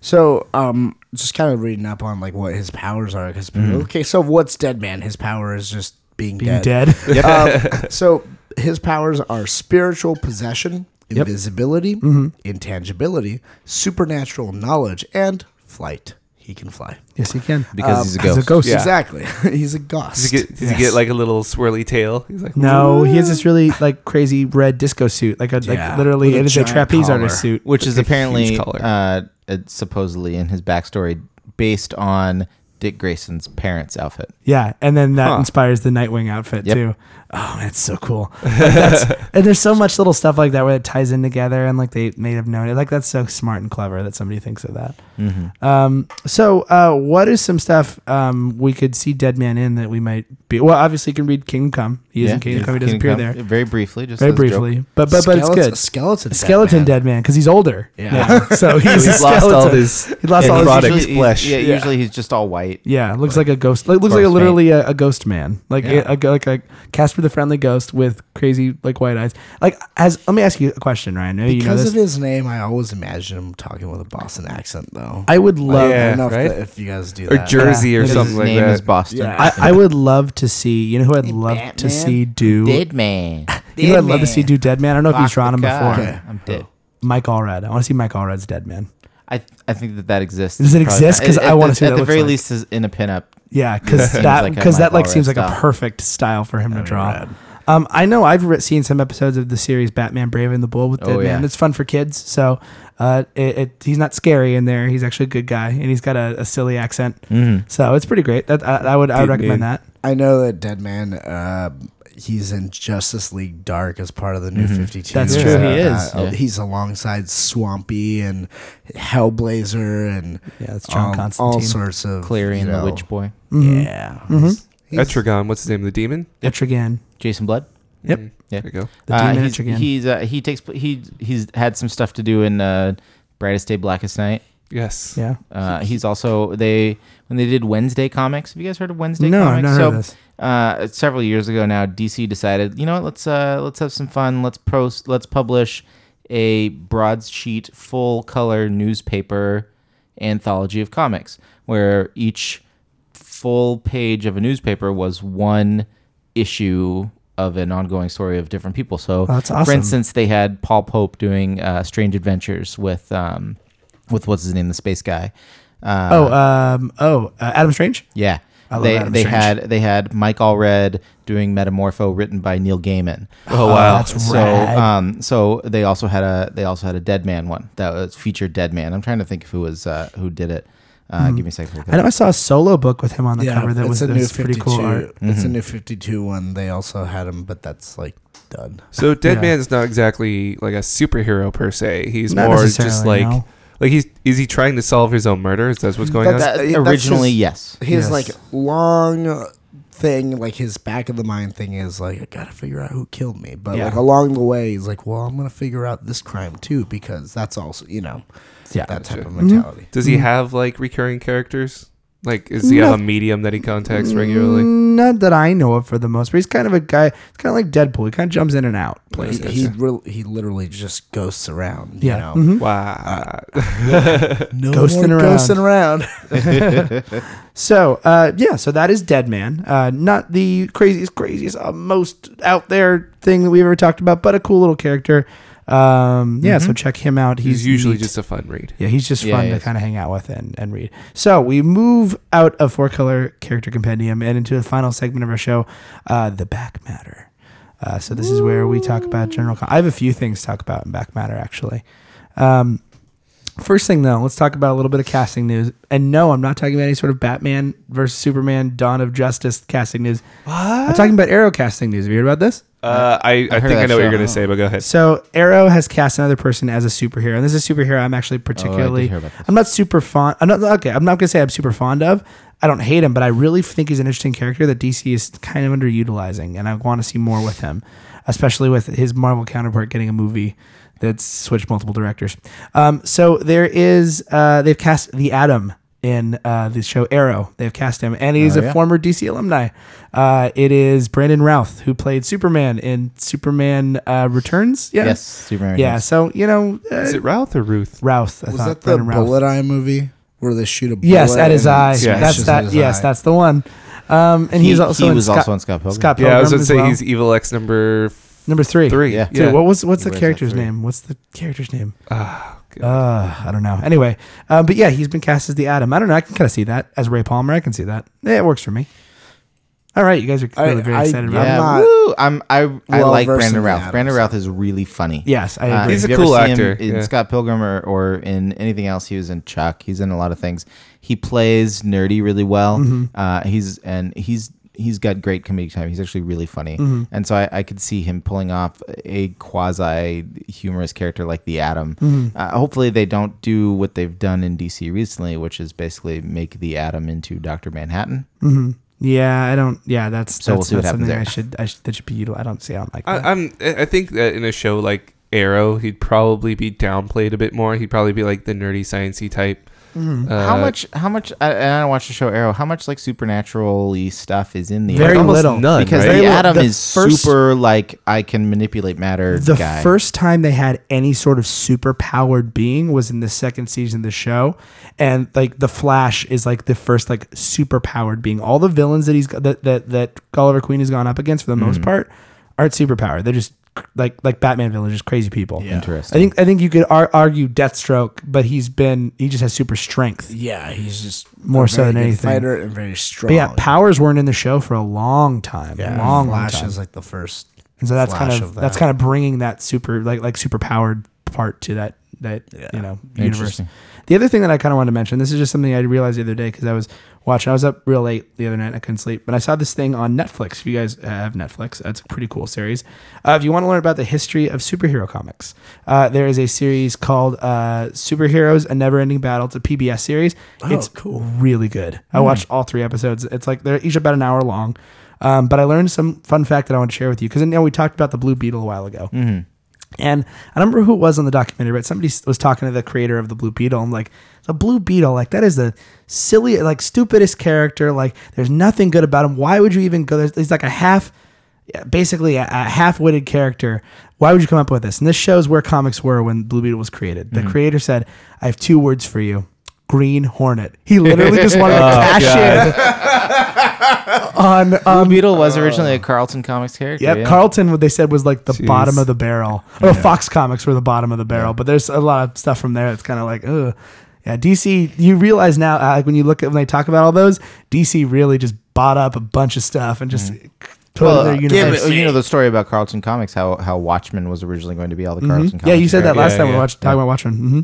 So, um, just kind of reading up on like what his powers are because Mm-hmm. okay, so what's Dead Man? His power is just being, being dead. um, so his powers are spiritual possession, invisibility, Mm-hmm. intangibility, supernatural knowledge, and flight. He can fly. yes, he can Because he's a He's ghost. a ghost. Yeah. Exactly. He's a ghost. Does he get does he get like a little swirly tail? He's like No, he has this really like crazy red disco suit, like a like Yeah, literally with a it is a giant trapeze collar. artist suit. which is Like a apparently huge collar. uh, it's supposedly in his backstory based on Dick Grayson's parents' outfit. Yeah, and then that Huh. inspires the Nightwing outfit Yep. too. Oh, man, it's so cool. Like, that's, and there's so much little stuff like that where it ties in together, and like they may have known it. Like that's so smart and clever that somebody thinks of that. Mm-hmm. Um, so, uh, what is some stuff um, we could see Dead Man in that we might be? Well, obviously, you can read Kingdom Come. He is in Kingdom Come. He does Kingdom appear Come, there very briefly, just very as a joke. briefly, but but but it's Skeleton- good. Skeleton. Dead Skeleton Man. Dead Man because he's older. Yeah. now. so he's, he's a lost all skeleton. his He lost and all he's his Product Usually he- flesh. Yeah, Yeah. usually he's just all white. Yeah, looks like a ghost. Like, looks like a Ghost literally a, a ghost man, like Yeah. a, a- like a Casper the Friendly Ghost with crazy like white eyes. Like, has let me ask you a question, Ryan. I know you know Because this. of his name, I always imagine him talking with a Boston accent, though. I would I love. Yeah, don't know if right? the- if you guys do or that. Jersey or His His something like name that. is Boston. Yeah. I, I would love to see. You know who I'd love to Batman, see do. Dead man. you know who I'd love to see do Dead Man. I don't know if he's Fuck drawn him the guy. before. Okay. I'm dead. Mike Allred. I want to see Mike Allred's Dead Man. I, I think that that exists. Does it Probably exist? not. 'Cause At- I at wanna the- see what At it the looks very like. least, is in a pinup. Yeah, because Seems that like a because that Mike like Allred seems like a style. perfect style for him to That'd be draw. rad. Um, I know I've re- seen some episodes of the series Batman Brave and the Bull with Dead Oh, Man. yeah. It's fun for kids. So uh, it, it, he's not scary in there. He's actually a good guy, and he's got a, a silly accent. So it's pretty great. That I, I would I would Dead recommend Man. that. I know that Dead Man, uh, he's in Justice League Dark as part of the Mm-hmm. New 52. That's and true, stuff he like is. that. Uh, Yeah. He's alongside Swampy and Hellblazer and Yeah, it's John all, Constantine. Mm-hmm. all sorts of. Clary you and the know, Witch Boy. Yeah. He's- he's- Etrigan, what's his name? The demon. Etrigan. Jason Blood. Yep. Mm, Yeah. There you go. The Uh, demon he's, Etrigan. he's uh, he takes pl- he he's had some stuff to do in uh, Brightest Day, Blackest Night. Yes. yeah. Uh, he's also they when they did Wednesday comics. Have you guys heard of Wednesday No, I've comics? not heard of this. Uh, several years ago now, DC decided, you know what? Let's uh, let's have some fun. Let's post. Let's publish a broadsheet, full color newspaper anthology of comics, where each full page of a newspaper was one issue of an ongoing story of different people. So, Oh, that's for awesome. instance, they had Paul Pope doing uh, Strange Adventures with um, with what's his name, the space guy. Uh, Oh, um, oh, uh, Adam Strange. yeah. love they Adam they Strange. had they had Mike Allred doing Metamorpho written by Neil Gaiman. Uh, Oh wow. that's so rad. um so they also had a they also had a Dead Man one that was featured Dead Man. I'm trying to think of who was uh, who did it. Uh, Give me a second. to look it Hmm. I know up. I saw a solo book with him on the yeah, cover that it's was, a that new was pretty cool 52 art. Mm-hmm. It's a new 52 one. They also had him, but that's like done. So Dead Yeah. Man's not exactly like a superhero per se. He's Not more just necessarily, like no. like he's is he trying to solve his own murder? Is that what's going on? That's- That- that's originally, just- yes. his Yes. like long uh, thing, like his back of the mind thing is like, I gotta figure out who killed me. But Yeah. like along the way, he's like, well, I'm gonna figure out this crime too because that's also you know, Yeah. that type of Mhm. mentality. Does he have like recurring characters? Like, does he have a medium that he contacts regularly? Mm, Not that I know of for the most part. He's kind of a guy, it's kind of like Deadpool. He kind of jumps in and out He, places. he, real- he literally just ghosts around. Yeah. Mm-hmm. You know? Wow. No Ghosting more around. Ghosting around. So, uh, yeah, so that is Dead Man. Uh, not the craziest, craziest, uh, most out there thing that we've ever talked about, but a cool little character. Um, yeah, so check him out. He's, He's usually neat. just a fun read. Yeah, he's just Yeah, fun he to is. kind of hang out with and, and read. So we move out of four color character compendium and into the final segment of our show, uh, the back matter. Uh, so this is where we talk about general. Con- I have a few things to talk about in back matter actually. Um, first thing though, let's talk about a little bit of casting news. And no, I'm not talking about any sort of Batman versus Superman Dawn of Justice casting news. I'm talking about Arrow casting news. Have you heard about this? Uh, I, I, heard think I that know what you're show. going to say, but go ahead. So Arrow has cast another person as a superhero, and this is a superhero I'm actually particularly. Oh, hear about this. I'm not super fond. I'm not okay. I'm not gonna say I'm super fond of. I don't hate him, but I really think he's an interesting character that DC is kind of underutilizing, and I want to see more with him, especially with his Marvel counterpart getting a movie that's switched multiple directors. Um, so there is uh, they've cast the Atom in uh, the show Arrow. They've cast him, and he's Oh, a yeah. former DC alumni. Uh, it is Brandon Routh who played Superman in Superman uh, Returns. Yeah? Yes, Superman. Yeah. Returns. So you know, uh, Is it Routh or Ruth? Routh. I Was thought that the Brandon Routh. bullet eye movie where they shoot a bullet? Yes, at his and it eye. smashes That's in that. his Yes, eye? that's the one. Um, and He- he's also he in was Scott, also in Scott Pilgrim. Scott Yeah, I was Pilgrim going to as say well. he's Evil X number f- number three. three. Yeah. Dude, what was what's the He wears that Ah, character's three. name? What's the character's name? God. Uh, I don't know. Anyway, uh, but yeah, he's been cast as the Atom. I don't know. I can kind of see that as Ray Palmer. I can see that. Yeah, it works for me. All right, you guys are I- clearly very I- excited about I'm it. yeah, not woo! I'm I I well like versed Brandon in the Routh. Brandon Adams. Routh is really funny. Yes, I Uh, agree. He's a if you ever cool see him actor, In yeah. Scott Pilgrim or, or in anything else, he was in Chuck. He's in a lot of things. He plays nerdy really well. Mm-hmm. Uh, he's and he's he's got great comedic time. He's actually really funny, Mm-hmm. and so I, I could see him pulling off a quasi humorous character like the Atom. Mm-hmm. Uh, hopefully, they don't do what they've done in DC recently, which is basically make the Atom into Doctor Manhattan. yeah, I don't. Yeah, that's So we'll that's, see what that's something happens there. I should I should that should be utilized. I don't see. I don't like that. I, I'm. I think that in a show like Arrow, he'd probably be downplayed a bit more. He'd probably be like the nerdy, sciencey type. how Uh, much? How much? I, and I don't watch the show Arrow. How much like supernaturally stuff is in the Very Arrow? almost little. none, because right? Very the little. atom The is first- super like I can manipulate matter. The guy. first time they had any sort of super powered being was in the second season of the show, and like the Flash is like the first like super powered being. All the villains that he's that that that Gulliver Queen has gone up against for the most part aren't superpowered. They're just cr- like like Batman villains, just crazy people. I interesting. think I think you could ar- argue Deathstroke, but he's been he just has super strength. Yeah, he's just More a so than very good anything. Fighter and very strong. But yeah, powers weren't in the show for a long time. long, long Flash time. is like the first. And so that's flash kind of, that's kind of bringing that super like like super powered part to that that you know universe. Interesting. The other thing that I kind of want to mention, this is just something I realized the other day because I was watching. I was up real late the other night. and I couldn't sleep, but I saw this thing on Netflix. If you guys have Netflix, that's a pretty cool series. Uh, if you want to learn about the history of superhero comics, uh, there is a series called uh, "Superheroes: A Never-Ending Battle." It's a PBS series. it's Oh, cool, Hmm. really good. I watched all three episodes. It's like they're each about an hour long. Um, but I learned some fun fact that I want to share with you because I know we talked about the Blue Beetle a while ago. And I don't remember who it was on the documentary, but somebody s- was talking to the creator of the Blue Beetle. and like, the Blue Beetle, like that is the silly, like stupidest character. Like, there's nothing good about him. Why would you even go? There's, he's like a half, yeah, basically a, a half-witted character. Why would you come up with this? And this shows where comics were when Blue Beetle was created. The creator said, "I have two words for you: Green Hornet." He literally just wanted to cash in on Blue Beetle was Uh, originally a Carlton Comics character. um, Yep, yeah. Carlton. What they said was like the bottom of the barrel, or Fox Comics were the bottom of the barrel. But there's a lot of stuff from there that's kind of like, ugh. Yeah, DC. You realize now, uh, like when you look at when they talk about all those, DC really just bought up a bunch of stuff and just Mm-hmm. put Well, it in uh, their universe. yeah, but you know the story about Carlton Comics, how how Watchmen was originally going to be all the Carlton. Comics Mm-hmm. yeah, you said that characters. last Yeah, time we yeah. watched talking about Watchmen. Mm-hmm.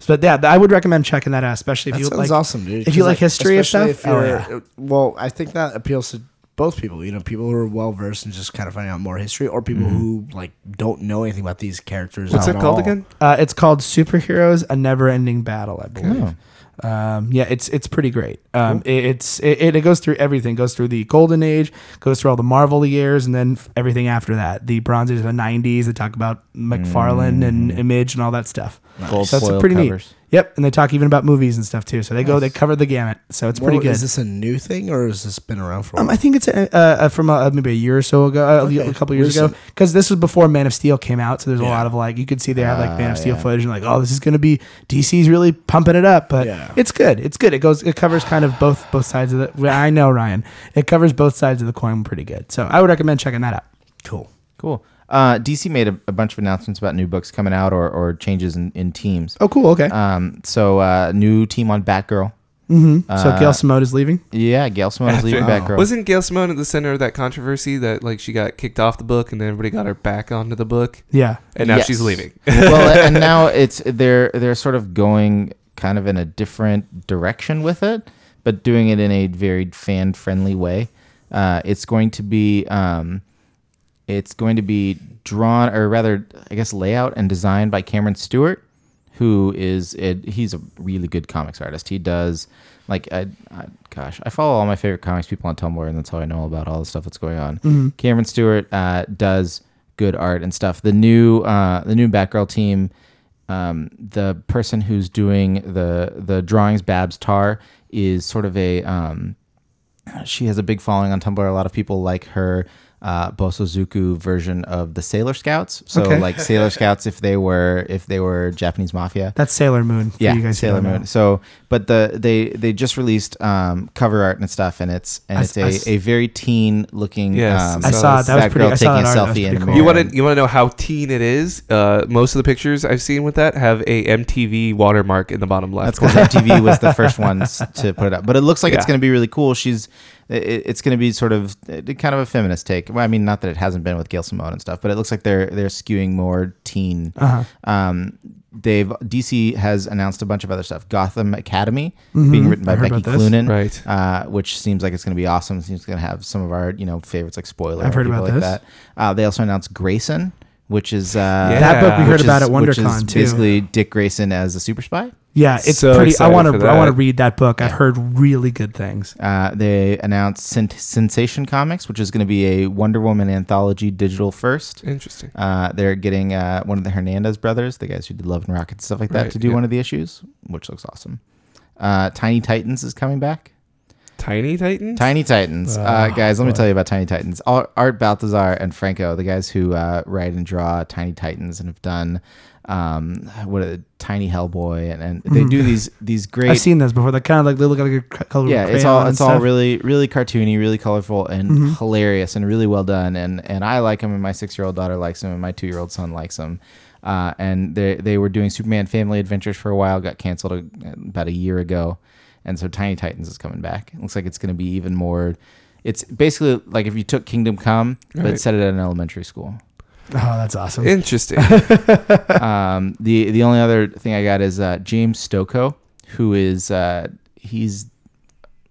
So, but yeah, I would recommend checking that out, especially if That you sounds like awesome, dude. If you 'Cause, like history of stuff, especially oh, if yeah. you're- uh, well, I think that appeals to both people. You know, people who are well versed in just kind of finding out more history, or people Mm-hmm. who like don't know anything about these characters. What's at it called all. again? Uh, it's called Superheroes: A Never-Ending Battle, I Oh. believe. Um, yeah, it's it's pretty great. Um, it, it's it, it goes through everything. Goes through the Golden Age, goes through all the Marvel years, and then f- everything after that. The Bronze Mm. Age of the '90s. They talk about McFarlane and Image and all that stuff. Gold So that's foil pretty covers. neat. Yep, and they talk even about movies and stuff too. So they go, they cover the gamut. So it's pretty Well, good. Is this a new thing or has this been around for a Um, while? I think it's uh, uh, from uh, maybe a year or so ago, uh, Okay, a couple years ago, recent. because this was before Man of Steel came out. So there's a Yeah. lot of like you could see they have like Man of Ah, Steel yeah. footage and like oh this is gonna be DC's really pumping it up, but Yeah. it's good. It's good. It goes. It covers kind of both both sides of the. well, I know Ryan. It covers both sides of the coin pretty good. So I would recommend checking that out. cool. Cool. Uh, DC made a, a bunch of announcements about new books coming out or, or changes in, in teams. Oh, cool. Okay. Um, so uh, new team on Batgirl. mm-hmm. so uh, Gail Simone is leaving. Yeah, Gail Simone is After- leaving Oh. Batgirl. Wasn't Gail Simone at the center of that controversy that like she got kicked off the book and then everybody got her back onto the book Yeah. and now Yes. she's leaving. well, and now it's they're they're sort of going kind of in a different direction with it, but doing it in a very fan friendly way. Uh, it's going to be um, it's going to be drawn or rather, I guess, layout and designed by Cameron Stewart, who is it, he's a really good comics artist. He does like I, I, gosh, I follow all my favorite comics people on Tumblr, and that's how I know about all the stuff that's going on. Cameron Stewart uh, does good art and stuff. The new uh, the new Batgirl team, um, the person who's doing the the drawings, Babs Tar, is sort of a um, she has a big following on Tumblr. A lot of people like her uh, Bosozuku version of the Sailor Scouts. So Okay. like Sailor Scouts, if they were if they were Japanese mafia. That's Sailor Moon. for Yeah, you guys who Sailor don't know. Moon. So, but the they they just released um, cover art and stuff, and it's and I it's s- I s- a, a very teen looking. Yes, um, I So saw it. it's that was Batgirl pretty. I saw that taking a art. That was selfie pretty in cool. a mirror. You Yeah. want to you want to know how teen it is? Uh, most of the pictures I've seen with that have a MTV watermark in the bottom left. That's because MTV was the first ones to put it up. But it looks like it's Yeah. going to be really cool. She's, it, it's going to be sort of uh, kind of a feminist take. Well, I mean, not that it hasn't been with Gail Simone and stuff, but it looks like they're they're skewing more teen. Uh-huh. Um, they've DC has announced a bunch of other stuff. Gotham Academy being written by Mm-hmm. I heard Becky about this. Cloonan, Right. Uh, which seems like it's going to be awesome. Seems going to have some of our you know favorites like Spoiler. I've heard and people about like this. that. Uh, they also announced Grayson, which is uh, That book we which heard about is- at which is WonderCon, too. Basically, Dick Grayson as a super spy. Yeah, it's So pretty. I excited want for to. that. I want to read that book. I've heard really good things. Uh, they announced Sen- Sensation Comics, which is going to be a Wonder Woman anthology digital first. Interesting. Uh, they're getting uh, one of the Hernandez brothers, the guys who did Love and Rocket and stuff like that, Right, to do yeah. one of the issues, which looks awesome. Uh, Tiny Titans is coming back. Tiny Titans. Tiny Titans, uh, Ah, guys. Let me tell you about Tiny Titans. Ar- Art Balthazar and Franco, the guys who uh, write and draw Tiny Titans, and have done um, what a Tiny Hellboy, and, and Mm-hmm. they do these these great. I've seen those before. They kind of like they look like a color. yeah it's all it's all really really cartoony really colorful and hilarious and really well done and and i like him and my six year old daughter likes him and my two year old son likes him uh, and they they were doing superman family adventures for a while got canceled a, about a year ago and so tiny titans is coming back it looks like it's going to be even more it's basically like if you took kingdom come but Right. set it at an elementary school Oh, that's awesome. Interesting. um, the the only other thing I got is uh, James Stokoe, who is uh, he's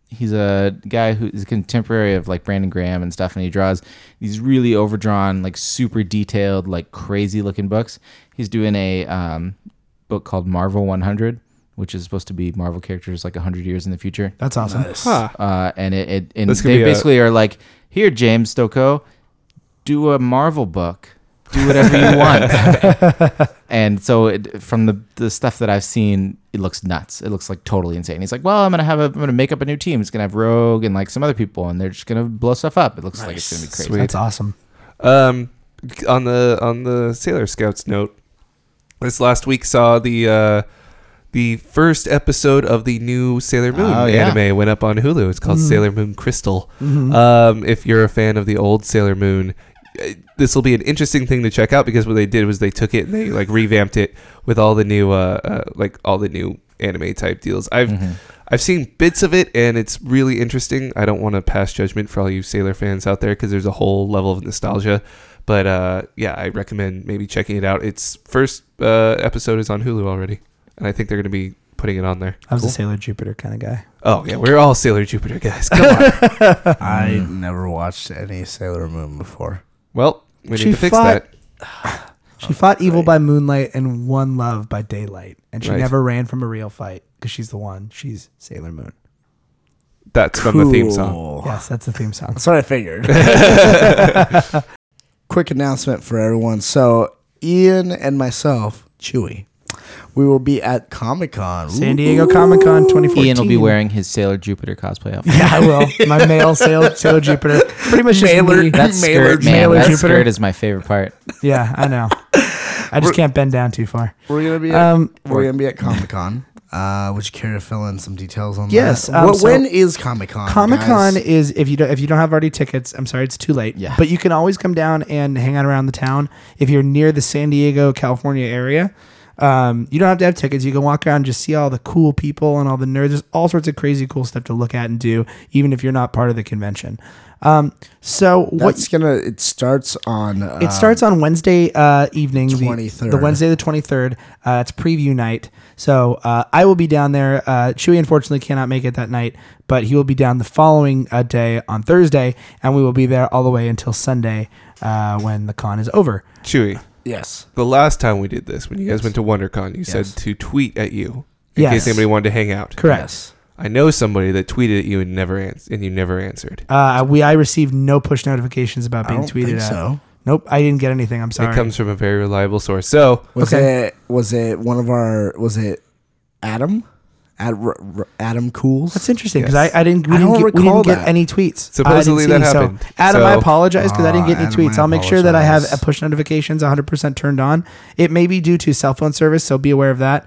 he's a guy who is a contemporary of like Brandon Graham and stuff, and he draws these really overdrawn, like super detailed, like crazy looking books. He's doing a um, book called Marvel 100, which is supposed to be Marvel characters like 100 years in the future that's awesome. huh. uh, and it, it and This could they be a- basically are like, here, James Stokoe, do a Marvel book, do whatever you want. and so, it, from the the stuff that I've seen, it looks nuts. It looks like totally insane. He's like, well, I'm gonna have a, I'm gonna make up a new team. It's gonna have Rogue and like some other people, and they're just gonna blow stuff up. It looks like it's gonna be crazy. Sweet. That's awesome. Um, on the on the Sailor Scouts note, this last week saw the uh, the first episode of the new Sailor Moon Oh, yeah. Mm-hmm. anime went up on Hulu. It's called Sailor Moon Crystal. Um, if you're a fan of the old Sailor Moon. uh, This will be an interesting thing to check out because what they did was they took it and they like revamped it with all the new uh, uh like all the new anime type deals. I've Mm-hmm. I've seen bits of it and it's really interesting. I don't want to pass judgment for all you Sailor fans out there because there's a whole level of nostalgia. But uh, yeah, I recommend maybe checking it out. Its first uh, episode is on Hulu already, and I think they're going to be putting it on there. I was a Sailor Jupiter kind of guy. Oh yeah, we're all Sailor Jupiter guys. Come on. I Hmm. never watched any Sailor Moon before. well, we She need to fix fought- that. She Oh, fought evil by moonlight and won love by daylight, and she Right. never ran from a real fight because she's the one. She's Sailor Moon. That's from the theme song. Cool. Yes, that's the theme song. That's what I figured. Quick announcement for everyone. So, Ian and myself, Chewy, we will be at Comic Con. San Diego Comic Con 2014. Ian will be wearing his Sailor Jupiter cosplay outfit. Yeah, I will. My male sail, sail Jupiter. Pretty much just Mailer. me. That skirt, man, Sailor that Jupiter. skirt is my favorite part. Yeah, I know. I just can't bend down too far. We're gonna be at, Um, we're gonna be at Comic Con. Uh, would you care to fill in some details on Yes, that? um, What- so- when is Comic Con? Comic Con is if you don't if you don't have already tickets, I'm sorry, it's too late. Yeah. But you can always come down and hang out around the town if you're near the San Diego, California area. Um, you don't have to have tickets. You can walk around and just see all the cool people and all the nerds. There's all sorts of crazy cool stuff to look at and do, even if you're not part of the convention. Um, so what What's gonna? It starts on. Um, it starts on Wednesday uh, evening, the- 23rd. The, Wednesday the twenty third. Uh, it's preview night, so uh, I will be down there. Uh, Chewy unfortunately cannot make it that night, but he will be down the following uh, day on Thursday, and we will be there all the way until Sunday uh, when the con is over. Chewy, Yes. the last time we did this, when you guys went to WonderCon, you Yes. said to tweet at you in Yes. case anybody wanted to hang out. Correct. Yes. I know somebody that tweeted at you and never ans- and you never answered. Uh, we I received no push notifications about I being don't tweeted think at. so. Nope, I didn't get anything. I'm sorry. It comes from a very reliable source. So Was Okay. it? Was it one of our? Was it Adam? Ad, r, r- Adam Cools. That's interesting because Yes. I, I didn't, we I didn't, don't get, we didn't recall get that. any tweets. I Supposedly didn't that see any, so, happened. Adam, I So- apologize because I didn't get any Ah, Adam, tweets. I I'll make sure that I have uh, apologize. push notifications 100% turned on. It may be due to cell phone service, so be aware of that.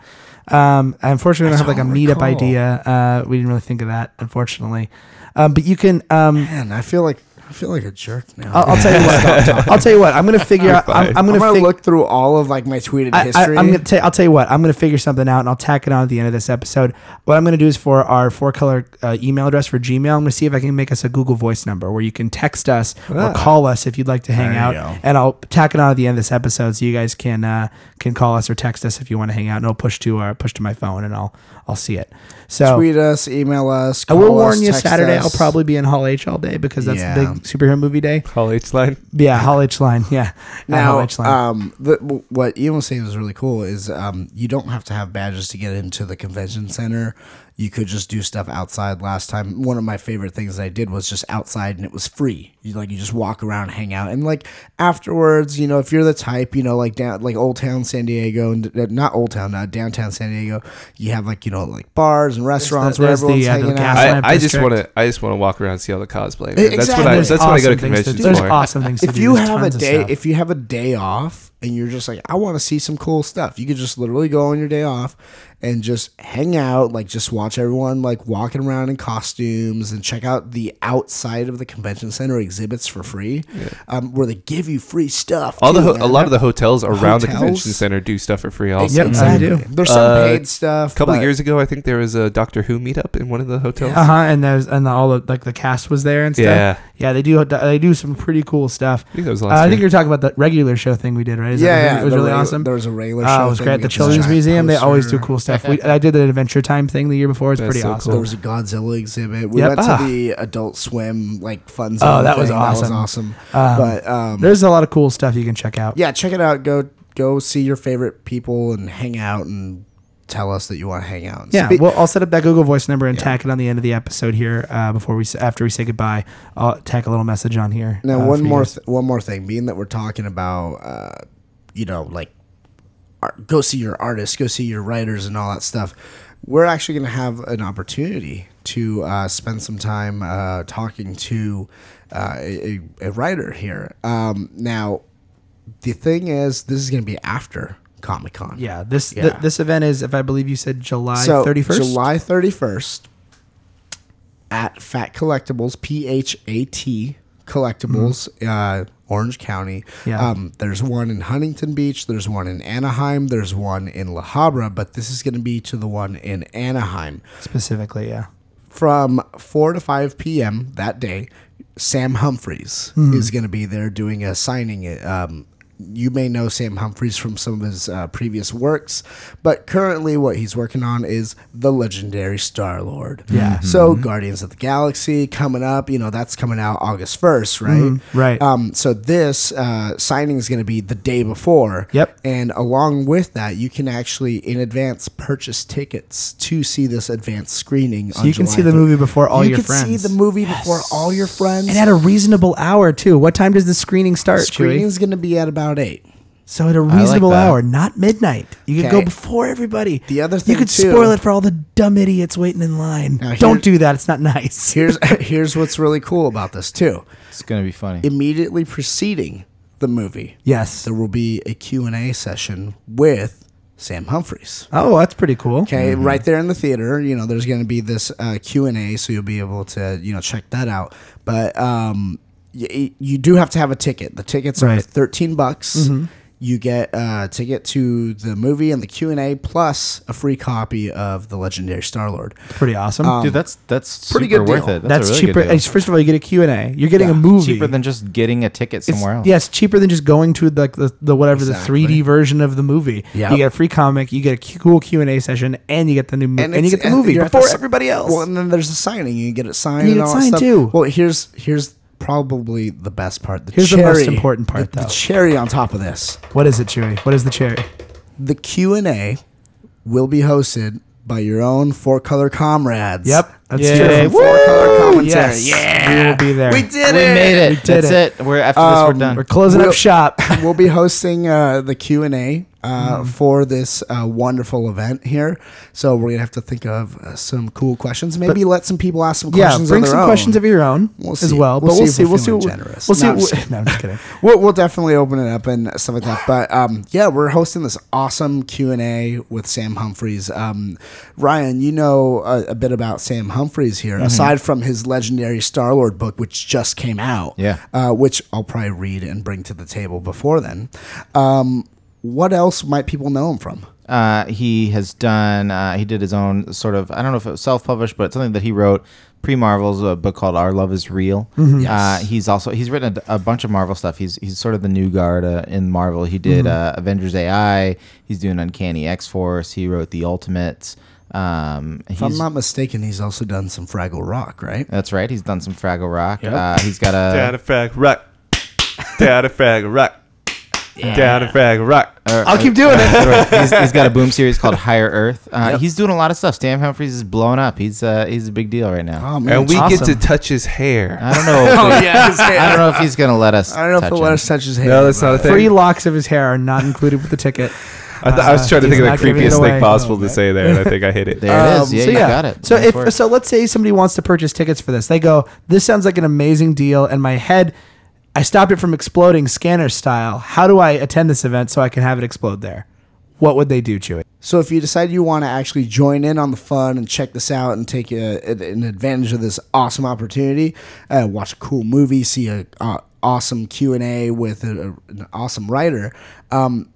Um, I unfortunately, don't have like a don't meetup recall. idea. Uh, we didn't really think of that, unfortunately. Um, but you can, um, Man, I feel like I feel like a jerk now. I'll, I'll tell you what. I'll tell you what. I'm gonna figure out. I'm, fine. I'm I'm gonna, gonna, fig- look through all of like my tweeted I, I, history. I'm gonna tell. I'll tell you what. I'm gonna figure something out, and I'll tack it on at the end of this episode. What I'm gonna do is for our four color uh, email address for Gmail. I'm gonna see if I can make us a Google Voice number where you can text us or call us if you'd like to hang Ah. There out. you go. And I'll tack it on at the end of this episode, so you guys can uh, can call us or text us if you want to hang out. And I'll push to uh, push to my phone, and I'll I'll see it. So. tweet us, email us. I Call will warn us, you. text Saturday, us. I'll probably be in Hall H all day because that's Yeah. the big superhero movie day. Paul H line. Yeah, Hall H line. Yeah, At Hall Now, H line. um, the, w- what Ian was saying was really cool is um, you don't have to have badges to get into the convention center. You could just do stuff outside. Last time, one of my favorite things I did was just outside, and it was free. You like you just walk around, hang out, and like afterwards, you know, if you're the type, you know, like down like Old Town San Diego, and uh, not Old Town, uh, downtown San Diego, you have like you know like bars and restaurants where there's the, everyone's uh, the hanging out. gas I, lamp I just district. want to. I just want to walk around and see all the cosplay. Exactly. That's what I. There's That's what I go to awesome things conventions do. There's for. awesome things to if do. you There's have a tons of day stuff. if you have a day off and you're just like i want to see some cool stuff you could just literally go on your day off and just hang out like just watch everyone like walking around in costumes and check out the outside of the convention center exhibits for free um, where they give you free stuff All the too, ho- man. a lot of the hotels around the Hotels? convention center do stuff for free. Also, Yep. exactly They do. there's some Uh, paid stuff a couple but- years ago, I think there was a Doctor Who meetup in one of the hotels. Uh huh. And there's and the, all the like the cast was there and stuff. Yeah. yeah. They do uh, they do some pretty cool stuff. I think that was Uh, last I think year. you're talking about the regular show thing we did, right? Is that- yeah, yeah it was the really regu- awesome. there was a regular Uh, show it was thing, great. we The got this Children's giant Museum. They always do poster. cool stuff. We, I did an Adventure Time thing the year before. It's That's pretty so awesome. cool. There was a Godzilla exhibit. We Yep. went Ah. to the Adult Swim like fun zone. Oh, that was thing. awesome. That was awesome. but um, There's a lot of cool stuff you can check out. yeah, check it out. Go go see your favorite people and hang out and tell us that you want to hang out. And Yeah, speak- well, I'll set up that Google Voice number and tack it on the end of the episode here. Uh, before we, s- after we say goodbye, I'll tack a little message on here. now uh, one for you more guys. th- one more thing. Being that we're talking about, uh, you know, like art, go see your artists, go see your writers, and all that stuff. We're actually going to have an opportunity to uh, spend some time uh, talking to uh, a, a a writer here. Um, now, the thing is, this is going to be after Comic Con. Yeah, this Yeah. th- this event is, if I believe you said July so 31st. July 31st at Fat Collectibles, P H A T Collectibles, uh, Orange County. Yeah. Um, there's one in Huntington Beach, there's one in Anaheim, there's one in La Habra, but this is going to be to the one in Anaheim specifically. Yeah. from 4 to 5 p.m. that day, Sam Humphreys Hmm. is going to be there doing a signing. Um, you may know Sam Humphreys from some of his uh, previous works, but currently what he's working on is the legendary Star Lord. Yeah. Mm-hmm. So Guardians of the Galaxy coming up, you know, that's coming out August 1st, right? Mm-hmm. right. Um, so this uh, signing is going to be the day before. Yep. And along with that, you can actually in advance purchase tickets to see this advanced screening. on you can July see the 3rd. movie before all you your can friends. see the movie before all your friends. And at a reasonable hour too. What time does the screening start? Chewy? screening is going to be at about eight. So at a like reasonable that. hour, not midnight. You could go Okay. before everybody. The other you thing, could too- spoil it for all the dumb idiots waiting in line. Now, here- Don't do that. It's not nice. Here's here's what's really cool about this too. It's gonna be funny. Immediately preceding the movie, yes. there will be a Q&A session with Sam Humphries. Oh, that's pretty cool. Okay, right there in the theater, you know, there's going to be this uh, Q&A, so you'll be able to, you know, check that out. But um, y- you do have to have a ticket. The tickets are Right. Mm-hmm. 13 bucks. You get uh, a ticket to the movie and the Q&A, plus a free copy of The Legendary Star-Lord. Pretty awesome. Um, Dude, that's that's pretty super good worth deal. it. that's That's, a really cheaper. Good deal. it's- First of all, you get a Q&A. You're getting a Yeah. movie. cheaper than just getting a ticket It's- somewhere else. Yes, cheaper than just going to the the, the whatever Exactly. the 3D version of the movie. Yeah. You get a free comic, you get a cu- cool Q&A session, and you get the new movie, and, you it's- get the movie you're at before the s- everybody else. Well, and then there's a signing. You get it signed. You get and it all that signed, stuff. too. Well, here's here's probably the best part. The Here's the cherry, most important part, The, though. the cherry on top of this, what is it, Chewy? What is the cherry? the Q and A will be hosted by your own four color comrades. That's Yay. true. From four color commentary. Yes. Yeah. We will be there. We did We it. made it. did that's it. it. We're after this. Um, We're done. We're closing up We'll- shop. we'll be hosting uh, the Q and A Hmm. uh, for this uh, wonderful event here. So we're gonna have to think of uh, some cool questions. Maybe let some people ask some Yeah, questions. bring of their some own. questions of your own We'll as see. well. We'll but we'll see see. if we're We'll see. feeling what- generous. We'll see. No, what- I'm just- No, I'm just kidding. We'll, we'll definitely open it up and stuff like that. But um, yeah, we're hosting this awesome Q and A with Sam Humphries. Um, Ryan, you know a, a bit about Sam Humphries here, aside from his legendary Star Lord book, which just came out. Yeah. uh, which I'll probably read and bring to the table before then. Um, what else might people know him from? Uh, he has done. Uh, he did his own sort of. I don't know if it was self-published, but something that he wrote pre-Marvel's a book called "Our Love Is Real." Uh, he's also he's written a, a bunch of Marvel stuff. He's he's sort of the new guard uh, in Marvel. He did uh, Avengers AI. He's doing Uncanny X Force. He wrote the Ultimates. Um, If I'm he's- not mistaken, he's also done some Fraggle Rock, right? that's right. He's done some Fraggle Rock. Uh, he's got Down a a. frag rock. Down a frag rock. Down a frag rock. I'll keep doing it. he's, he's got a boom series called Higher Earth. Uh, He's doing a lot of stuff. Sam Humphries is blowing up. He's uh, he's a big deal right now. Um, Oh man, and we get to awesome. Uh, touch his hair. I don't know. If Oh, we- yeah, his hair. I don't know if he's gonna let us. I don't know if touch the let him. us touch his hair. No, that's but- not a thing. Three locks of his hair are not included with the ticket. I, th- I was trying to he's think not of the giving it creepiest away. Oh, thing possible to say there, and I think I hit it. There it is. Um, Yeah, so you yeah. got it. So Nice if work. so, let's say somebody wants to purchase tickets for this. They go, "This sounds like an amazing deal," and my head, I stopped it from exploding scanner style. How do I attend this event so I can have it explode there? What would they do, Chewy? So if you decide you want to actually join in on the fun and check this out and take a, an advantage of this awesome opportunity, uh, watch a cool movie, see a uh, awesome Q and A with a, an awesome writer, um,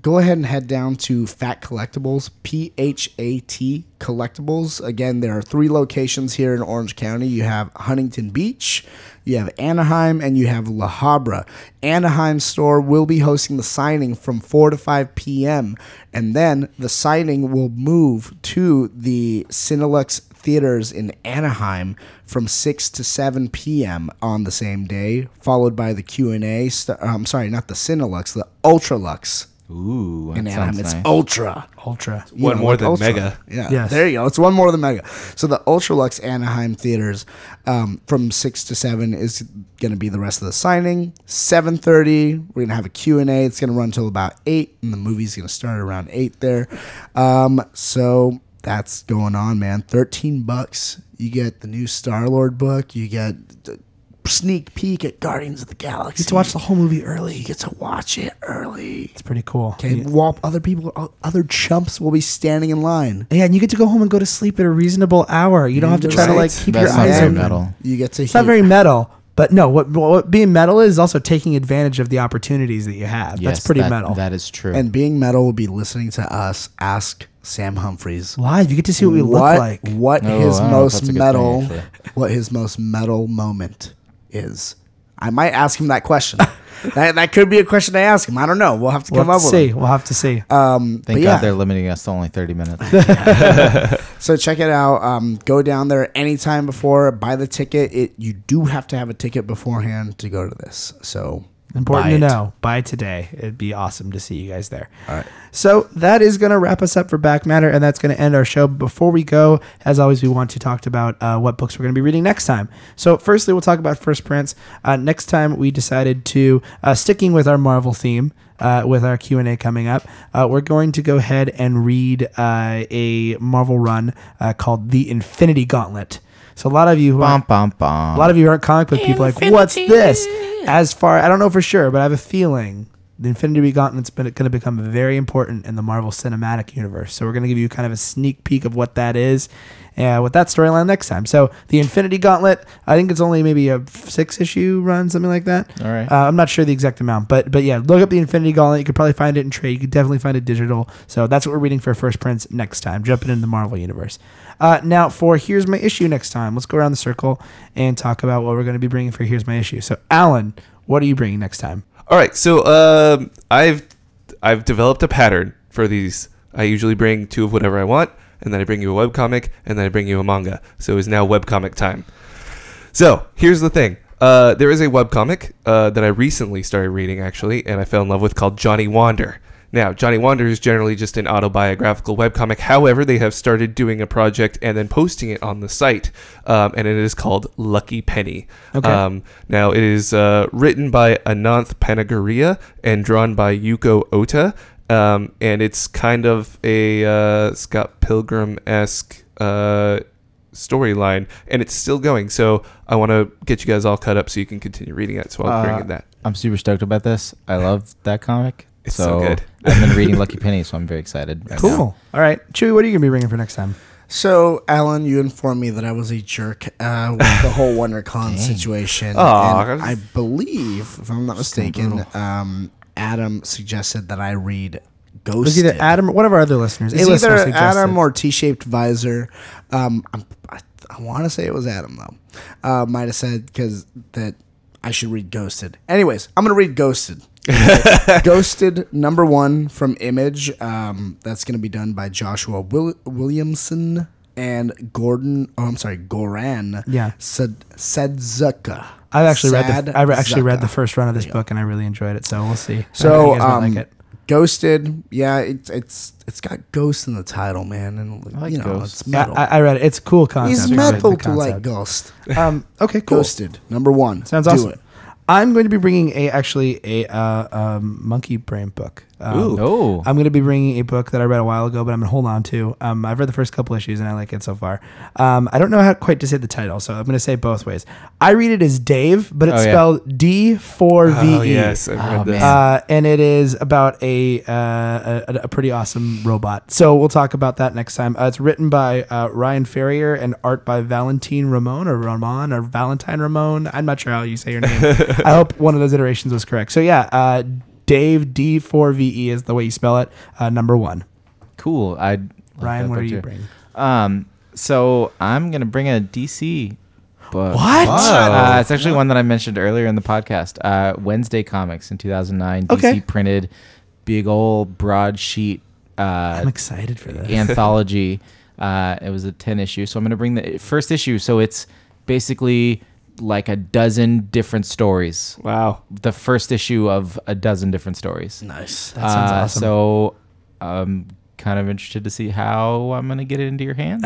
go ahead and head down to Fat Collectibles, P H A T Collectibles. Again, there are three locations here in Orange County. You have Huntington Beach, you have Anaheim, and you have La Habra. Anaheim store will be hosting the signing from 4 to 5 p.m., and then the signing will move to the Cinelux theaters in Anaheim from 6 to 7 p.m. on the same day, followed by the Q&A, st- I'm sorry, not the Cinelux, the Ultralux Ooh, in that Anaheim. sounds It's nice. Ultra. Ultra. You One more than Ultra. Mega. Yeah. Yes. There you go. It's one more than Mega. So the Ultralux Anaheim theaters um, from 6 to 7 is going to be the rest of the signing. 7.30, we're going to have a Q&A. It's going to run till about 8, and the movie's going to start around 8 there. Um, so that's going on, man. 13 bucks. You get the new Star-Lord book. You get the sneak peek at Guardians of the Galaxy. You get to watch the whole movie early. You get to watch it early. It's pretty cool. Okay, while other people, o- other chumps will be standing in line. Yeah, and you get to go home and go to sleep at a reasonable hour. You don't have to try to like Right. keep That's your not eyes very open. metal. You get to It's not very metal, but no, what, what being metal is also taking advantage of the opportunities that you have. Yes, That's pretty that- metal. That is true. and being metal will be listening to us ask Sam Humphries Live, you get to see what we look what like. what Oh, his I don't know if most that's a good thing, metal actually. what his most metal moment is. I might ask him that question. that, that could be a question I ask him. I don't know. We'll have to We'll come have up to with see. it. We'll have to see. Um, Thank but God yeah. they're limiting us to only thirty minutes. So check it out. Um, go down there anytime before. Buy the ticket. It you do have to have a ticket beforehand to go to this. So Important buy to it. know. By today, it'd be awesome to see you guys there. All right. So that is going to wrap us up for Back Matter, and that's going to end our show. But Before we go, as always, we want to talk about uh, what books we're going to be reading next time. So firstly, we'll talk about First Prints. Uh, next time, we decided to uh, sticking with our Marvel theme. uh, with our Q and A coming up. Uh, we're going to go ahead and read uh, a Marvel run uh, called The Infinity Gauntlet. So a lot of you who Bum, aren't- bum, bum. a lot of you aren't comic book people. Like, what's this? As far I don't know for sure, but I have a feeling the Infinity Gauntlet's been going to become very important in the Marvel Cinematic Universe. So we're going to give you kind of a sneak peek of what that is, uh, with that storyline next time. So the Infinity Gauntlet, I think it's only maybe a six issue run, something like that. All right. Uh, I'm not sure the exact amount, but but yeah, look up the Infinity Gauntlet. You could probably find it in trade. You could definitely find it digital. So that's what we're reading for first prints next time. Jumping into the Marvel universe. Uh, now for here's my issue next time. Let's go around the circle and talk about what we're going to be bringing for here's my issue. So Alan, what are you bringing next time? All right, so um, I've I've developed a pattern for these. I usually bring two of whatever I want, and then I bring you a webcomic, and then I bring you a manga. So it's now webcomic time. So here's the thing. Uh, there is a webcomic uh, that I recently started reading, actually, and I fell in love with called Johnny Wander. Now, Johnny Wander is generally just an autobiographical webcomic. However, they have started doing a project and then posting it on the site, um, and it is called Lucky Penny. Okay. Um, now, it is uh, written by Ananth Panagaria and drawn by Yuko Ota, um, and it's kind of a uh, Scott Pilgrim esque. Uh, storyline and it's still going so i want to get you guys all cut up so you can continue reading it so i'll Uh, bring in that I'm super stoked about this. I love that comic. It's so good. I've been reading Lucky Penny, so I'm very excited. right now. Cool. All right, Chewy, what are you going to be bringing for next time? So, Alan, you informed me that I was a jerk uh, with the whole WonderCon situation. Aw, and that was- I believe, if I'm not mistaken, um, Adam suggested that I read Ghosted. Was either Adam or one of our other listeners? It's a listener either suggested. Adam or T-shaped visor. Um, I'm, I, I want to say it was Adam though. Uh, might have said because that I should read Ghosted. Anyways, I'm gonna read Ghosted. Ghosted number one from Image. Um, that's gonna be done by Joshua Will- Williamson and Gordon. Oh, I'm sorry, Goran. Yeah. Sed- Sedzuka. I've actually read the, I re- actually read Sadzuka. the first run of this book and I really enjoyed it. So we'll see. So, I think you guys might um, like it. Ghosted. Yeah, it's it's it's got ghost in the title, man, and I like you know Ghost. it's Yeah, metal. I, I read it. It's a cool concept. He's I read the metal to like concept. Ghost. Um, okay, cool. Ghosted number one. Sounds Do awesome. it. I'm going to be bringing a actually a uh, um, monkey brain book. Um, Ooh. Oh, I'm going to be bringing a book that I read a while ago, but I'm going to hold on to. Um, I've read the first couple issues and I like it so far. Um, I don't know how quite to say the title, so I'm going to say it both ways. I read it as Dave, but it's Oh, yeah. spelled D four V E. oh yes i've read Oh, this man. Uh, and it is about a, uh, a a pretty awesome robot. So we'll talk about that next time. Uh, it's written by uh, Ryan Ferrier and art by Valentine Ramon or Ramon or Valentine Ramon. I'm not sure how you say your name. I hope one of those iterations was correct. So yeah, uh, Dave D4VE E is the way you spell it. Uh, number one. cool. I love Ryan, that what book are you too. bringing? Um, so I'm gonna bring a DC book. What? Uh, it's actually one that I mentioned earlier in the podcast. Uh, Wednesday Comics in 2009, DC Okay. printed big old broadsheet uh, I'm excited for this. anthology. Uh, it was a 10 issue. So I'm going to bring the first issue. So it's basically like a dozen different stories. wow The first issue of a dozen different stories. Nice. That sounds Uh, awesome. So I'm kind of interested to see how I'm going to get it into your hands.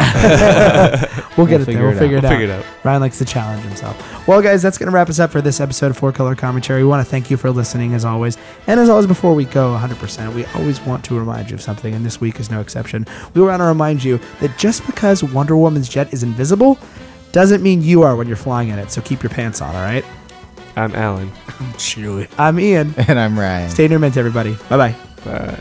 We'll get it We'll there. figure We'll it figure it, out. out. We'll figure it Ryan likes to challenge himself. Well, guys, that's going to wrap us up for this episode of Four Color Commentary. We want to thank you for listening, as always. And as always, before we go 100%, we always want to remind you of something, and this week is no exception. We want to remind you that just because Wonder Woman's jet is invisible doesn't mean you are when you're flying in it. So keep your pants on, all right? i'm alan Chewy. I'm Ian. and I'm Ryan. Stay near mint, everybody. Bye bye. bye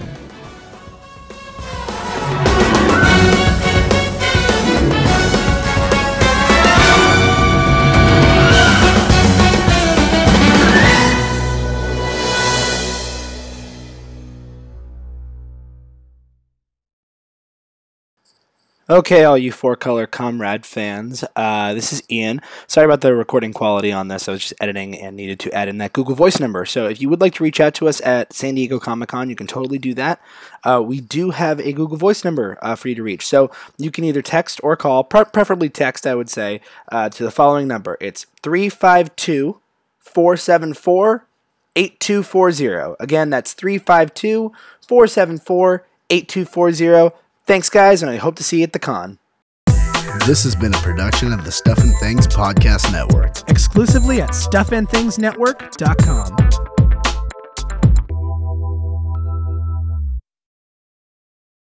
Okay, all you four color comrade fans, uh, this is Ian. Sorry about the recording quality on this. I was just editing and needed to add in that Google Voice number. So if you would like to reach out to us at San Diego Comic Con, you can totally do that. Uh, we do have a Google Voice number uh, for you to reach. So you can either text or call, pre- preferably text, I would say, uh, to the following number it's 352 474 8240. Again, that's 352 474 8240. Thanks, guys, and I hope to see you at the con. This has been a production of the Stuff and Things Podcast Network. Exclusively at stuffandthingsnetwork.com.